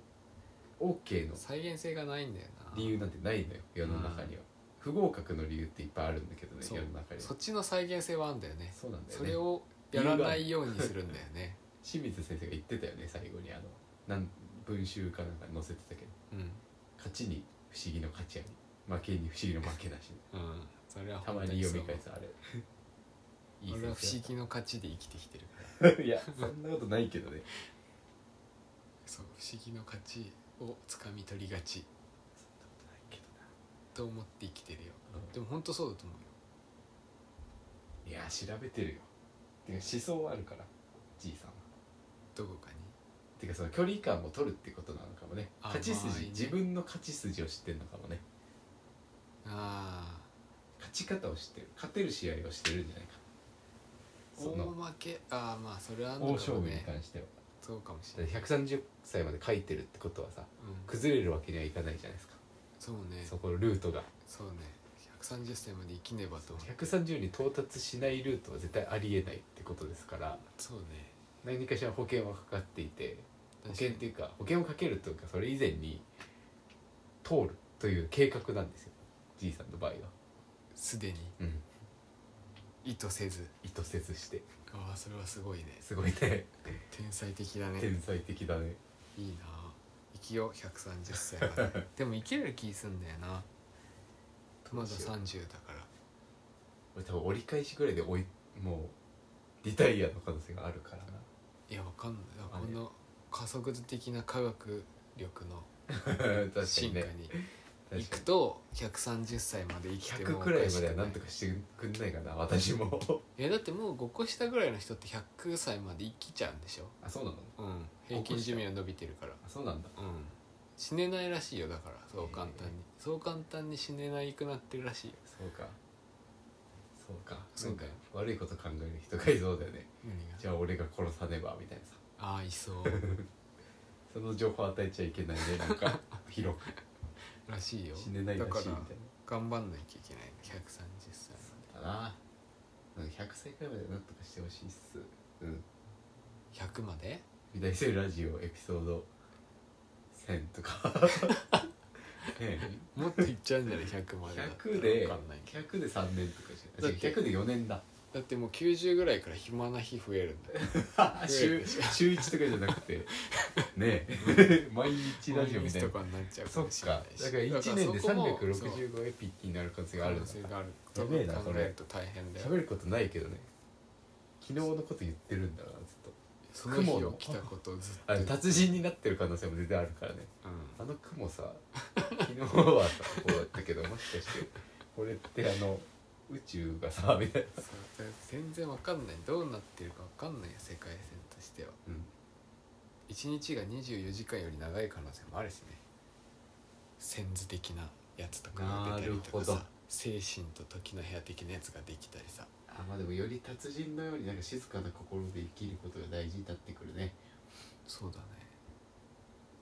[SPEAKER 2] OK の
[SPEAKER 1] 再現性がないんだよな
[SPEAKER 2] 理由なんてないのよ世の中には、不合格の理由っていっぱいあるんだけどね世
[SPEAKER 1] そう
[SPEAKER 2] の中には
[SPEAKER 1] そっちの再現性はあんだよね
[SPEAKER 2] そうなんだよ
[SPEAKER 1] そ
[SPEAKER 2] ね
[SPEAKER 1] れをやらないようにするんだよね
[SPEAKER 2] 清水先生が言ってたよね最後にあのなん文集かなんか載せてたけど
[SPEAKER 1] うん
[SPEAKER 2] ちに不思議の勝ちあり負けに不思議の負けだ し、
[SPEAKER 1] うんそれは
[SPEAKER 2] たま
[SPEAKER 1] 本当
[SPEAKER 2] に
[SPEAKER 1] にそ
[SPEAKER 2] 読
[SPEAKER 1] う
[SPEAKER 2] み返すあ れいい
[SPEAKER 1] 俺は不思
[SPEAKER 2] 先
[SPEAKER 1] 議の勝ちで生きてきてるから
[SPEAKER 2] 生だった いやそんなことないけどね
[SPEAKER 1] そう不思議の勝ちをつかみ取りが
[SPEAKER 2] そん
[SPEAKER 1] ち
[SPEAKER 2] なことないけ
[SPEAKER 1] と思って生きてるよ
[SPEAKER 2] どな
[SPEAKER 1] でも本当そうだと思う
[SPEAKER 2] い
[SPEAKER 1] よ
[SPEAKER 2] や調べてるよてか思想あるからじいさんは
[SPEAKER 1] どこかに
[SPEAKER 2] てかその距離感を取るってことなのかもね
[SPEAKER 1] あ
[SPEAKER 2] 勝ち
[SPEAKER 1] まあい
[SPEAKER 2] 筋
[SPEAKER 1] いね
[SPEAKER 2] 自分の勝ち筋を知ってるのかもね
[SPEAKER 1] あ
[SPEAKER 2] 勝ち方を知ってる勝てる試合をしてるんじゃないか
[SPEAKER 1] あ
[SPEAKER 2] そ
[SPEAKER 1] 大
[SPEAKER 2] の
[SPEAKER 1] 負けああまあそれはあんの
[SPEAKER 2] 大
[SPEAKER 1] か
[SPEAKER 2] 勝
[SPEAKER 1] も
[SPEAKER 2] 負に
[SPEAKER 1] ね
[SPEAKER 2] 関しては
[SPEAKER 1] そうかもし
[SPEAKER 2] だ
[SPEAKER 1] れ
[SPEAKER 2] っ
[SPEAKER 1] ない、
[SPEAKER 2] て130歳まで書いてるってことはさ
[SPEAKER 1] うん、
[SPEAKER 2] 崩れるわけにはいかないじゃないですか
[SPEAKER 1] そうね
[SPEAKER 2] そこのルートが
[SPEAKER 1] そうね130歳まで生きねばと
[SPEAKER 2] 130に到達しないルートは絶対ありえないってことですから
[SPEAKER 1] そうね
[SPEAKER 2] 何かしら保険はかかっていて保
[SPEAKER 1] 確か
[SPEAKER 2] 険っ
[SPEAKER 1] に
[SPEAKER 2] ていうか保険をかけるというかそれ以前に通るという計画なんですよじいさんの場合は、
[SPEAKER 1] すでに
[SPEAKER 2] うん、
[SPEAKER 1] 意図せず
[SPEAKER 2] 意図せずして
[SPEAKER 1] ああそれはすごいね
[SPEAKER 2] すごいね
[SPEAKER 1] 天才的だね
[SPEAKER 2] 天才的だね
[SPEAKER 1] いいな生きよう130歳ま ででも生きれる気すんだよなまだ30だから
[SPEAKER 2] 俺多分折り返しぐらいで追いもうリタイアの可能性があるからない
[SPEAKER 1] やわかんない
[SPEAKER 2] あ
[SPEAKER 1] こ
[SPEAKER 2] れ
[SPEAKER 1] の加速度的な科学力
[SPEAKER 2] 確か
[SPEAKER 1] の進
[SPEAKER 2] に
[SPEAKER 1] 化
[SPEAKER 2] ね
[SPEAKER 1] に
[SPEAKER 2] 確
[SPEAKER 1] 行
[SPEAKER 2] か
[SPEAKER 1] く
[SPEAKER 2] に
[SPEAKER 1] と130歳まで生きて
[SPEAKER 2] 100
[SPEAKER 1] もおか
[SPEAKER 2] くらいま
[SPEAKER 1] しく
[SPEAKER 2] では
[SPEAKER 1] な
[SPEAKER 2] いなんとかしてくんないかな私も
[SPEAKER 1] えだってもう5個下ぐらいの人って100歳まで生きちゃうんでしょ
[SPEAKER 2] あそうなの
[SPEAKER 1] うん平均寿命は伸びてるから
[SPEAKER 2] あそうなんだ
[SPEAKER 1] うん死ねないらしいよだからそう簡単にそう簡単に死ねないくなってるらしいよ
[SPEAKER 2] そうかそうか
[SPEAKER 1] そ
[SPEAKER 2] な
[SPEAKER 1] うんだ
[SPEAKER 2] か
[SPEAKER 1] よ
[SPEAKER 2] 悪いこと考える人がいそうだよね
[SPEAKER 1] 何が
[SPEAKER 2] じゃあ俺が殺さねばみたいなさ
[SPEAKER 1] ああいそう
[SPEAKER 2] その情報与えちゃいけないねなんか 広く
[SPEAKER 1] らしい よ
[SPEAKER 2] 死ねないらしいみた
[SPEAKER 1] だ
[SPEAKER 2] い
[SPEAKER 1] から頑張んなきゃいけない130歳
[SPEAKER 2] なだなうん100歳くらいまでなんとかしてほしいっすうん
[SPEAKER 1] まで100まで
[SPEAKER 2] 美大生ラジオエピソード1000とかね え
[SPEAKER 1] もっといっちゃうんじゃない100までだったら
[SPEAKER 2] 100で
[SPEAKER 1] わかんないけど
[SPEAKER 2] 100で3年とかじゃ
[SPEAKER 1] だ
[SPEAKER 2] ん
[SPEAKER 1] って
[SPEAKER 2] 100で4年 だ
[SPEAKER 1] だってもう90ぐらいから暇な日増えるんだよ
[SPEAKER 2] 週週1とかじゃなくてね え毎日ラジオみたい
[SPEAKER 1] と
[SPEAKER 2] な
[SPEAKER 1] かになっちゃう
[SPEAKER 2] そっ
[SPEAKER 1] もしれな
[SPEAKER 2] か
[SPEAKER 1] いし
[SPEAKER 2] だから1年で
[SPEAKER 1] そこもそう
[SPEAKER 2] 365エピになる可能性がある
[SPEAKER 1] 可
[SPEAKER 2] ん
[SPEAKER 1] 能
[SPEAKER 2] だ
[SPEAKER 1] 性がある
[SPEAKER 2] やべえな
[SPEAKER 1] 考
[SPEAKER 2] それ
[SPEAKER 1] えると大変だよ
[SPEAKER 2] 喋ることないけどね昨日のこと言ってるんだなずっと
[SPEAKER 1] その日を来たことをずっと
[SPEAKER 2] あの達人になってる可能性も全然あるからね
[SPEAKER 1] う
[SPEAKER 2] あ
[SPEAKER 1] ん
[SPEAKER 2] の雲さ昨日はさこうだったけどもしかしてこれってあの宇宙がさみたいな、
[SPEAKER 1] そうだから全然わかんないどうなってるかわかんないよ世界線としては
[SPEAKER 2] うん、
[SPEAKER 1] 1日が24時間より長い可能性もあるしね線図的なやつとかが出たりと
[SPEAKER 2] な
[SPEAKER 1] か
[SPEAKER 2] るほど
[SPEAKER 1] さ精神と時の部屋的なやつができたりさ
[SPEAKER 2] あまあでもより達人のようになんか静かな心で生きることが大事になってくるね
[SPEAKER 1] そうだね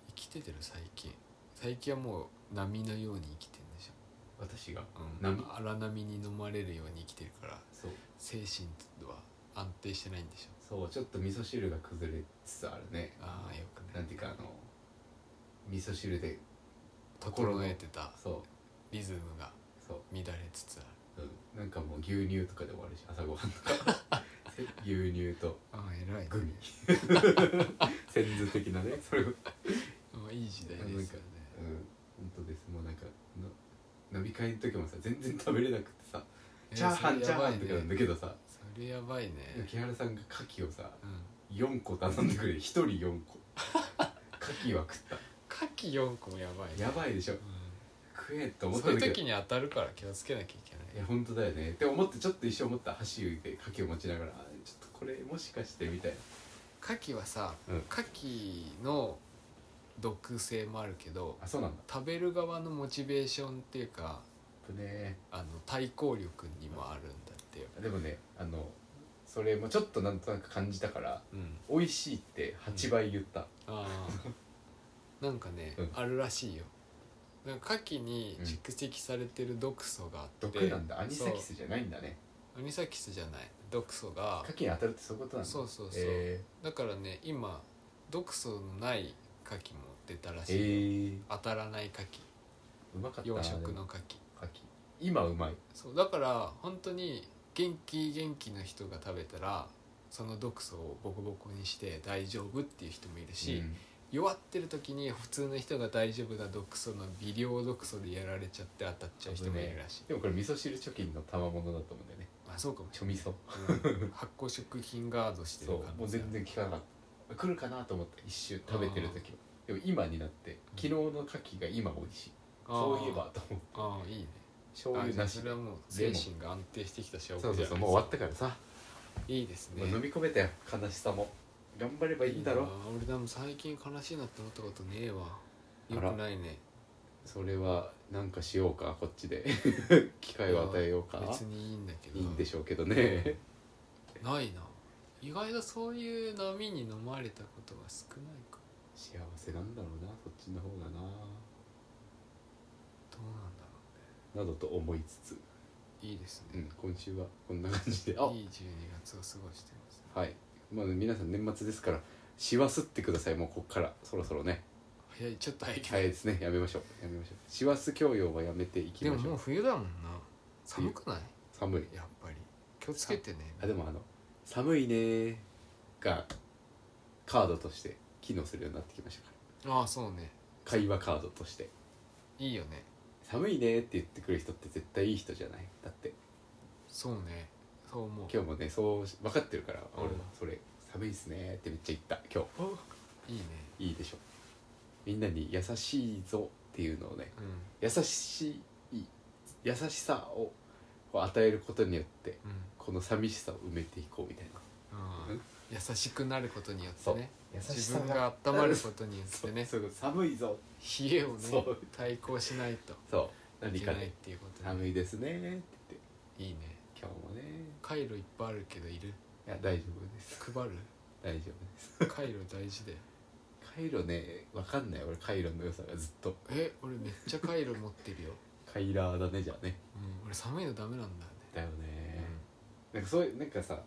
[SPEAKER 1] 生きててる最近最近はもう波のように生きてるんでしょ
[SPEAKER 2] 私が
[SPEAKER 1] うん
[SPEAKER 2] 波
[SPEAKER 1] 荒波に飲まれるように生きてるから
[SPEAKER 2] そう
[SPEAKER 1] 精神は安定してないんでしょ
[SPEAKER 2] そうちょっと味噌汁が崩れつつあるね
[SPEAKER 1] ああよく
[SPEAKER 2] な
[SPEAKER 1] ね
[SPEAKER 2] んていうかあの味噌汁で
[SPEAKER 1] 整えてた
[SPEAKER 2] そう
[SPEAKER 1] リズムが
[SPEAKER 2] そう
[SPEAKER 1] 乱れつつある
[SPEAKER 2] うんなんかもう牛乳とかで終わるし朝ごはんとか 牛乳と
[SPEAKER 1] ああ偉いね
[SPEAKER 2] グ ミ先図的なねそれをうん
[SPEAKER 1] まあいい時代ですよね
[SPEAKER 2] 本当ですもうなんかの飲み会の時もさ全然食べれなくてさ
[SPEAKER 1] え
[SPEAKER 2] チャーハン
[SPEAKER 1] そ
[SPEAKER 2] チ
[SPEAKER 1] れ
[SPEAKER 2] ャー
[SPEAKER 1] やば
[SPEAKER 2] ハ
[SPEAKER 1] い
[SPEAKER 2] ンとかなんだ
[SPEAKER 1] ね
[SPEAKER 2] けどさ
[SPEAKER 1] それやばいね
[SPEAKER 2] 木原さんが牡蠣をさ
[SPEAKER 1] うん
[SPEAKER 2] 4個頼んでくれ1人4個 牡蠣は食っ
[SPEAKER 1] 牡蠣4個もやばい
[SPEAKER 2] たやばいでしょ
[SPEAKER 1] う
[SPEAKER 2] 食えと
[SPEAKER 1] ん
[SPEAKER 2] 思っ
[SPEAKER 1] そ
[SPEAKER 2] た
[SPEAKER 1] うんいう
[SPEAKER 2] だけど
[SPEAKER 1] 時に当たるから気をつけなきゃいけ
[SPEAKER 2] い
[SPEAKER 1] な
[SPEAKER 2] や
[SPEAKER 1] い
[SPEAKER 2] 本当だよねって思ってちょっと一瞬思った箸で牡蠣を持ちながらあーちょっとこれもしかしてみたいな
[SPEAKER 1] 牡蠣はさ
[SPEAKER 2] うん
[SPEAKER 1] 牡蠣の毒性もあるけど
[SPEAKER 2] あそうなんだ
[SPEAKER 1] 食べる側のモチベーションっていうか
[SPEAKER 2] ぶね
[SPEAKER 1] あの対抗力にもあるんだってよ
[SPEAKER 2] でもねあのそれもちょっとなんとなく感じたから
[SPEAKER 1] うん
[SPEAKER 2] 美味しいって8倍言った、
[SPEAKER 1] ああ なんかね、
[SPEAKER 2] うん
[SPEAKER 1] あるらしいよなんか牡蠣に蓄積されてる毒素があって、
[SPEAKER 2] 毒なんだアニサキ
[SPEAKER 1] そ
[SPEAKER 2] スじゃないんだね
[SPEAKER 1] うアニサキスじゃない毒素が
[SPEAKER 2] 牡蠣に当たるってそういうことなんだ
[SPEAKER 1] そうそうそう
[SPEAKER 2] え
[SPEAKER 1] だからね今毒素のない牡蠣も出たら
[SPEAKER 2] ー、え
[SPEAKER 1] しい、
[SPEAKER 2] ー
[SPEAKER 1] 当たらない牡蠣
[SPEAKER 2] うまかったな
[SPEAKER 1] 養殖
[SPEAKER 2] でも
[SPEAKER 1] の牡蠣
[SPEAKER 2] 牡蠣今うまい
[SPEAKER 1] そうだから本当に元気元気の人が食べたらその毒素をボコボコにして大丈夫っていう人もいるし、
[SPEAKER 2] うん
[SPEAKER 1] 弱ってる時に普通の人が大丈夫な毒素の微量毒素でやられちゃって当たっちゃう人もいるらしい、
[SPEAKER 3] でもこれ味噌汁貯金の賜物だと思うんだよね
[SPEAKER 1] まあそうかもし
[SPEAKER 3] ちょ味噌
[SPEAKER 1] れない、うん発酵食品ガードして
[SPEAKER 3] そ
[SPEAKER 1] る
[SPEAKER 3] う
[SPEAKER 1] 感
[SPEAKER 3] もう
[SPEAKER 1] じ
[SPEAKER 3] 全然効かなかった来るかなと思った一瞬食べてる時はでも今になって昨日の牡蠣が今美味しいそういえばと思って
[SPEAKER 1] ああいいね
[SPEAKER 3] 醤
[SPEAKER 1] あ
[SPEAKER 3] 油
[SPEAKER 1] じゃあ
[SPEAKER 3] なし
[SPEAKER 1] それはもう精神が安定してきた証
[SPEAKER 2] そ
[SPEAKER 1] 拠
[SPEAKER 2] う
[SPEAKER 1] じ
[SPEAKER 2] そう
[SPEAKER 1] ゃ
[SPEAKER 2] そう
[SPEAKER 1] ない
[SPEAKER 2] もう終わったからさ
[SPEAKER 1] いいですね
[SPEAKER 3] もう飲み込めたよ悲しさも頑張ればいいんだろ
[SPEAKER 1] なあ俺でも最近悲しいなって思ったことねえわ
[SPEAKER 2] あ
[SPEAKER 1] よ
[SPEAKER 2] ら
[SPEAKER 1] くないね
[SPEAKER 2] それはなんかしようかこっち で機会を与えようか
[SPEAKER 1] 別にいいんだけど
[SPEAKER 2] いいんでしょうけどね
[SPEAKER 1] ないな意外とそういう波に飲まれたことは少ないか
[SPEAKER 2] 幸せなんだろうなそっちの方が
[SPEAKER 1] どうなんだ
[SPEAKER 2] な
[SPEAKER 1] ろ
[SPEAKER 2] などと思いつつ、
[SPEAKER 1] ういいです
[SPEAKER 2] う
[SPEAKER 1] ね
[SPEAKER 2] ん、今週はこんな感じであ
[SPEAKER 1] いい12月を過ごしてます
[SPEAKER 2] はいまあ皆さん年末ですから師走ってくださいもうこっからそろそろね
[SPEAKER 1] 早いちょっと早いけど、
[SPEAKER 2] 早いですねやめましょうやめましょう師走教養はやめていき
[SPEAKER 1] で
[SPEAKER 2] ま
[SPEAKER 1] も
[SPEAKER 2] しょ
[SPEAKER 1] もう
[SPEAKER 2] う
[SPEAKER 1] 冬だもんな寒くない
[SPEAKER 2] 寒い
[SPEAKER 1] やっぱり気をつけてね
[SPEAKER 2] あでもあの「寒いねー」がカードとして機能するようになってきましたから
[SPEAKER 1] ああそうね
[SPEAKER 2] 会話カードとして
[SPEAKER 1] いいよね
[SPEAKER 2] 「寒いねー」って言ってくる人って絶対いい人じゃないだって
[SPEAKER 1] そうねそう思う
[SPEAKER 2] 今日もねそう分かってるから
[SPEAKER 1] うん
[SPEAKER 2] 俺はそれ「寒いっすね」ってめっちゃ言った今
[SPEAKER 1] いいね
[SPEAKER 2] 日いいでしょみんなに「優しいぞ」っていうのをね
[SPEAKER 1] うん
[SPEAKER 2] 優しい優しさをこう与えることによって
[SPEAKER 1] うん
[SPEAKER 2] この寂しさを埋めていこうみたいな
[SPEAKER 1] う
[SPEAKER 2] うんん、
[SPEAKER 1] 優しくなることによって
[SPEAKER 2] そう
[SPEAKER 1] ね
[SPEAKER 3] 優し
[SPEAKER 1] 自
[SPEAKER 3] さ
[SPEAKER 1] 分が温まることによってね
[SPEAKER 2] そうそう寒いぞ
[SPEAKER 1] 冷えを
[SPEAKER 2] そ
[SPEAKER 1] ね
[SPEAKER 2] う
[SPEAKER 1] 対抗しないと
[SPEAKER 2] そう
[SPEAKER 1] い
[SPEAKER 2] 何
[SPEAKER 1] け
[SPEAKER 2] か
[SPEAKER 1] ないっ
[SPEAKER 2] ね
[SPEAKER 1] ていうことで
[SPEAKER 2] 寒いですねーって言って
[SPEAKER 1] いいね
[SPEAKER 2] 今日もね
[SPEAKER 1] カイロいっぱいあるけどいる
[SPEAKER 2] いや大丈夫です
[SPEAKER 1] 配る
[SPEAKER 2] 大丈夫です
[SPEAKER 1] カイロ大事だよ
[SPEAKER 2] カイロねわかんない俺カイロの良さがずっと
[SPEAKER 1] え俺めっちゃカイロ持ってるよ、
[SPEAKER 2] カイラーだねじゃあね
[SPEAKER 1] うん、俺寒いのダメなんだよ
[SPEAKER 2] だよ
[SPEAKER 1] ね、
[SPEAKER 2] ねなんかそういうなんかさ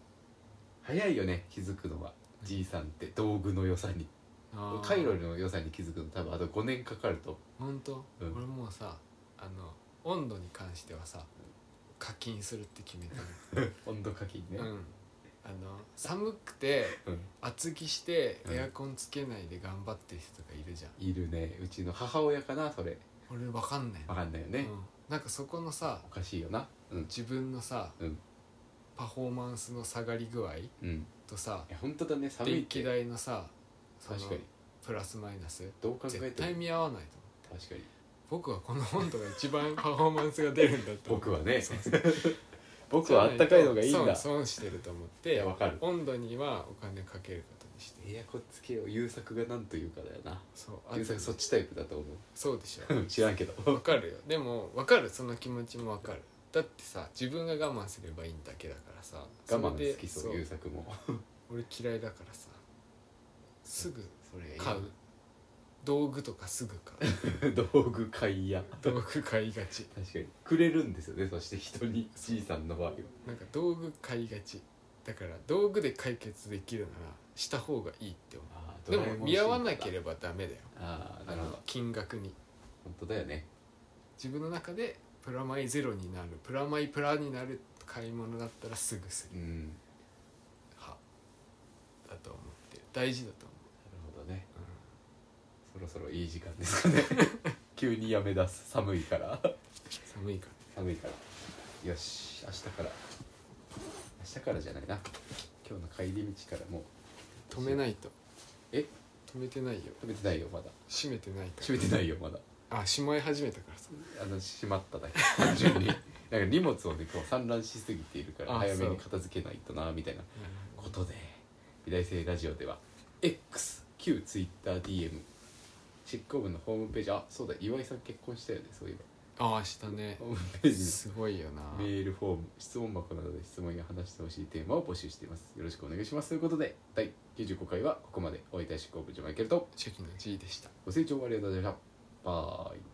[SPEAKER 2] 早いよね気づくのはじいさんって道具の良さに
[SPEAKER 1] うん、
[SPEAKER 2] カイロ
[SPEAKER 1] に
[SPEAKER 2] の良さに気づくの多分あと5年かかると
[SPEAKER 1] ほんと、
[SPEAKER 2] うん
[SPEAKER 1] 俺もうさあの温度に関してはさ課金するって決めて
[SPEAKER 2] 温度課金ね
[SPEAKER 1] る、うん、あの寒くて
[SPEAKER 2] うん
[SPEAKER 1] 厚着して
[SPEAKER 2] うん
[SPEAKER 1] エアコンつけないで頑張ってる人がいるじゃん、
[SPEAKER 2] いるねうちの母親かなそれ
[SPEAKER 1] 俺わかんない
[SPEAKER 2] わ
[SPEAKER 1] の、
[SPEAKER 2] かんないよね、
[SPEAKER 1] うん、なんかそこのさ
[SPEAKER 2] おかしいよなうん
[SPEAKER 1] 自分のさ、
[SPEAKER 2] うん
[SPEAKER 1] パフォーマンスの下がり具合
[SPEAKER 2] うんい
[SPEAKER 1] とさ
[SPEAKER 2] や本当だね寒いっ
[SPEAKER 1] 電
[SPEAKER 2] て
[SPEAKER 1] 気代のさその
[SPEAKER 2] 確かに
[SPEAKER 1] プラスマイナス
[SPEAKER 2] どう考え
[SPEAKER 1] 絶
[SPEAKER 2] て
[SPEAKER 1] 対
[SPEAKER 2] も
[SPEAKER 1] 見合わないと思う
[SPEAKER 2] 確かに
[SPEAKER 1] 僕はこの温度が一番パフォーマンスが出るんだと思う
[SPEAKER 2] 僕はね
[SPEAKER 1] そうそう
[SPEAKER 2] 僕はあったかいのがいいんだ
[SPEAKER 1] そう損してると思っ
[SPEAKER 2] い
[SPEAKER 1] て
[SPEAKER 2] やわかる
[SPEAKER 1] 温度にはお金かけることにして
[SPEAKER 2] エアコンつけよう優作がなんというかだよな
[SPEAKER 1] そうあ
[SPEAKER 2] 優作そっちタイプだと思
[SPEAKER 1] そうでしょ
[SPEAKER 2] う知らんけど
[SPEAKER 1] わかるよでもわかるその気持ちもわかるだってさ自分が我慢すればいいんだけだからさ
[SPEAKER 2] 我慢
[SPEAKER 1] れで
[SPEAKER 2] 好きそう優作も
[SPEAKER 1] 俺嫌いだからさすぐ
[SPEAKER 2] それ
[SPEAKER 1] 買う道具とかすぐ買う
[SPEAKER 2] 道具買いや
[SPEAKER 1] 道具買いがち
[SPEAKER 2] 確かにくれるんですよねそして人にじいさんの場合は
[SPEAKER 1] なんか道具買いがちだから道具で解決できるならした方がいいって思
[SPEAKER 2] あ
[SPEAKER 1] うでも見合わなけ
[SPEAKER 2] ば
[SPEAKER 1] ればダメだよ
[SPEAKER 2] ああ
[SPEAKER 1] あ
[SPEAKER 2] なるほど
[SPEAKER 1] の金額に
[SPEAKER 2] 本当だよね
[SPEAKER 1] 自分の中でプラマイゼロになるプラマイプラになる買い物だったらすぐする
[SPEAKER 2] うんなる
[SPEAKER 1] 派だと思ってる大事だと思
[SPEAKER 2] ほどね
[SPEAKER 1] う、うん
[SPEAKER 2] そろそろいい時間ですかね 急にやめだす寒いから
[SPEAKER 1] 寒いか
[SPEAKER 2] 寒いからよし明日から明日からじゃないな今日の帰り道からもう
[SPEAKER 1] ら止めないと
[SPEAKER 2] え
[SPEAKER 1] 止めてないよ
[SPEAKER 2] 食べてないよまだ
[SPEAKER 1] 閉めてないから
[SPEAKER 2] 閉めてないよまだ
[SPEAKER 1] あしまい始めたからさ
[SPEAKER 2] あの閉まっただけ単純 になんか荷物をねこう散乱しすぎているから
[SPEAKER 1] あ
[SPEAKER 2] 早め
[SPEAKER 1] そ
[SPEAKER 2] に
[SPEAKER 1] う
[SPEAKER 2] 片付けないとなみたいなことで美大生ラジオでは X 旧 TwitterDM 執行部のホームページあそうだ岩井さん結婚したよねそういえ
[SPEAKER 1] ああしたね
[SPEAKER 2] ばホームページに
[SPEAKER 1] すごいよな
[SPEAKER 2] メールフォーム質問箱などで質問や話してほしいテーマを募集していますよろしくお願いしますということで第95回はここまでお相手は執行部長マイケルと
[SPEAKER 1] 初期の G でした
[SPEAKER 2] ご清聴ありがとうございましたバイ